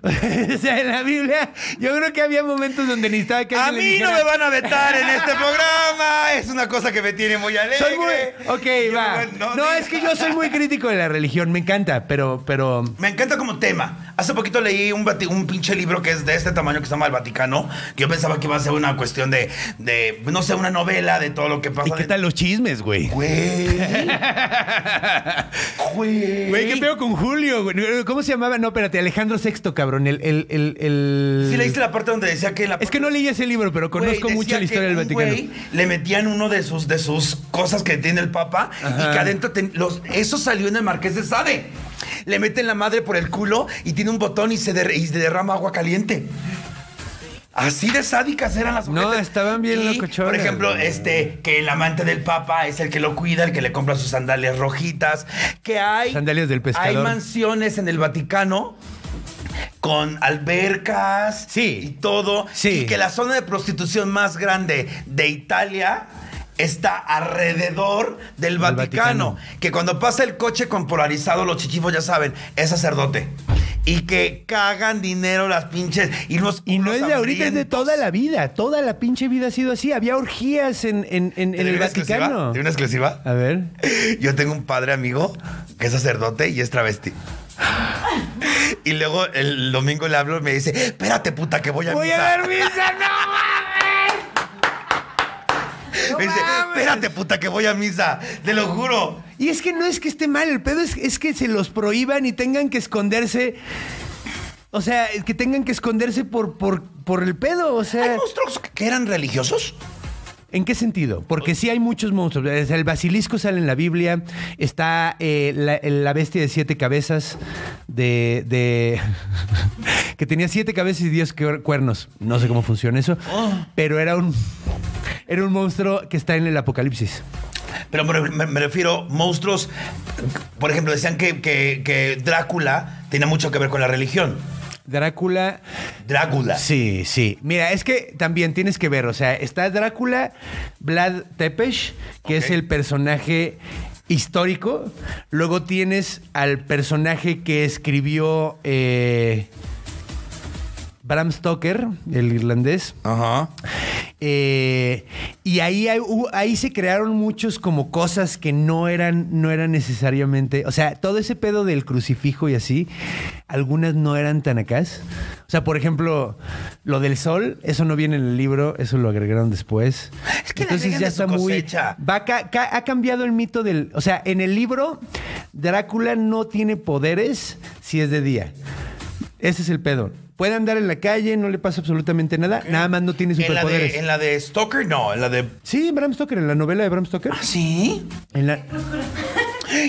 [SPEAKER 2] o sea, en la Biblia, yo creo que había momentos donde necesitaba que
[SPEAKER 1] A
[SPEAKER 2] alguien le
[SPEAKER 1] mí no
[SPEAKER 2] dijera,
[SPEAKER 1] me van a vetar en este programa. Es una cosa que me tiene muy alegre.
[SPEAKER 2] soy muy. Ok,
[SPEAKER 1] Yo
[SPEAKER 2] va.
[SPEAKER 1] me-
[SPEAKER 2] No,
[SPEAKER 1] diga-
[SPEAKER 2] es que yo soy muy crítico de la religión, me encanta, pero. pero
[SPEAKER 1] Me encanta como tema. Hace poquito leí un, vati- un pinche libro que es de este tamaño que se llama El Vaticano, que yo pensaba que iba a ser una cuestión de, de no sé, una novela de todo lo que pasa.
[SPEAKER 2] ¿Y qué tal los chismes, güey?
[SPEAKER 1] Güey. Güey.
[SPEAKER 2] Güey, ¿qué pedo con Julio? güey? ¿Cómo se llamaba? No, espérate, Alejandro VI, cabrón. El. el, el, el-
[SPEAKER 1] Sí leíste la parte donde decía que la
[SPEAKER 2] Es que no leí ese libro, pero
[SPEAKER 1] Güey,
[SPEAKER 2] conozco
[SPEAKER 1] decía
[SPEAKER 2] mucho la
[SPEAKER 1] que
[SPEAKER 2] historia del
[SPEAKER 1] un
[SPEAKER 2] Vaticano.
[SPEAKER 1] güey le metían uno de sus, de sus cosas que tiene el Papa y que adentro ten- los, eso salió en el Marqués de Sade. Le meten la madre por el culo y tiene un botón y se, derr- y se derrama agua caliente. Así de sádicas eran las
[SPEAKER 2] No,
[SPEAKER 1] ojetes.
[SPEAKER 2] estaban bien
[SPEAKER 1] Y,
[SPEAKER 2] locochonas,
[SPEAKER 1] Por ejemplo,
[SPEAKER 2] güey.
[SPEAKER 1] este, que el amante del Papa es el que lo cuida, el que le compra sus sandalias rojitas. Que hay.
[SPEAKER 2] Sandalias del pescador.
[SPEAKER 1] Hay mansiones en el Vaticano con albercas
[SPEAKER 2] Sí.
[SPEAKER 1] y todo.
[SPEAKER 2] Sí.
[SPEAKER 1] Y que la zona de prostitución más grande de Italia está alrededor del Vaticano,
[SPEAKER 2] Vaticano.
[SPEAKER 1] Que cuando pasa el coche con polarizado, los chichifos ya saben, es sacerdote. Y que cagan dinero las pinches. Y, los
[SPEAKER 2] Y no
[SPEAKER 1] culos
[SPEAKER 2] es de ahorita, es de
[SPEAKER 1] hambrientos.
[SPEAKER 2] toda la vida. Toda la pinche vida ha sido así. Había orgías en, en, en-
[SPEAKER 1] ¿Te
[SPEAKER 2] en
[SPEAKER 1] doy
[SPEAKER 2] el
[SPEAKER 1] una exclusiva?
[SPEAKER 2] Vaticano.
[SPEAKER 1] ¿Te doy una exclusiva?
[SPEAKER 2] A ver.
[SPEAKER 1] Yo tengo un padre amigo que es sacerdote y es travesti. Y luego el domingo le hablo y me dice, espérate puta que voy a
[SPEAKER 2] Voy
[SPEAKER 1] misa".
[SPEAKER 2] a ver misa, no
[SPEAKER 1] Me dice, espérate puta que voy a misa, te lo juro.
[SPEAKER 2] Y es que no es que esté mal, el pedo es, es que se los prohíban y tengan que esconderse. O sea, que tengan que esconderse por, por, por el pedo. O
[SPEAKER 1] ¿Hay
[SPEAKER 2] sea,
[SPEAKER 1] monstruos que eran religiosos?
[SPEAKER 2] ¿en qué sentido? Porque sí hay muchos monstruos. Desde El basilisco sale en la Biblia. Está eh, la, la bestia de siete cabezas de. de- que tenía siete cabezas y diez cuer- cuernos. No sé cómo funciona eso.
[SPEAKER 1] Oh.
[SPEAKER 2] Pero era un. Era un monstruo que está en el apocalipsis.
[SPEAKER 1] Pero me, me- me refiero monstruos, por ejemplo, decían que, que- que Drácula tenía mucho que ver con la religión.
[SPEAKER 2] Drácula.
[SPEAKER 1] Drácula.
[SPEAKER 2] Sí, sí. Mira, es que también tienes que ver, o sea, está Drácula, Vlad Tepes, que es
[SPEAKER 1] Ok.
[SPEAKER 2] el personaje histórico. Luego tienes al personaje que escribió eh, Bram Stoker, el irlandés.
[SPEAKER 1] Ajá.
[SPEAKER 2] Eh, y ahí, hay- hu- ahí se crearon muchos como cosas que no eran, no eran necesariamente. O sea, todo ese pedo del crucifijo y así, algunas no eran tan acá. O sea, por ejemplo, lo del sol, eso no viene en el libro, eso lo agregaron después.
[SPEAKER 1] Es que le agregan de su cosecha.
[SPEAKER 2] Va a ca- ca- ha cambiado el mito del. O sea, en el libro, Drácula no tiene poderes si es de día. Ese es el pedo. Puede andar en la calle, no le pasa absolutamente nada. Nada más no tiene
[SPEAKER 1] En la,
[SPEAKER 2] superpoderes.
[SPEAKER 1] de, en la de Stoker, no, en la de...
[SPEAKER 2] Sí, Bram Stoker, en la novela de Bram Stoker.
[SPEAKER 1] ¿Sí?
[SPEAKER 2] En la...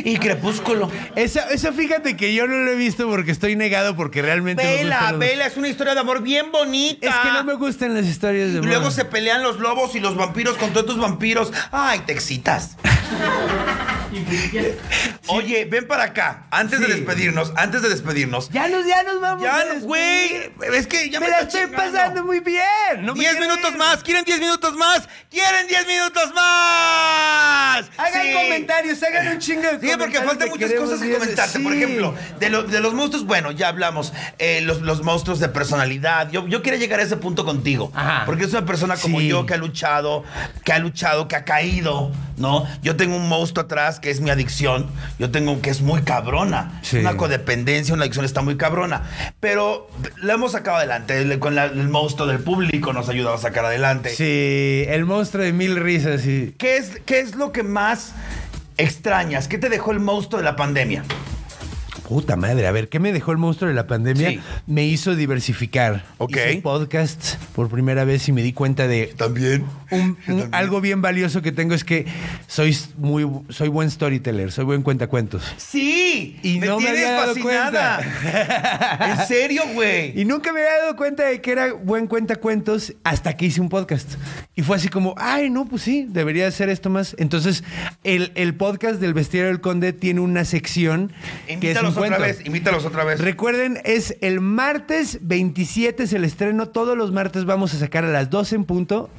[SPEAKER 1] y Crepúsculo.
[SPEAKER 2] Esa, esa fíjate que yo no lo he visto porque estoy negado porque realmente me
[SPEAKER 1] Vela,
[SPEAKER 2] gustan los-
[SPEAKER 1] vela, es una historia de amor bien bonita.
[SPEAKER 2] Es que no me gustan las historias de
[SPEAKER 1] Y luego
[SPEAKER 2] amor.
[SPEAKER 1] se pelean los lobos y los vampiros contra otros vampiros. Ay, te excitas. Oye, ven para acá. Antes de
[SPEAKER 2] Sí.
[SPEAKER 1] despedirnos, antes de despedirnos.
[SPEAKER 2] Ya nos, ya nos vamos. a
[SPEAKER 1] Ya,
[SPEAKER 2] despedir.
[SPEAKER 1] güey. Es que ya me,
[SPEAKER 2] Me la
[SPEAKER 1] está
[SPEAKER 2] estoy
[SPEAKER 1] chingando.
[SPEAKER 2] pasando muy bien. No me
[SPEAKER 1] 10
[SPEAKER 2] quiero
[SPEAKER 1] minutos
[SPEAKER 2] ir.
[SPEAKER 1] más. ¿Quieren 10 minutos más? ¿Quieren 10 minutos más?
[SPEAKER 2] Hagan
[SPEAKER 1] Sí.
[SPEAKER 2] comentarios, hagan un chingo de
[SPEAKER 1] Sí,
[SPEAKER 2] comentarios.
[SPEAKER 1] porque faltan
[SPEAKER 2] de
[SPEAKER 1] muchas
[SPEAKER 2] queremos
[SPEAKER 1] cosas que
[SPEAKER 2] diez-
[SPEAKER 1] comentarte. Por
[SPEAKER 2] Sí.
[SPEAKER 1] ejemplo, de, lo- de los monstruos, bueno, ya hablamos. Eh, los, los monstruos de personalidad. Yo, yo quería llegar a ese punto contigo.
[SPEAKER 2] Ajá.
[SPEAKER 1] Porque es una persona como
[SPEAKER 2] Sí.
[SPEAKER 1] yo que ha luchado, que ha luchado, que ha caído, ¿no? Yo tengo un monstruo atrás que es mi adicción. Yo tengo un que es muy cabrona.
[SPEAKER 2] Sí.
[SPEAKER 1] Una codependencia, una adicción está muy cabrona. Pero la hemos sacado adelante. El- Con la- el monstruo del público nos ha ayudado a sacar adelante.
[SPEAKER 2] Sí, el monstruo de mil risas, sí.
[SPEAKER 1] ¿Qué es, ¿Qué es lo que más extrañas? ¿Qué te dejó el monstruo de la pandemia?
[SPEAKER 2] Puta madre, a ver, ¿qué me dejó el monstruo de la pandemia?
[SPEAKER 1] Sí.
[SPEAKER 2] Me hizo diversificar.
[SPEAKER 1] Ok.
[SPEAKER 2] Hice podcasts por primera vez y me di cuenta de
[SPEAKER 1] También.
[SPEAKER 2] un- un- algo bien valioso que tengo es que soy muy soy buen storyteller, soy buen cuentacuentos.
[SPEAKER 1] Sí,
[SPEAKER 2] Y
[SPEAKER 1] me
[SPEAKER 2] no me
[SPEAKER 1] tienes
[SPEAKER 2] había dado
[SPEAKER 1] fascinada. en serio, güey.
[SPEAKER 2] Y nunca me había dado cuenta de que era buen cuentacuentos hasta que hice un podcast. Y fue así como, ay, no, pues sí, debería hacer esto más. Entonces, el, el podcast del Vestido del Conde tiene una sección que es
[SPEAKER 1] Invítalos
[SPEAKER 2] un
[SPEAKER 1] otra
[SPEAKER 2] cuento.
[SPEAKER 1] vez, invítalos otra vez.
[SPEAKER 2] Recuerden, es el martes 27 es el estreno. Todos los martes vamos a sacar a las 12 en punto.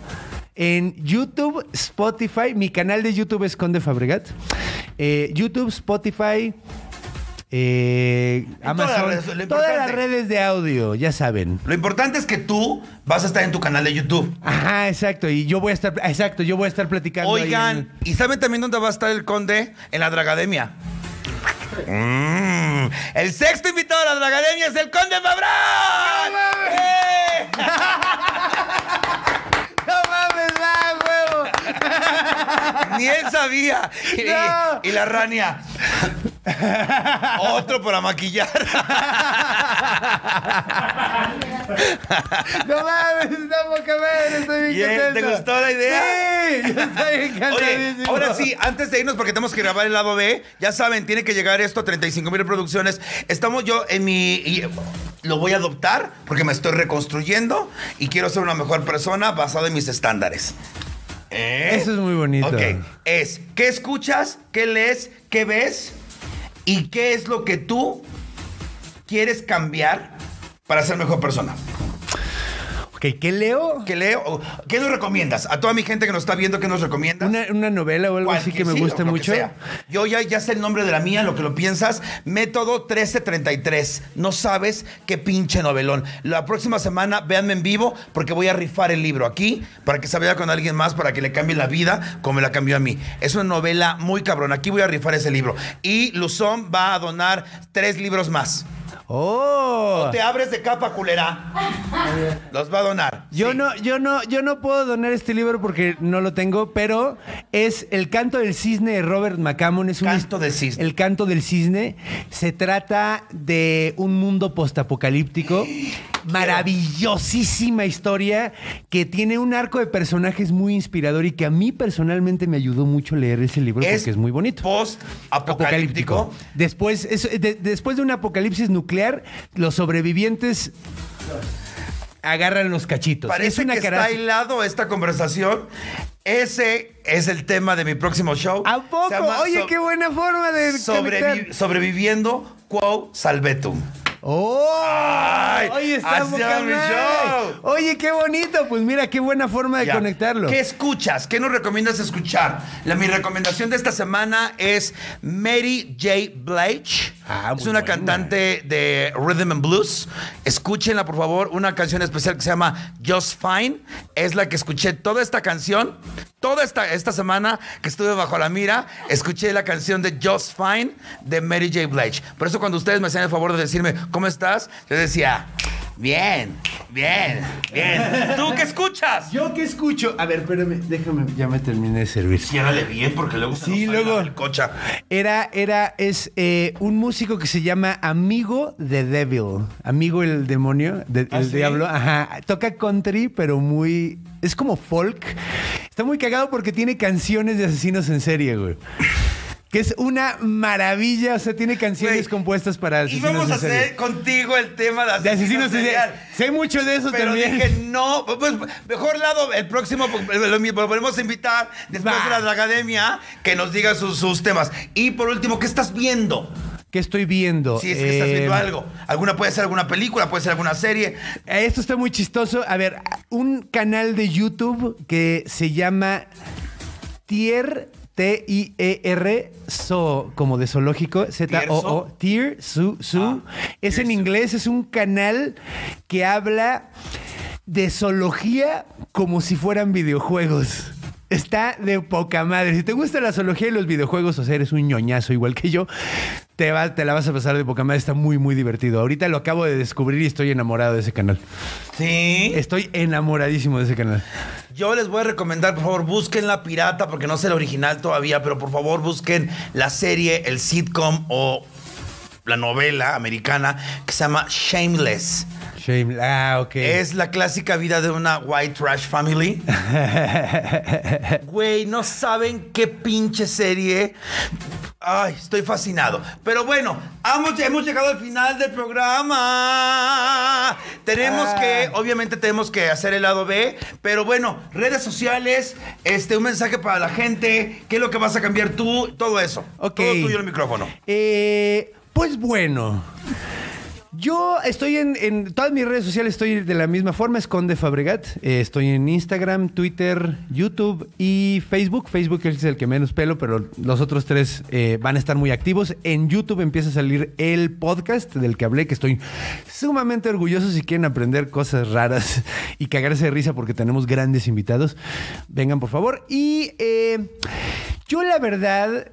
[SPEAKER 2] En YouTube, Spotify. Mi canal de YouTube es Conde Fabregat. Eh, YouTube, Spotify. eh,
[SPEAKER 1] En todas las
[SPEAKER 2] Amazon,
[SPEAKER 1] redes, lo
[SPEAKER 2] todas las
[SPEAKER 1] importante.
[SPEAKER 2] redes de audio, ya saben.
[SPEAKER 1] Lo importante es que tú vas a estar en tu canal de YouTube.
[SPEAKER 2] Ajá, exacto. Y yo voy a estar, exacto, yo voy a estar platicando. ahí
[SPEAKER 1] Oigan, ¿y saben también dónde va a estar el conde? En la Dragademia. Mm, el sexto invitado a la Dragademia es el conde Fabrán. ¡Eh!
[SPEAKER 2] en- No mames, va, huevo.
[SPEAKER 1] Ni él sabía. Y,
[SPEAKER 2] No.
[SPEAKER 1] y la rania. Otro para maquillar.
[SPEAKER 2] No mames, está poca madre, estoy bien
[SPEAKER 1] Bien,
[SPEAKER 2] contento.
[SPEAKER 1] ¿te gustó la idea?
[SPEAKER 2] Sí, yo estoy
[SPEAKER 1] Oye,
[SPEAKER 2] encantadísimo.
[SPEAKER 1] ahora sí, antes de irnos, porque tenemos que grabar el lado B, ya saben, tiene que llegar esto a 35 mil producciones. Estamos yo en mi. y lo voy a adoptar porque me estoy reconstruyendo y quiero ser una mejor persona basado en mis estándares. ¿Eh?
[SPEAKER 2] Eso es muy bonito.
[SPEAKER 1] Ok, es qué escuchas, qué lees, qué ves y qué es lo que tú quieres cambiar para ser mejor persona.
[SPEAKER 2] Ok, ¿qué leo?
[SPEAKER 1] ¿Qué leo? O- ¿Qué nos recomiendas? A toda mi gente que nos está viendo, ¿qué nos recomiendas?
[SPEAKER 2] Una, una novela o algo así que me
[SPEAKER 1] Cualquier- sí,
[SPEAKER 2] gusta
[SPEAKER 1] lo que
[SPEAKER 2] mucho.
[SPEAKER 1] sea. Yo ya, ya sé el nombre de la mía, lo que lo piensas. Método 1333. No sabes qué pinche novelón. La próxima semana véanme en vivo porque voy a rifar el libro aquí para que se vea con alguien más, para que le cambie la vida como me la cambió a mí. Es una novela muy cabrón. Aquí voy a rifar ese libro. Y Luzón va a donar tres libros más.
[SPEAKER 2] Oh.
[SPEAKER 1] Te abres de capa, culera. Los va a donar.
[SPEAKER 2] Yo
[SPEAKER 1] Sí.
[SPEAKER 2] no, yo no, yo no puedo donar este libro porque no lo tengo, pero es El canto del cisne de Robert McCammon. Es un
[SPEAKER 1] Canto del cisne.
[SPEAKER 2] El canto del cisne. Se trata de un mundo postapocalíptico. Maravillosísima historia que tiene un arco de personajes muy inspirador y que a mí personalmente me ayudó mucho leer ese libro porque es muy bonito
[SPEAKER 1] Post
[SPEAKER 2] apocalíptico.
[SPEAKER 1] apocalíptico.
[SPEAKER 2] Después, eso- de, después de un apocalipsis nuclear, los sobrevivientes agarran los cachitos.
[SPEAKER 1] Parece
[SPEAKER 2] es una
[SPEAKER 1] que
[SPEAKER 2] cara.
[SPEAKER 1] está aislado esta conversación. Ese es el tema de mi próximo show.
[SPEAKER 2] ¿A
[SPEAKER 1] Se
[SPEAKER 2] poco?
[SPEAKER 1] llama
[SPEAKER 2] Oye,
[SPEAKER 1] So-
[SPEAKER 2] qué buena forma de
[SPEAKER 1] sobrevi-
[SPEAKER 2] conectar.
[SPEAKER 1] Sobreviviendo Quo Salvetum.
[SPEAKER 2] ¡Oh!
[SPEAKER 1] ¡Ay!
[SPEAKER 2] Oye, está
[SPEAKER 1] así se
[SPEAKER 2] poca
[SPEAKER 1] llama mi
[SPEAKER 2] madre.
[SPEAKER 1] show.
[SPEAKER 2] Oye, qué bonito. Pues mira, qué buena forma de
[SPEAKER 1] Ya.
[SPEAKER 2] conectarlo.
[SPEAKER 1] ¿Qué escuchas? ¿Qué nos recomiendas escuchar? La, mi recomendación de esta semana es Mary J. Blige.
[SPEAKER 2] Ah,
[SPEAKER 1] es
[SPEAKER 2] muy
[SPEAKER 1] una
[SPEAKER 2] buena.
[SPEAKER 1] cantante de rhythm and blues. Escúchenla, por favor, una canción especial que se llama Just Fine. Es la que escuché toda esta canción, toda esta, esta semana que estuve bajo la mira, escuché la canción de Just Fine de Mary J. Blige. Por eso cuando ustedes me hacían el favor de decirme, ¿cómo estás? Yo decía, bien, bien, bien. ¿Tú qué escuchas?
[SPEAKER 2] ¿Yo qué escucho? A ver, espérame, déjame, ya me terminé de servir.
[SPEAKER 1] Ciérrale bien porque luego se
[SPEAKER 2] Sí,
[SPEAKER 1] nos sale
[SPEAKER 2] luego.
[SPEAKER 1] la cocha.
[SPEAKER 2] Era, era, es eh, un músico que se llama Amigo the Devil. Amigo el demonio, de-
[SPEAKER 1] Ah,
[SPEAKER 2] el diablo. Ajá. Toca country, pero muy. Es como folk. Está muy cagado porque tiene canciones de asesinos en serie, güey. que es una maravilla. O sea, tiene canciones
[SPEAKER 1] Güey,
[SPEAKER 2] compuestas para
[SPEAKER 1] Y
[SPEAKER 2] asesinos
[SPEAKER 1] vamos
[SPEAKER 2] de
[SPEAKER 1] a
[SPEAKER 2] serie.
[SPEAKER 1] hacer contigo el tema de asesinos,
[SPEAKER 2] de asesinos de serie.
[SPEAKER 1] serial.
[SPEAKER 2] Sé mucho de eso
[SPEAKER 1] Pero
[SPEAKER 2] también.
[SPEAKER 1] dije, no, pues mejor lado, el próximo lo, lo podemos invitar después
[SPEAKER 2] Va.
[SPEAKER 1] de la, de la academia que nos diga sus, sus temas. Y por último, ¿qué estás viendo?
[SPEAKER 2] ¿Qué estoy viendo?
[SPEAKER 1] Si es que estás viendo
[SPEAKER 2] Eh,
[SPEAKER 1] algo. Alguna puede ser alguna película, puede ser alguna serie.
[SPEAKER 2] Esto está muy chistoso. A ver, un canal de YouTube que se llama Tier T-I-E-R Zoo, como de zoológico, Z-O-O, Tier Zoo, Ah. Zoo. es en inglés, es un canal que habla de zoología como si fueran videojuegos. Está de poca madre. Si te gusta la zoología y los videojuegos, o sea, eres un ñoñazo igual que yo, te, va- te la vas a pasar de poca madre. Está muy, muy divertido. Ahorita lo acabo de descubrir y estoy enamorado de ese canal.
[SPEAKER 1] Sí.
[SPEAKER 2] Estoy enamoradísimo de ese canal.
[SPEAKER 1] Yo les voy a recomendar, por favor, busquen la pirata, porque no sé el original todavía, pero por favor busquen la serie, el sitcom o la novela americana que se llama Shameless.
[SPEAKER 2] Shame. Ah, ok.
[SPEAKER 1] Es la clásica vida de una white trash family. Güey, no saben qué pinche serie. Ay, estoy fascinado. Pero bueno, hemos, hemos llegado al final del programa. Tenemos
[SPEAKER 2] Ah.
[SPEAKER 1] que, obviamente tenemos que hacer el lado B, pero bueno, redes sociales, este, un mensaje para la gente, qué es lo que vas a cambiar tú, todo eso.
[SPEAKER 2] Ok.
[SPEAKER 1] Todo tuyo el micrófono.
[SPEAKER 2] Eh, pues bueno. Yo estoy en, en todas mis redes sociales, estoy de la misma forma, Esconde Fabregat. Eh, estoy en Instagram, Twitter, YouTube y Facebook. Facebook es el que menos pelo, pero los otros tres eh, van a estar muy activos. En YouTube empieza a salir el podcast del que hablé, que estoy sumamente orgulloso. Si quieren aprender cosas raras y cagarse de risa porque tenemos grandes invitados, vengan por favor. Y eh, yo la verdad...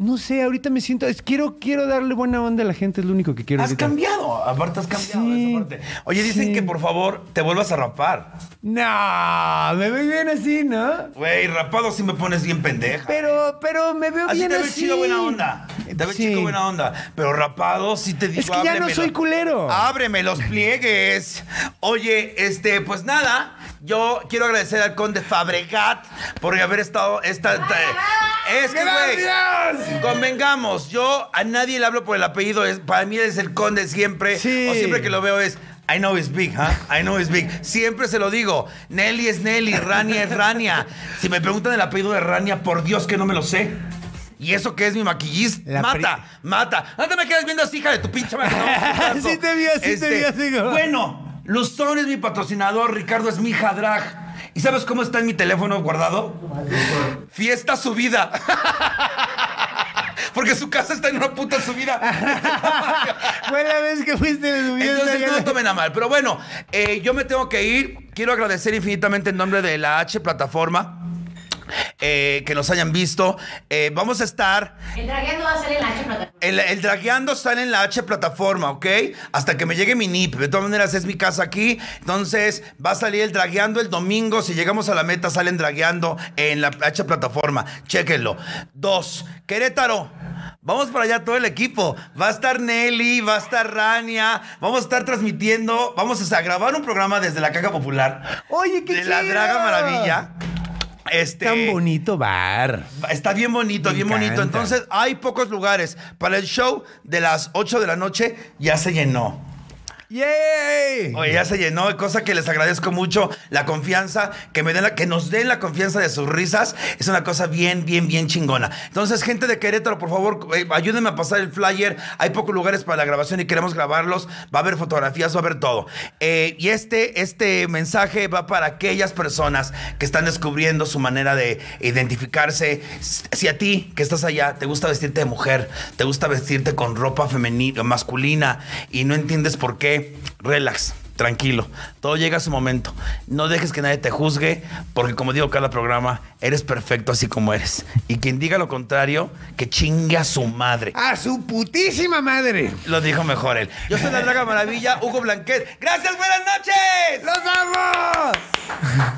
[SPEAKER 2] No sé, ahorita me siento. es- quiero, quiero darle buena onda a la gente, es lo único que quiero.
[SPEAKER 1] Has
[SPEAKER 2] ahorita.
[SPEAKER 1] cambiado, aparte has cambiado.
[SPEAKER 2] Sí.
[SPEAKER 1] esa parte. Oye, dicen
[SPEAKER 2] Sí.
[SPEAKER 1] que por favor te vuelvas a rapar.
[SPEAKER 2] No, me veo bien así, ¿no?
[SPEAKER 1] Güey, rapado si me pones bien pendeja.
[SPEAKER 2] Pero, pero me veo
[SPEAKER 1] así
[SPEAKER 2] bien
[SPEAKER 1] te ves
[SPEAKER 2] así.
[SPEAKER 1] chido buena onda. Te ves
[SPEAKER 2] Sí.
[SPEAKER 1] chido buena onda. Pero rapado sí te digo.
[SPEAKER 2] Es que ya no
[SPEAKER 1] ábreme
[SPEAKER 2] soy
[SPEAKER 1] los-
[SPEAKER 2] culero.
[SPEAKER 1] Ábreme los pliegues. Oye, este, pues nada. Yo quiero agradecer al conde Fabregat por haber estado esta. esta- es que, güey. Convengamos, yo a nadie le hablo por el apellido. es- para mí es el conde siempre.
[SPEAKER 2] Sí.
[SPEAKER 1] O siempre que lo veo es. I know it's big, ¿ah? I know it's big. Siempre se lo digo. Nelly es Nelly, Rania es Rania. Si me preguntan el apellido de Rania, por Dios que no me lo sé. Y eso que es mi maquillista.
[SPEAKER 2] La pri-
[SPEAKER 1] mata, mata. No te me quedas viendo así, hija de tu pinche madre.
[SPEAKER 2] Sí te vio, sí te vio, así como-
[SPEAKER 1] Este, Bueno, Luzón es mi patrocinador, Ricardo es mi hija drag. ¿Y sabes cómo está en mi teléfono guardado? Fiesta subida. Porque su casa está en una puta
[SPEAKER 2] Ah,
[SPEAKER 1] subida.
[SPEAKER 2] Fue la vez que fuiste de subida.
[SPEAKER 1] Entonces no lo tomen a mal. Pero bueno, eh, yo me tengo que ir. Quiero agradecer infinitamente en nombre de la H Plataforma. eh, que nos hayan visto. Eh, vamos a estar.
[SPEAKER 4] El tragueando va a ser en la chimata.
[SPEAKER 1] El, el dragueando sale en la H plataforma, ¿ok? Hasta que me llegue mi NIP. De todas maneras, es mi casa aquí. Entonces, va a salir el dragueando el domingo. Si llegamos a la meta, salen dragueando en la H plataforma. Chéquenlo. Dos, Querétaro. Vamos para allá todo el equipo. Va a estar Nelly, va a estar Rania. Vamos a estar transmitiendo. Vamos a grabar un programa desde la Caja Popular.
[SPEAKER 2] Oye, qué
[SPEAKER 1] De la
[SPEAKER 2] chido.
[SPEAKER 1] Draga Maravilla. Este,
[SPEAKER 2] Tan bonito bar.
[SPEAKER 1] Está bien bonito,
[SPEAKER 2] Me
[SPEAKER 1] bien bonito.
[SPEAKER 2] encanta.
[SPEAKER 1] Entonces, hay pocos lugares. Para el show de las 8 de la noche ya se llenó.
[SPEAKER 2] ¡Yay!
[SPEAKER 1] Oye, ya se llenó, cosa que les agradezco mucho, la confianza, que, me den la- que nos den la confianza de sus risas, es una cosa bien, bien, bien chingona. Entonces, gente de Querétaro, por favor, eh, ayúdenme a pasar el flyer, hay pocos lugares para la grabación y queremos grabarlos, va a haber fotografías, va a haber todo. Eh, y este, este mensaje va para aquellas personas que están descubriendo su manera de identificarse. Si a ti, que estás allá, te gusta vestirte de mujer, te gusta vestirte con ropa femenina, masculina, y no entiendes por qué, relax. Tranquilo, todo llega a su momento. No dejes que nadie te juzgue, porque como digo cada programa, eres perfecto así como eres. Y quien diga lo contrario, que chingue a su madre.
[SPEAKER 2] ¡A su putísima madre!
[SPEAKER 1] Lo dijo mejor él. Yo soy la Draga Maravilla, Hugo Blanquet. Gracias, buenas noches.
[SPEAKER 2] ¡Los amo!